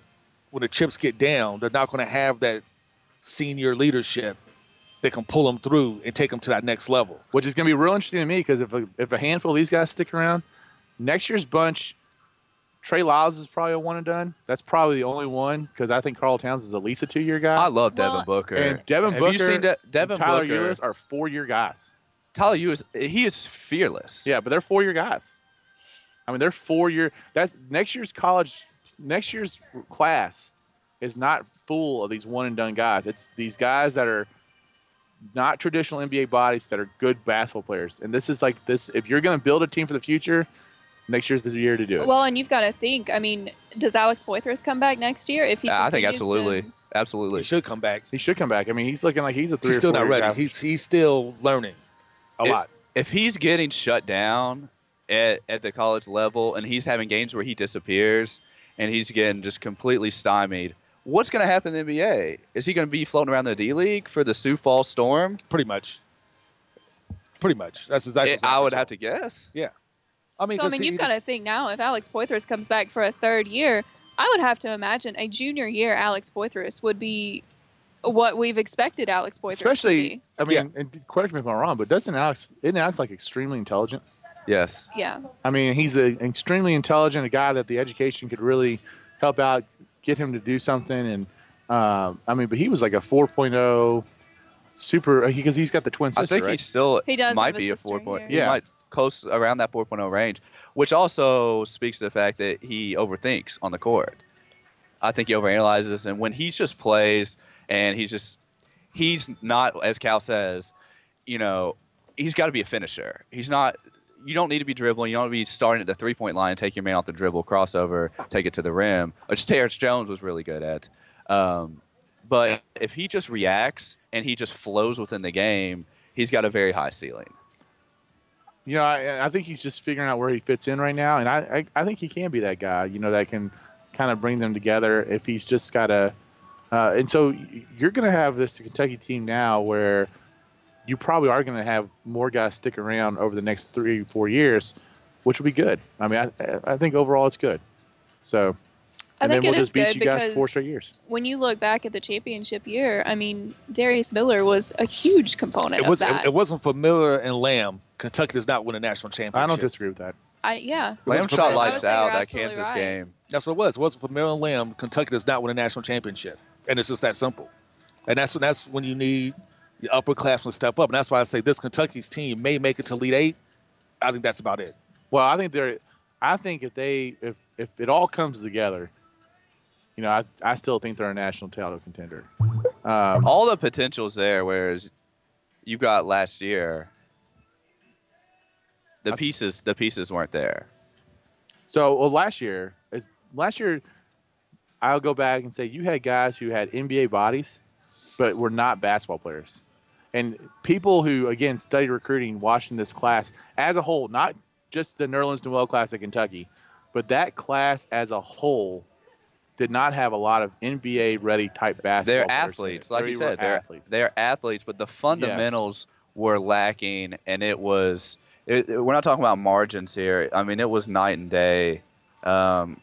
Speaker 5: when the chips get down, they're not going to have that senior leadership that can pull them through and take them to that next level.
Speaker 2: which is going to be real interesting to me because if a, if a handful of these guys stick around, next year's bunch, Trey Lyles is probably a one and done. That's probably the only one because I think Carl Towns is at least a two year guy.
Speaker 3: I love
Speaker 4: Well,
Speaker 3: Devin Booker.
Speaker 2: and Devin
Speaker 3: Have
Speaker 2: Booker,
Speaker 3: you seen De-
Speaker 2: and
Speaker 3: Devin
Speaker 2: Tyler
Speaker 3: Booker?
Speaker 2: Ulis are four year guys.
Speaker 3: Tyler Ulis, he is fearless.
Speaker 2: Yeah, but they're four year guys. I mean, they're four year. That's next year's college. Next year's class is not full of these one and done guys. It's these guys that are not traditional NBA bodies that are good basketball players. And this is like this. If you're going to build a team for the future, next year's the year to do it.
Speaker 4: Well, and you've got to think. I mean, does Alex Boythorst come back next year? If he,
Speaker 3: I think
Speaker 4: continues to-
Speaker 3: absolutely,
Speaker 5: He
Speaker 3: absolutely.
Speaker 5: should come back.
Speaker 2: he should come back. I mean, he's looking like he's a three.
Speaker 5: He's
Speaker 2: or
Speaker 5: still not
Speaker 2: four-year
Speaker 5: ready.
Speaker 2: guy.
Speaker 5: He's he's still learning a
Speaker 3: It-
Speaker 5: lot.
Speaker 3: If he's getting shut down at, at the college level and he's having games where he disappears and he's getting just completely stymied, what's going to happen in the NBA? Is he going to be floating around the D League for the Sioux Falls Storm?
Speaker 5: Pretty much. Pretty much. That's exactly.
Speaker 3: It- I would have to guess.
Speaker 5: I mean,
Speaker 4: so I
Speaker 5: 'cause
Speaker 4: mean,
Speaker 5: he-
Speaker 4: you've
Speaker 5: he
Speaker 4: got to
Speaker 5: just-
Speaker 4: think now. If Alex Poitras comes back for a third year, I would have to imagine a junior year Alex Poitras would be what we've expected Alex Poitras to
Speaker 2: Especially,
Speaker 4: be.
Speaker 2: I mean, and correct me if I'm wrong, but doesn't Alex isn't Alex like extremely intelligent?
Speaker 3: Yes.
Speaker 4: Yeah,
Speaker 2: I mean, he's a, an extremely intelligent a guy that the education could really help out, get him to do something. And um, I mean, but he was like a 4.0 super because he's got the twin sister,
Speaker 3: I think
Speaker 2: right?
Speaker 3: he's still
Speaker 4: He does
Speaker 3: might
Speaker 4: have a
Speaker 3: be a
Speaker 4: sister
Speaker 3: four point.
Speaker 4: here.
Speaker 3: he
Speaker 2: Yeah.
Speaker 3: might close around that 4.0 range, which also speaks to the fact that he overthinks on the court. I think he overanalyzes, and when he just plays and he's just he's not as Cal says, you know, he's got to be a finisher. He's not. You don't need to be dribbling. You don't need to be starting at the three point line, take your man off the dribble, crossover, take it to the rim, which Terrence Jones was really good at. Um, but if he just reacts and he just flows within the game, he's got a very high ceiling.
Speaker 2: you know, I, I think he's just figuring out where he fits in right now, and I, I, I think he can be that guy. You know, that can kind of bring them together if he's just got a. Uh, and so y- you're going to have this Kentucky team now where you probably are going to have more guys stick around over the next three, four years, which will be good. I mean, I, I think overall it's good. So,
Speaker 4: I
Speaker 2: and
Speaker 4: think
Speaker 2: then we'll
Speaker 4: it is
Speaker 2: just beat
Speaker 4: good
Speaker 2: you guys four
Speaker 4: because
Speaker 2: straight years.
Speaker 4: when you look back at the championship year, I mean, Darius Miller was a huge component
Speaker 5: It was.
Speaker 4: of
Speaker 5: It,
Speaker 4: that.
Speaker 5: it wasn't for Miller and Lamb. Kentucky does not win a national championship.
Speaker 2: I don't disagree with that.
Speaker 4: I, yeah,
Speaker 3: Lamb
Speaker 5: for
Speaker 3: shot
Speaker 5: Baylor.
Speaker 3: lights
Speaker 4: I would say
Speaker 3: out
Speaker 4: you're
Speaker 3: that
Speaker 4: absolutely
Speaker 3: Kansas
Speaker 4: right.
Speaker 3: game.
Speaker 5: That's what it was. It wasn't for Maryland Lamb. Kentucky does not win a national championship, and it's just that simple. And that's when that's when you need the upperclassmen to step up. And that's why I say this Kentucky's team may make it to Elite Eight. I think that's about it.
Speaker 2: Well, I think they're. I think if they if if it all comes together, you know, I, I still think they're a national title contender. Um,
Speaker 3: All the potential's there, whereas you got last year. The pieces, the pieces weren't there.
Speaker 2: so well, last year is last year. I'll go back and say you had guys who had NBA bodies, but were not basketball players, and people who again study recruiting, watching this class as a whole, not just the Nerlens Noel class at Kentucky, but that class as a whole did not have a lot of NBA ready type basketball.
Speaker 3: They're
Speaker 2: players in it.
Speaker 3: athletes, like you
Speaker 2: They were
Speaker 3: said. They're
Speaker 2: athletes.
Speaker 3: They're athletes, but the fundamentals were lacking, and it was. It, it- we're not talking about margins here. I mean, it was night and day. Um,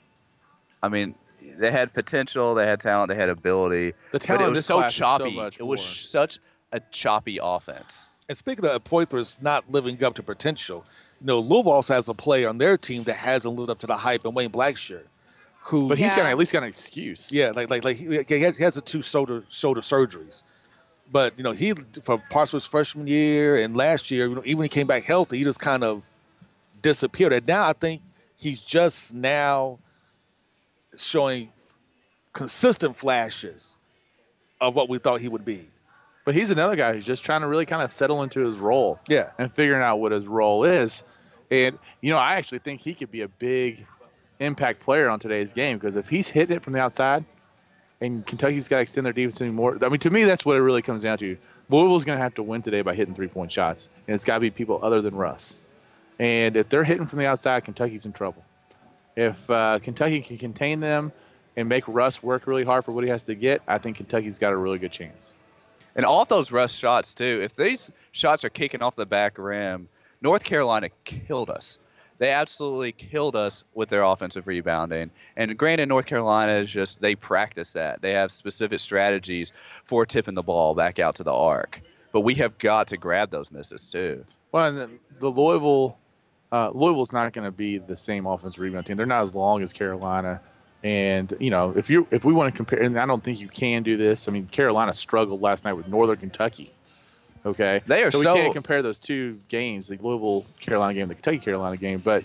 Speaker 3: I mean, they had potential, they had talent, they had ability,
Speaker 2: The
Speaker 3: but
Speaker 2: talent
Speaker 3: it
Speaker 2: in
Speaker 3: was
Speaker 2: this
Speaker 3: so
Speaker 2: class is so
Speaker 3: choppy.
Speaker 2: much
Speaker 3: it was
Speaker 2: more.
Speaker 3: such a choppy offense.
Speaker 5: And speaking of Poitras not living up to potential, you know Louisville also has a player on their team that hasn't lived up to the hype, and Wayne Blackshear, who
Speaker 2: But he's
Speaker 4: Yeah.
Speaker 2: got at least got an excuse.
Speaker 5: Yeah, like like like he, he has, he has the two shoulder shoulder surgeries, but you know he for parts of his freshman year and last year, you know, even when he came back healthy, he just kind of disappeared. And now I think he's just now showing consistent flashes of what we thought he would be.
Speaker 2: But he's another guy who's just trying to really kind of settle into his role.
Speaker 5: Yeah.
Speaker 2: And figuring out what his role is. And you know, I actually think he could be a big impact player on today's game because if he's hitting it from the outside and Kentucky's got to extend their defense anymore. I mean, to me that's what it really comes down to. Louisville's going to have to win today by hitting three-point shots, and it's got to be people other than Russ. And if they're hitting from the outside, Kentucky's in trouble. If uh, Kentucky can contain them and make Russ work really hard for what he has to get, I think Kentucky's got a really good chance.
Speaker 3: And off those rush shots too. If these shots are kicking off the back rim, North Carolina killed us. They absolutely killed us with their offensive rebounding. And granted, North Carolina is just they practice that. They have specific strategies for tipping the ball back out to the arc. But we have got to grab those misses too.
Speaker 2: Well, and the- the Louisville, uh, Louisville's not going to be the same offensive rebound team. They're not as long as Carolina, and you know if you if we want to compare, and I don't think you can do this. I mean, Carolina struggled last night with Northern Kentucky. Okay,
Speaker 3: They are
Speaker 2: so we
Speaker 3: so-
Speaker 2: can't compare those two games, the Louisville Carolina game, and the Kentucky Carolina game, but.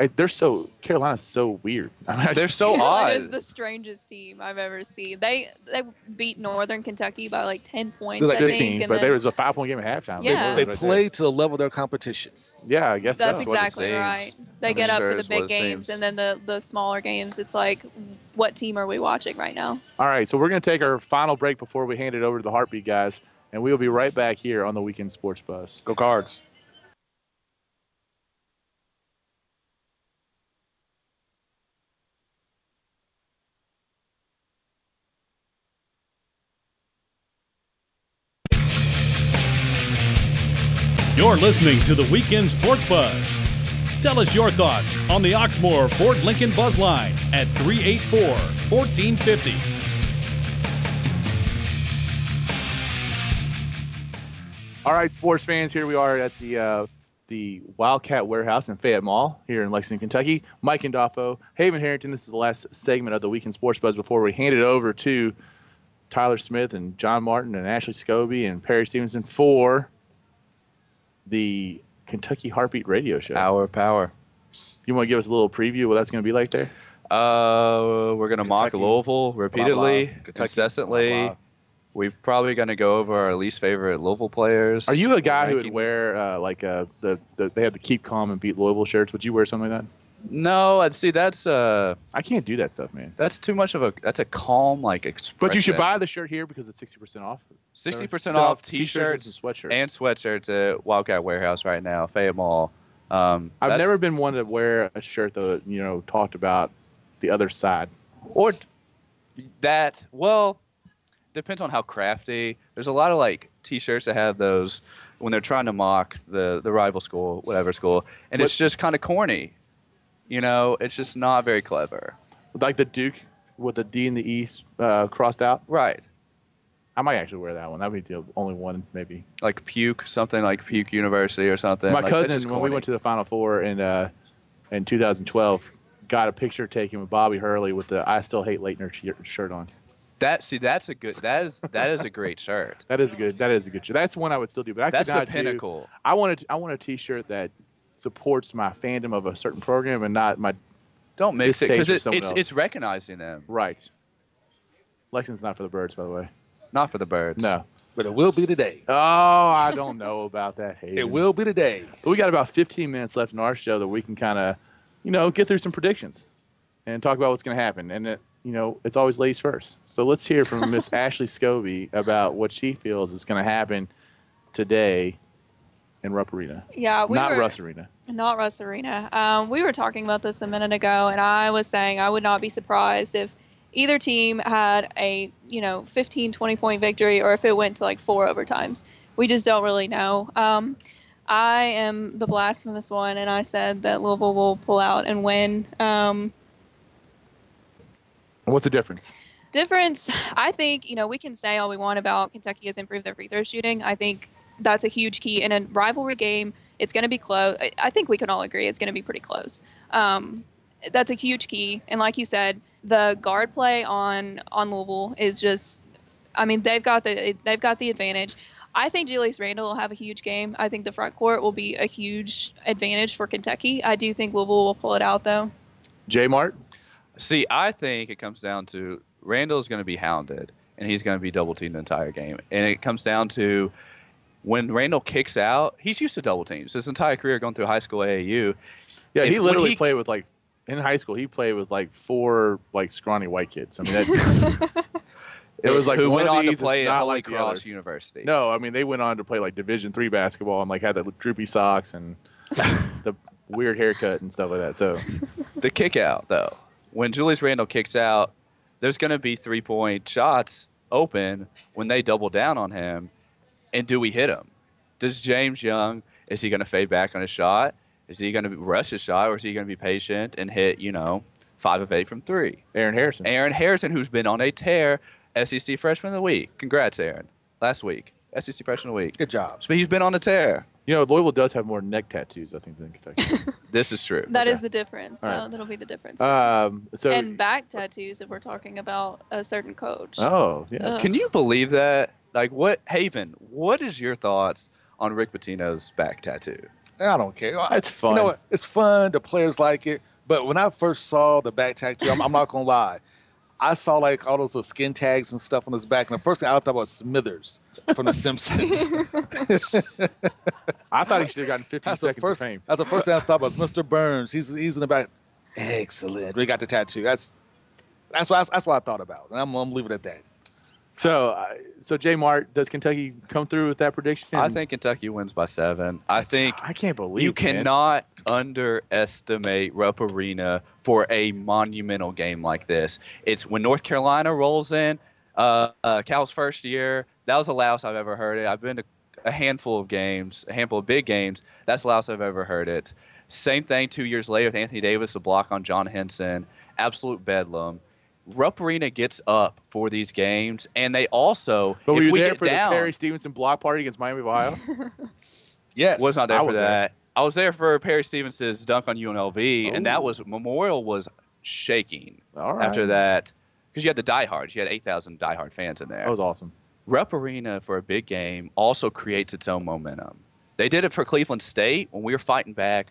Speaker 2: eh, They're so Carolina's so weird. [LAUGHS] I mean, I
Speaker 3: They're
Speaker 2: just-
Speaker 3: so odd.
Speaker 4: [LAUGHS] It is the strangest team I've ever seen. They they beat Northern Kentucky by like ten points.
Speaker 5: They're like
Speaker 4: I think,
Speaker 2: 15,
Speaker 4: and
Speaker 2: but
Speaker 4: then-
Speaker 2: there was a five point game at halftime. They
Speaker 4: Yeah.
Speaker 2: were
Speaker 5: They
Speaker 2: right there.
Speaker 5: play to the level of their competition.
Speaker 2: Yeah, I guess
Speaker 4: That's
Speaker 2: so.
Speaker 3: what it
Speaker 4: exactly
Speaker 3: seems.
Speaker 4: right. They
Speaker 3: I'm
Speaker 4: get up
Speaker 3: sure
Speaker 4: for the
Speaker 3: it's what
Speaker 4: big
Speaker 3: it
Speaker 4: games,
Speaker 3: seems.
Speaker 4: and then the the smaller games. It's like, what team are we watching right now?
Speaker 2: All right, so we're going to take our final break before we hand it over to the Heartbeat guys, and we'll be right back here on the Weekend Sports Bus.
Speaker 5: Go cards.
Speaker 1: You're listening to the Weekend Sports Buzz. Tell us your thoughts on the Oxmoor Ford Lincoln Buzz Line at 384 1450.
Speaker 2: All right, sports fans, here we are at the uh, the Wildcat Warehouse in Fayette Mall here in Lexington, Kentucky. Mike Indolfo, Haven Harrington. This is the last segment of the Weekend Sports Buzz before we hand it over to Tyler Smith and John Martin and Ashley Scobie and Perry Stevenson for the Kentucky Heartbeat Radio Show.
Speaker 3: Our power.
Speaker 2: You want to give us a little preview of what that's going to be like there?
Speaker 3: Uh, we're gonna mock
Speaker 5: Kentucky.
Speaker 3: Louisville repeatedly,
Speaker 5: Kentucky.
Speaker 3: incessantly.
Speaker 5: Blah, blah.
Speaker 3: We're probably gonna go over our least favorite Louisville players.
Speaker 2: Are you a guy who would
Speaker 3: Ranking-
Speaker 2: wear uh, like uh, the, the they have the keep calm and beat Louisville shirts? Would you wear something like that?
Speaker 3: No, I see. That's uh,
Speaker 2: I can't do that stuff, man.
Speaker 3: that's too much of a. That's a calm like expression.
Speaker 2: But you should buy the shirt here because it's sixty percent off.
Speaker 3: sixty
Speaker 2: Sell
Speaker 3: percent off
Speaker 2: t-shirts
Speaker 3: T-shirts
Speaker 2: and sweatshirts.
Speaker 3: and sweatshirts at Wildcat Warehouse right now, Fayette Mall. Um,
Speaker 2: I've
Speaker 3: that's-
Speaker 2: never been one to wear a shirt that you know talked about the other side.
Speaker 3: or that. Well, depends on how crafty. There's a lot of like T-shirts that have those when they're trying to mock the the rival school, whatever school, and it's just kind of corny. You know, it's just not very clever.
Speaker 2: Like the Duke with the D in the East uh, crossed out.
Speaker 3: Right.
Speaker 2: I might actually wear that one. That'd be the only one maybe.
Speaker 3: Like puke, something like puke university or something.
Speaker 2: My
Speaker 3: Like, that's just
Speaker 2: cousin, when we
Speaker 3: corny.
Speaker 2: went to the Final Four in uh, in 2012, got a picture taken with Bobby Hurley with the "I Still Hate Leitner" sh- shirt on.
Speaker 3: that, see, that's a good. That is that is a great shirt.
Speaker 2: That is a good. That is a good shirt. That's one I would still do. But I could
Speaker 3: That's the
Speaker 2: not do-
Speaker 3: pinnacle.
Speaker 2: I want a, I want a T-shirt that supports my fandom of a certain program and not my
Speaker 3: Don't mix it
Speaker 2: Distaste
Speaker 3: because
Speaker 2: for
Speaker 3: it,
Speaker 2: someone
Speaker 3: it's
Speaker 2: else.
Speaker 3: it's recognizing them,
Speaker 2: right. Lexington's not for the birds, by the way.
Speaker 3: not for the birds.
Speaker 2: No.
Speaker 5: But it will be today.
Speaker 2: Oh, I don't know about that. Hayden.
Speaker 5: It will be today.
Speaker 2: But we got about 15 minutes left in our show that we can kind of, you know, get through some predictions and talk about what's going to happen. And it, you know, it's always ladies first. So let's hear from Miss Ashley Scobie about what she feels is going to happen today in Rupp Arena,
Speaker 4: Yeah, we
Speaker 2: not
Speaker 4: were
Speaker 2: Russ Arena.
Speaker 4: not Russ Arena. Um, we were talking about this a minute ago, and I was saying I would not be surprised if either team had a you know 15, 20 point victory, or if it went to like four overtimes. We just don't really know. Um, I am the blasphemous one, and I said that Louisville will pull out and win. Um,
Speaker 2: What's the difference?
Speaker 4: difference i think you know we can say all we want about kentucky has improved their free throw shooting i think that's a huge key in a rivalry game it's going to be close I, I think we can all agree it's going to be pretty close um, that's a huge key and like you said the guard play on on louisville is just i mean they've got the they've got the advantage I think Julius Randle will have a huge game. I think the front court will be a huge advantage for Kentucky. I do think Louisville will pull it out, though.
Speaker 2: J Mart?
Speaker 3: See, I think it comes down to Randall's going to be hounded, and he's going to be double teamed the entire game. And it comes down to when Randall kicks out, he's used to double teams his entire career going through high school AAU.
Speaker 2: Yeah,
Speaker 3: If-
Speaker 2: he
Speaker 3: when
Speaker 2: literally
Speaker 3: he-
Speaker 2: played with like in high school. He played with like four like scrawny white kids. I mean, that,
Speaker 3: [LAUGHS]
Speaker 2: it was like
Speaker 3: who
Speaker 2: one
Speaker 3: went
Speaker 2: of
Speaker 3: on
Speaker 2: these is
Speaker 3: to play at
Speaker 2: not
Speaker 3: Holy
Speaker 2: like the
Speaker 3: Cross
Speaker 2: others.
Speaker 3: University.
Speaker 2: no, I mean they went on to play like Division three basketball and like had the droopy socks
Speaker 3: [LAUGHS]
Speaker 2: and the weird haircut and stuff like that. So
Speaker 3: the kick out though when julius randall kicks out there's going to be three point shots open when they double down on him? And do we hit him? Does James Young is he going to fade back on his shot? Is he going to rush his shot, or is he going to be patient and hit you know five of eight from three?
Speaker 2: Aaron Harrison.
Speaker 3: Aaron Harrison, who's been on a tear, SEC Freshman of the Week. Congrats, Aaron. Last week, SEC Freshman of the Week.
Speaker 5: Good job.
Speaker 3: So he's been on a tear.
Speaker 2: You know, Louisville does have more neck tattoos, I think, than Kentucky. does.
Speaker 3: This is true.
Speaker 4: That is the difference.
Speaker 2: All right.
Speaker 4: though. That'll be the
Speaker 2: [LAUGHS]
Speaker 4: difference.
Speaker 2: um, so,
Speaker 4: and back tattoos if we're talking about a certain coach.
Speaker 2: oh yeah,
Speaker 4: Ugh.
Speaker 3: Can you believe that? Like, what, Haven? What is your thoughts on Rick Pitino's back tattoo?
Speaker 5: I don't care. I-
Speaker 2: It's fun.
Speaker 5: You know what? It's fun. The players like it. But when I first saw the back tattoo, I'm, I'm not gonna lie. I saw like all those little skin tags and stuff on his back, and the first thing I thought was Smithers from
Speaker 3: [LAUGHS]
Speaker 5: The Simpsons.
Speaker 2: I thought he should have gotten 15
Speaker 5: that's the
Speaker 2: seconds
Speaker 5: first.
Speaker 2: of fame.
Speaker 3: uh,
Speaker 5: That's the first thing I thought was Mr. Burns. He's he's in the back. Excellent. We got the tattoo. That's that's what that's what I thought about, and I'm, I'm leaving it at that.
Speaker 2: So, uh, so J Mart, does Kentucky come through with that prediction?
Speaker 3: I think Kentucky wins by seven. I think
Speaker 2: I can't believe
Speaker 3: you
Speaker 2: man.
Speaker 3: cannot underestimate Rupp Arena for a monumental game like this. It's when North Carolina rolls in, uh, uh, Cal's first year. That was the loudest I've ever heard it. I've been to a handful of games, a handful of big games. That's the loudest I've ever heard it. Same thing two years later with Anthony Davis, the block on John Henson. Absolute bedlam. Rupp Arena gets up for these games, and they also,
Speaker 2: But
Speaker 3: if
Speaker 2: were you
Speaker 3: we
Speaker 2: there
Speaker 3: get
Speaker 2: for
Speaker 3: down,
Speaker 2: the Perry Stevenson block party against Miami of [LAUGHS] Ohio?
Speaker 5: Yes.
Speaker 3: was not there
Speaker 2: I
Speaker 3: for
Speaker 2: was there.
Speaker 3: that. I was there for Perry Stevenson's dunk on UNLV, and that was Memorial was shaking
Speaker 2: All right.
Speaker 3: after that because you had the diehards. You had eight thousand diehard fans in there.
Speaker 2: That was awesome.
Speaker 3: Rep Arena for a big game also creates its own momentum. They did it for Cleveland State when we were fighting back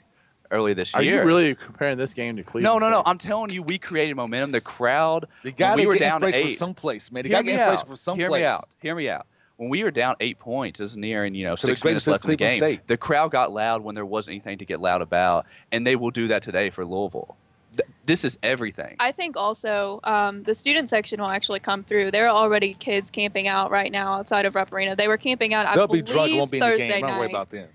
Speaker 3: early this
Speaker 2: Are
Speaker 3: year.
Speaker 2: you really comparing this game to Cleveland?
Speaker 3: No, no, no.
Speaker 2: State?
Speaker 3: I'm telling you, we created momentum. The crowd.
Speaker 5: They
Speaker 3: when
Speaker 5: got
Speaker 3: we
Speaker 5: to
Speaker 3: were
Speaker 5: get
Speaker 3: down
Speaker 5: inspiration
Speaker 3: eight.
Speaker 5: from someplace, man. They
Speaker 3: Hear
Speaker 5: got to get
Speaker 3: me
Speaker 5: inspiration
Speaker 3: out.
Speaker 5: from someplace.
Speaker 3: Hear me out. Hear me out. When we were down eight points, as near and you know
Speaker 5: So the
Speaker 3: six minutes
Speaker 5: greatest is
Speaker 3: left in the game,
Speaker 5: Cleveland State.
Speaker 3: the crowd got loud when there wasn't anything to get loud about, and they will do that today for Louisville. Th- this is everything.
Speaker 4: I think also um, the student section will actually come through. There are already kids camping out right now outside of Rep Arena. They were camping out. I
Speaker 5: They'll be
Speaker 4: believe
Speaker 5: drunk. Won't be in the
Speaker 4: Thursday
Speaker 5: game. I
Speaker 4: Night.
Speaker 5: Don't worry about them.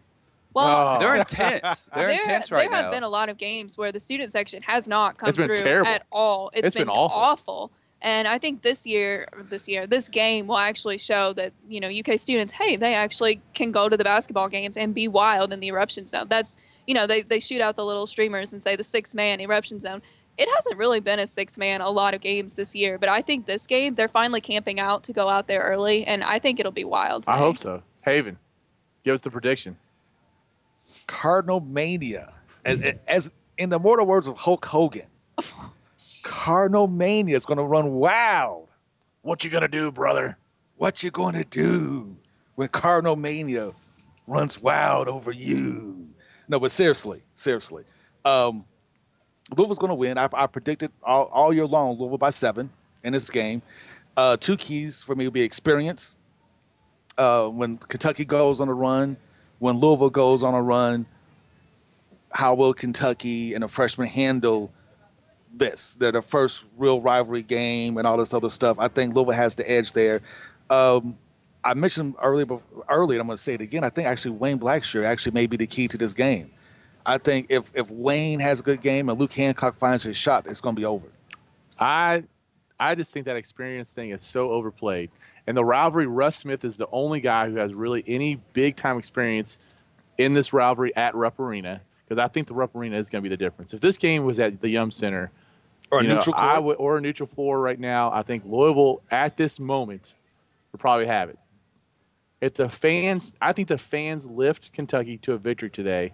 Speaker 4: Well,
Speaker 2: Oh.
Speaker 5: [LAUGHS]
Speaker 3: They're intense. They're
Speaker 4: there,
Speaker 3: intense right
Speaker 4: there
Speaker 3: now.
Speaker 4: have been a lot of games where the student section has not come
Speaker 2: It's been
Speaker 4: through
Speaker 2: terrible.
Speaker 4: at all.
Speaker 2: It's been awful.
Speaker 4: And I think this year, or this year, this game will actually show that you know UK students, hey, they actually can go to the basketball games and be wild in the eruption zone. That's you know they they shoot out the little streamers and say the six man eruption zone. It hasn't really been a six man a lot of games this year, but I think this game they're finally camping out to go out there early, and I think it'll be wild.
Speaker 2: I
Speaker 4: today.
Speaker 2: hope so. Haven, give us the prediction.
Speaker 5: Cardinal mania, as,
Speaker 2: Mm-hmm.
Speaker 5: as in the mortal words of Hulk Hogan, Cardinal mania is going to run wild.
Speaker 2: What you gonna do, brother?
Speaker 5: What you going to do when Cardinal mania runs wild over you? No, but seriously, seriously, um, Louisville's going to win. I, I predicted all, all year long Louisville by seven in this game. Uh, two keys for me will be experience. Uh, when Kentucky goes on a run, when Louisville goes on a run, how will Kentucky and a freshman handle this? They're the first real rivalry game and all this other stuff. I think Louisville has the edge there. Um, I mentioned earlier, bef- earlier, I'm going to say it again. I think actually Wayne Blackshear actually may be the key to this game. I think if, if Wayne has a good game and Luke Hancock finds his shot, it's going to be over.
Speaker 2: I I just think that experience thing is so overplayed. And the rivalry, Russ Smith is the only guy who has really any big time experience in this rivalry at Rupp Arena. Because I think the Rupp Arena is going to be the difference. If this game was at the Yum Center,
Speaker 5: Or a
Speaker 2: you know,
Speaker 5: neutral
Speaker 2: I
Speaker 5: court.
Speaker 2: would, or a neutral floor right now, I think Louisville at this moment would probably have it. If the fans, I think the fans lift Kentucky to a victory today,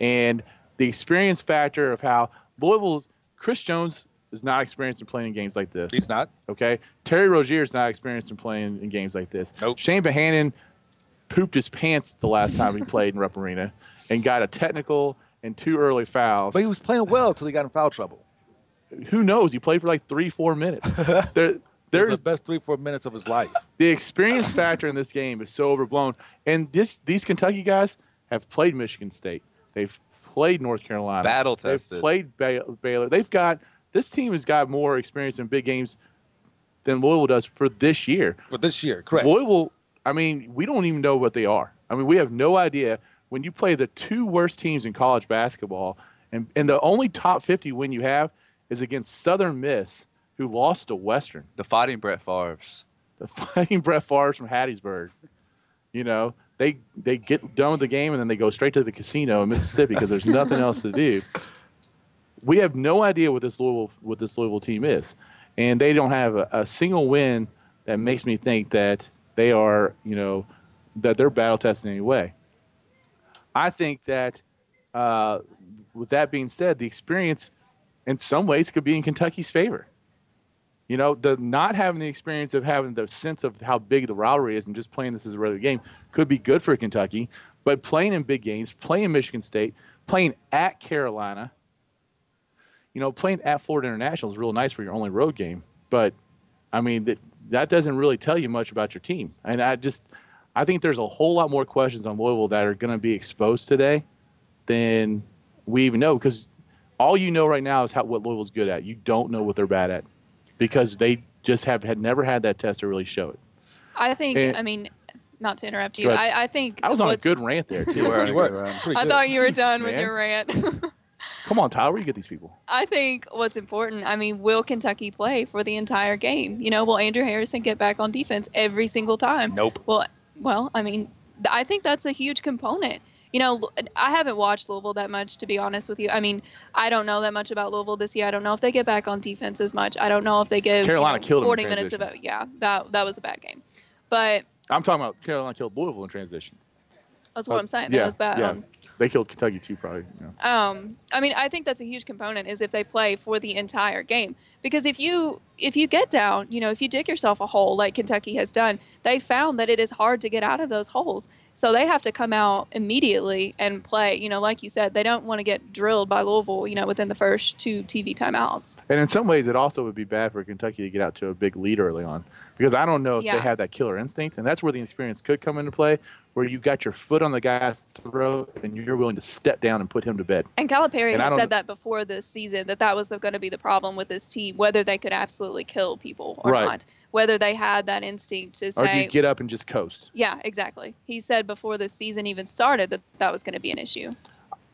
Speaker 2: and the experience factor of how Louisville's Chris Jones is not experienced in playing in games like this.
Speaker 5: He's not.
Speaker 2: Okay. Terry Rozier is not experienced in playing in games like this.
Speaker 5: Nope.
Speaker 2: Shane Bohannon pooped his pants the last time
Speaker 5: [LAUGHS]
Speaker 2: he played in Rupp Arena and got a technical and two early fouls.
Speaker 5: But he was playing well until he got in foul trouble.
Speaker 2: Who knows? He played for like three, four minutes. there,
Speaker 5: There's
Speaker 2: there's
Speaker 5: the best three, four minutes of his life.
Speaker 2: the experience factor in this game is so overblown. And this, these Kentucky guys have played Michigan State. They've played North Carolina.
Speaker 3: Battle
Speaker 2: They've
Speaker 3: tested.
Speaker 2: played Bay- Baylor. They've got this team has got more experience in big games than Louisville does for this year.
Speaker 5: for this year, correct?
Speaker 2: Louisville, I mean, we don't even know what they are. I mean, we have no idea. When you play the two worst teams in college basketball, and, and the only top 50 win you have is against Southern Miss, who lost to Western.
Speaker 3: the fighting Brett Favre's.
Speaker 2: the fighting [LAUGHS] Brett Favre from Hattiesburg. You know, they they get done with the game and then they go straight to the casino in Mississippi because there's nothing else to do. We have no idea what this Louisville what this Louisville team is, and they don't have a, a single win that makes me think that they are you know that they're battle tested in any way. I think that uh, with that being said, the experience in some ways could be in Kentucky's favor. You know, the not having the experience of having the sense of how big the rivalry is and just playing this as a regular game could be good for Kentucky. But playing in big games, playing Michigan State, playing at Carolina, you know, playing at Florida International is real nice for your only road game. But I mean, that that doesn't really tell you much about your team. And I just, I think there's a whole lot more questions on Louisville that are going to be exposed today than we even know because all you know right now is how what Louisville's good at. You don't know what they're bad at because they just have had never had that test to really show it.
Speaker 4: I think,
Speaker 2: And-
Speaker 4: I mean, not to interrupt
Speaker 2: Go
Speaker 4: you,
Speaker 2: ahead.
Speaker 4: I, I think.
Speaker 2: I was on a
Speaker 4: what's-
Speaker 2: good rant there too.
Speaker 3: were on
Speaker 2: [LAUGHS]
Speaker 3: a
Speaker 2: You
Speaker 3: good
Speaker 2: were.
Speaker 3: run.
Speaker 5: Pretty
Speaker 4: I
Speaker 5: good.
Speaker 4: thought you were
Speaker 2: Jesus,
Speaker 4: done with
Speaker 2: man.
Speaker 4: your rant. [LAUGHS]
Speaker 2: Come on, Tyler, you get these people.
Speaker 4: I think what's important, I mean, will Kentucky play for the entire game? You know, will Andrew Harrison get back on defense every single time?
Speaker 5: Nope.
Speaker 4: Well, well, I mean, th- I think that's a huge component. You know, Lu- I haven't watched Louisville that much, to be honest with you. I mean, I don't know that much about Louisville this year. I don't know if they get back on defense as much. I don't know if they give you
Speaker 2: Carolina
Speaker 4: know,
Speaker 2: killed 'em in
Speaker 4: 40 minutes
Speaker 2: transition.
Speaker 4: about. Yeah, that that was a bad game, but
Speaker 2: I'm talking about Carolina killed Louisville in transition.
Speaker 4: that's what
Speaker 2: Uh,
Speaker 4: I'm saying.
Speaker 2: yeah,
Speaker 4: that was bad
Speaker 2: yeah.
Speaker 4: on
Speaker 2: They killed Kentucky too, probably. You know.
Speaker 4: um, I mean, I think that's a huge component is if they play for the entire game. Because if you if you get down, you know, if you dig yourself a hole like Kentucky has done, they found that it is hard to get out of those holes. So they have to come out immediately and play. You know, like you said, they don't want to get drilled by Louisville. You know, within the first two TV timeouts.
Speaker 2: And in some ways, it also would be bad for Kentucky to get out to a big lead early on because I don't know if
Speaker 4: Yeah.
Speaker 2: they have that killer instinct. And that's where the experience could come into play, where you got your foot on the guy's throat and you're willing to step down and put him to bed.
Speaker 4: And Calipari
Speaker 2: And I
Speaker 4: had
Speaker 2: don't-
Speaker 4: said that before this season that that was going to be the problem with this team, whether they could absolutely kill people or
Speaker 2: Right.
Speaker 4: not, whether they had that instinct to
Speaker 2: Or
Speaker 4: say,
Speaker 2: do you get up and just coast?
Speaker 4: Yeah, exactly. He said before the season even started that that was going to be an issue.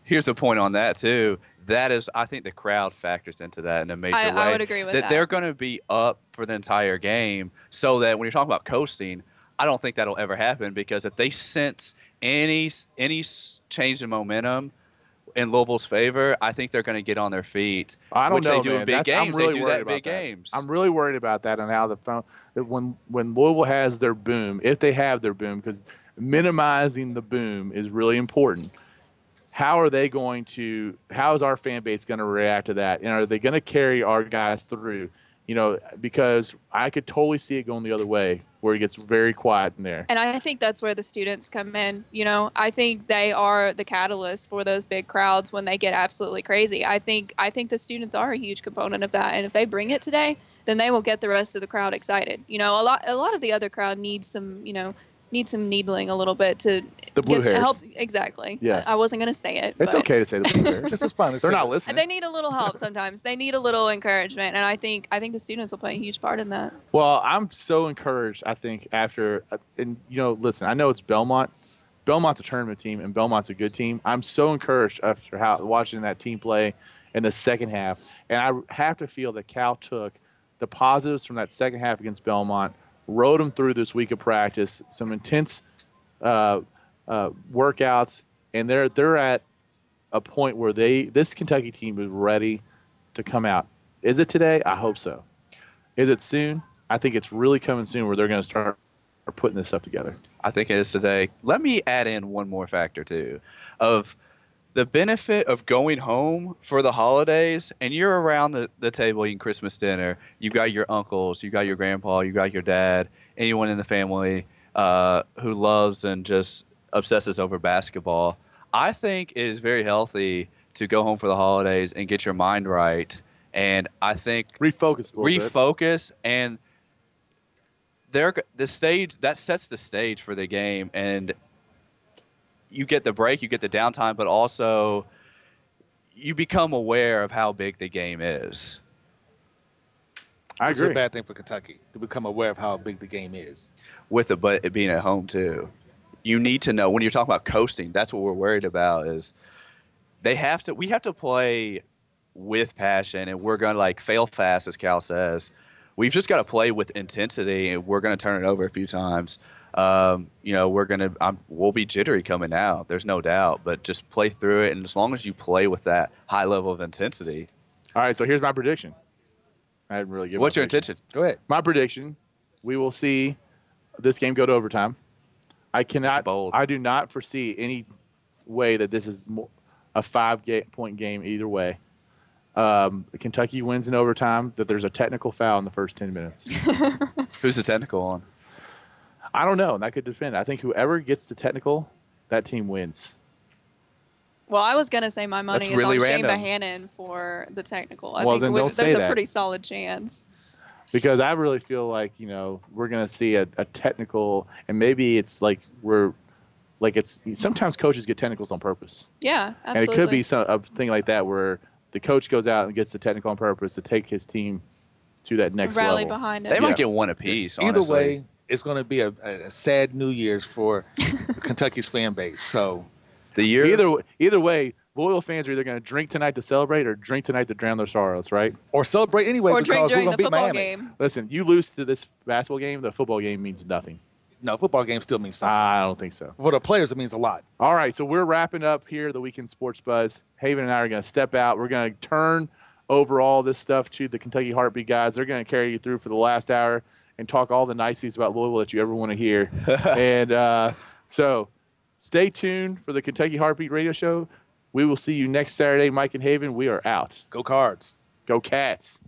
Speaker 3: Here's a point on that too. That is, I think the crowd factors into that in a major
Speaker 4: I,
Speaker 3: way.
Speaker 4: I would agree with
Speaker 3: that,
Speaker 4: that.
Speaker 3: they're going to be up for the entire game, so that when you're talking about coasting, I don't think that'll ever happen because if they sense any any s- change in momentum in Louisville's favor, I think they're going to get on their feet.
Speaker 2: I don't
Speaker 3: which
Speaker 2: know.
Speaker 3: they do
Speaker 2: man.
Speaker 3: in big
Speaker 2: That's-
Speaker 3: games.
Speaker 2: I'm really
Speaker 3: they do
Speaker 2: worried
Speaker 3: that in
Speaker 2: about
Speaker 3: big
Speaker 2: that.
Speaker 3: games.
Speaker 2: I'm really worried about that and how the phone that when when Louisville has their boom, if they have their boom, because minimizing the boom is really important. How are they going to? How is our fan base going to react to that? And are they going to carry our guys through? You know, because I could totally see it going the other way, where it gets very quiet in there.
Speaker 4: and I think that's where the students come in. You know, I think they are the catalyst for those big crowds when they get absolutely crazy. I think I think the students are a huge component of that, and if they bring it today, then they will get the rest of the crowd excited. You know, a lot a lot of the other crowd needs some you know needs some needling a little bit to
Speaker 2: The blue
Speaker 4: get,
Speaker 2: hairs.
Speaker 4: help exactly.
Speaker 2: Yes.
Speaker 4: I, I wasn't going to say it.
Speaker 2: It's
Speaker 4: but-
Speaker 2: okay to say the blue Bears.
Speaker 4: [LAUGHS]
Speaker 5: This is fine.
Speaker 2: They're not listening.
Speaker 4: they need a little help sometimes. They need a little encouragement, and I think I think the students will play a huge part in that.
Speaker 2: Well, I'm so encouraged. I think after, uh, and you know, listen, I know it's Belmont. Belmont's a tournament team, and Belmont's a good team. I'm so encouraged after how watching that team play in the second half, and I have to feel that Cal took the positives from that second half against Belmont, rode them through this week of practice, some intense uh, uh, workouts, and they're they're at a point where they this Kentucky team is ready to come out. Is it today? I hope so. Is it soon? I think it's really coming soon where they're going to start putting this stuff together.
Speaker 3: I think it is today. Let me add in one more factor too, of the benefit of going home for the holidays and you're around the, the table eating Christmas dinner. You've got your uncles, you've got your grandpa, you've got your dad, anyone in the family uh, who loves and just obsesses over basketball. I think it is very healthy to go home for the holidays and get your mind right. And I think
Speaker 2: Refocus a little bit.
Speaker 3: refocus and they're g- the stage that sets the stage for the game and you get the break you get the downtime but also you become aware of how big the game is
Speaker 2: I
Speaker 5: It's a
Speaker 2: agree.
Speaker 5: bad thing for Kentucky to become aware of how big the game is.
Speaker 3: with it but it being at home too you need to know when you're talking about coasting that's what we're worried about is they have to we have to play with passion and we're going to like fail fast as cal says we've just got to play with intensity, and we're going to turn it over a few times. Um, you know, we're going to um, we'll be jittery coming out. There's no doubt, but just play through it, and as long as you play with that high level of intensity,
Speaker 2: All right, so here's my prediction. I didn't really give.
Speaker 3: what's
Speaker 2: my
Speaker 3: your
Speaker 2: prediction.
Speaker 3: intention?
Speaker 5: Go ahead.
Speaker 2: My prediction: we will see this game go to overtime. I cannot.
Speaker 3: bold.
Speaker 2: I do not foresee any way that this is mo- a five-point game either way. Um, Kentucky wins in overtime. That there's a technical foul in the first ten
Speaker 3: [LAUGHS]
Speaker 2: minutes.
Speaker 3: Who's the technical on?
Speaker 2: I don't know. That could depend. I think whoever gets the technical, that team wins.
Speaker 4: Well, I was gonna say my money is
Speaker 3: really
Speaker 4: on
Speaker 3: random.
Speaker 4: Shane Bohannon for the technical. I
Speaker 2: Well,
Speaker 4: think
Speaker 2: then
Speaker 4: we-
Speaker 2: don't
Speaker 4: there's
Speaker 2: say
Speaker 4: a
Speaker 2: that.
Speaker 4: pretty solid chance.
Speaker 2: because I really feel like you know we're gonna see a, a technical, and maybe it's like we're like it's sometimes coaches get technicals on purpose,
Speaker 4: Yeah, absolutely.
Speaker 2: and it could be some a thing like that where the coach goes out and gets the technical on purpose to take his team to that next
Speaker 4: rally
Speaker 2: level.
Speaker 4: behind it.
Speaker 3: They
Speaker 2: Yeah.
Speaker 3: might get one apiece.
Speaker 5: Either
Speaker 3: honestly.
Speaker 5: way, it's going to be a, a a sad New
Speaker 4: [LAUGHS]
Speaker 5: Year's for Kentucky's fan base. So
Speaker 3: the year
Speaker 2: Either wa- either way, loyal fans are either gonna drink tonight to celebrate or drink tonight to drown their sorrows. Right?
Speaker 5: or celebrate anyway
Speaker 4: or drink
Speaker 5: because we're
Speaker 4: during the
Speaker 5: going to beat
Speaker 4: football
Speaker 5: Miami.
Speaker 4: game.
Speaker 2: Listen, you lose to this basketball game, the football game means nothing.
Speaker 5: No, football game still means something.
Speaker 2: I don't think so.
Speaker 5: for the players, it means a lot.
Speaker 2: All right, so we're wrapping up here the weekend sports buzz. Haven and I are going to step out. We're going to turn over all this stuff to the Kentucky Heartbeat guys. They're going to carry you through for the last hour and talk all the niceties about Louisville that you ever want to hear. and uh, so, stay tuned for the Kentucky Heartbeat Radio Show. We will see you next Saturday, Mike and Haven. We are out.
Speaker 5: Go Cards.
Speaker 2: Go Cats.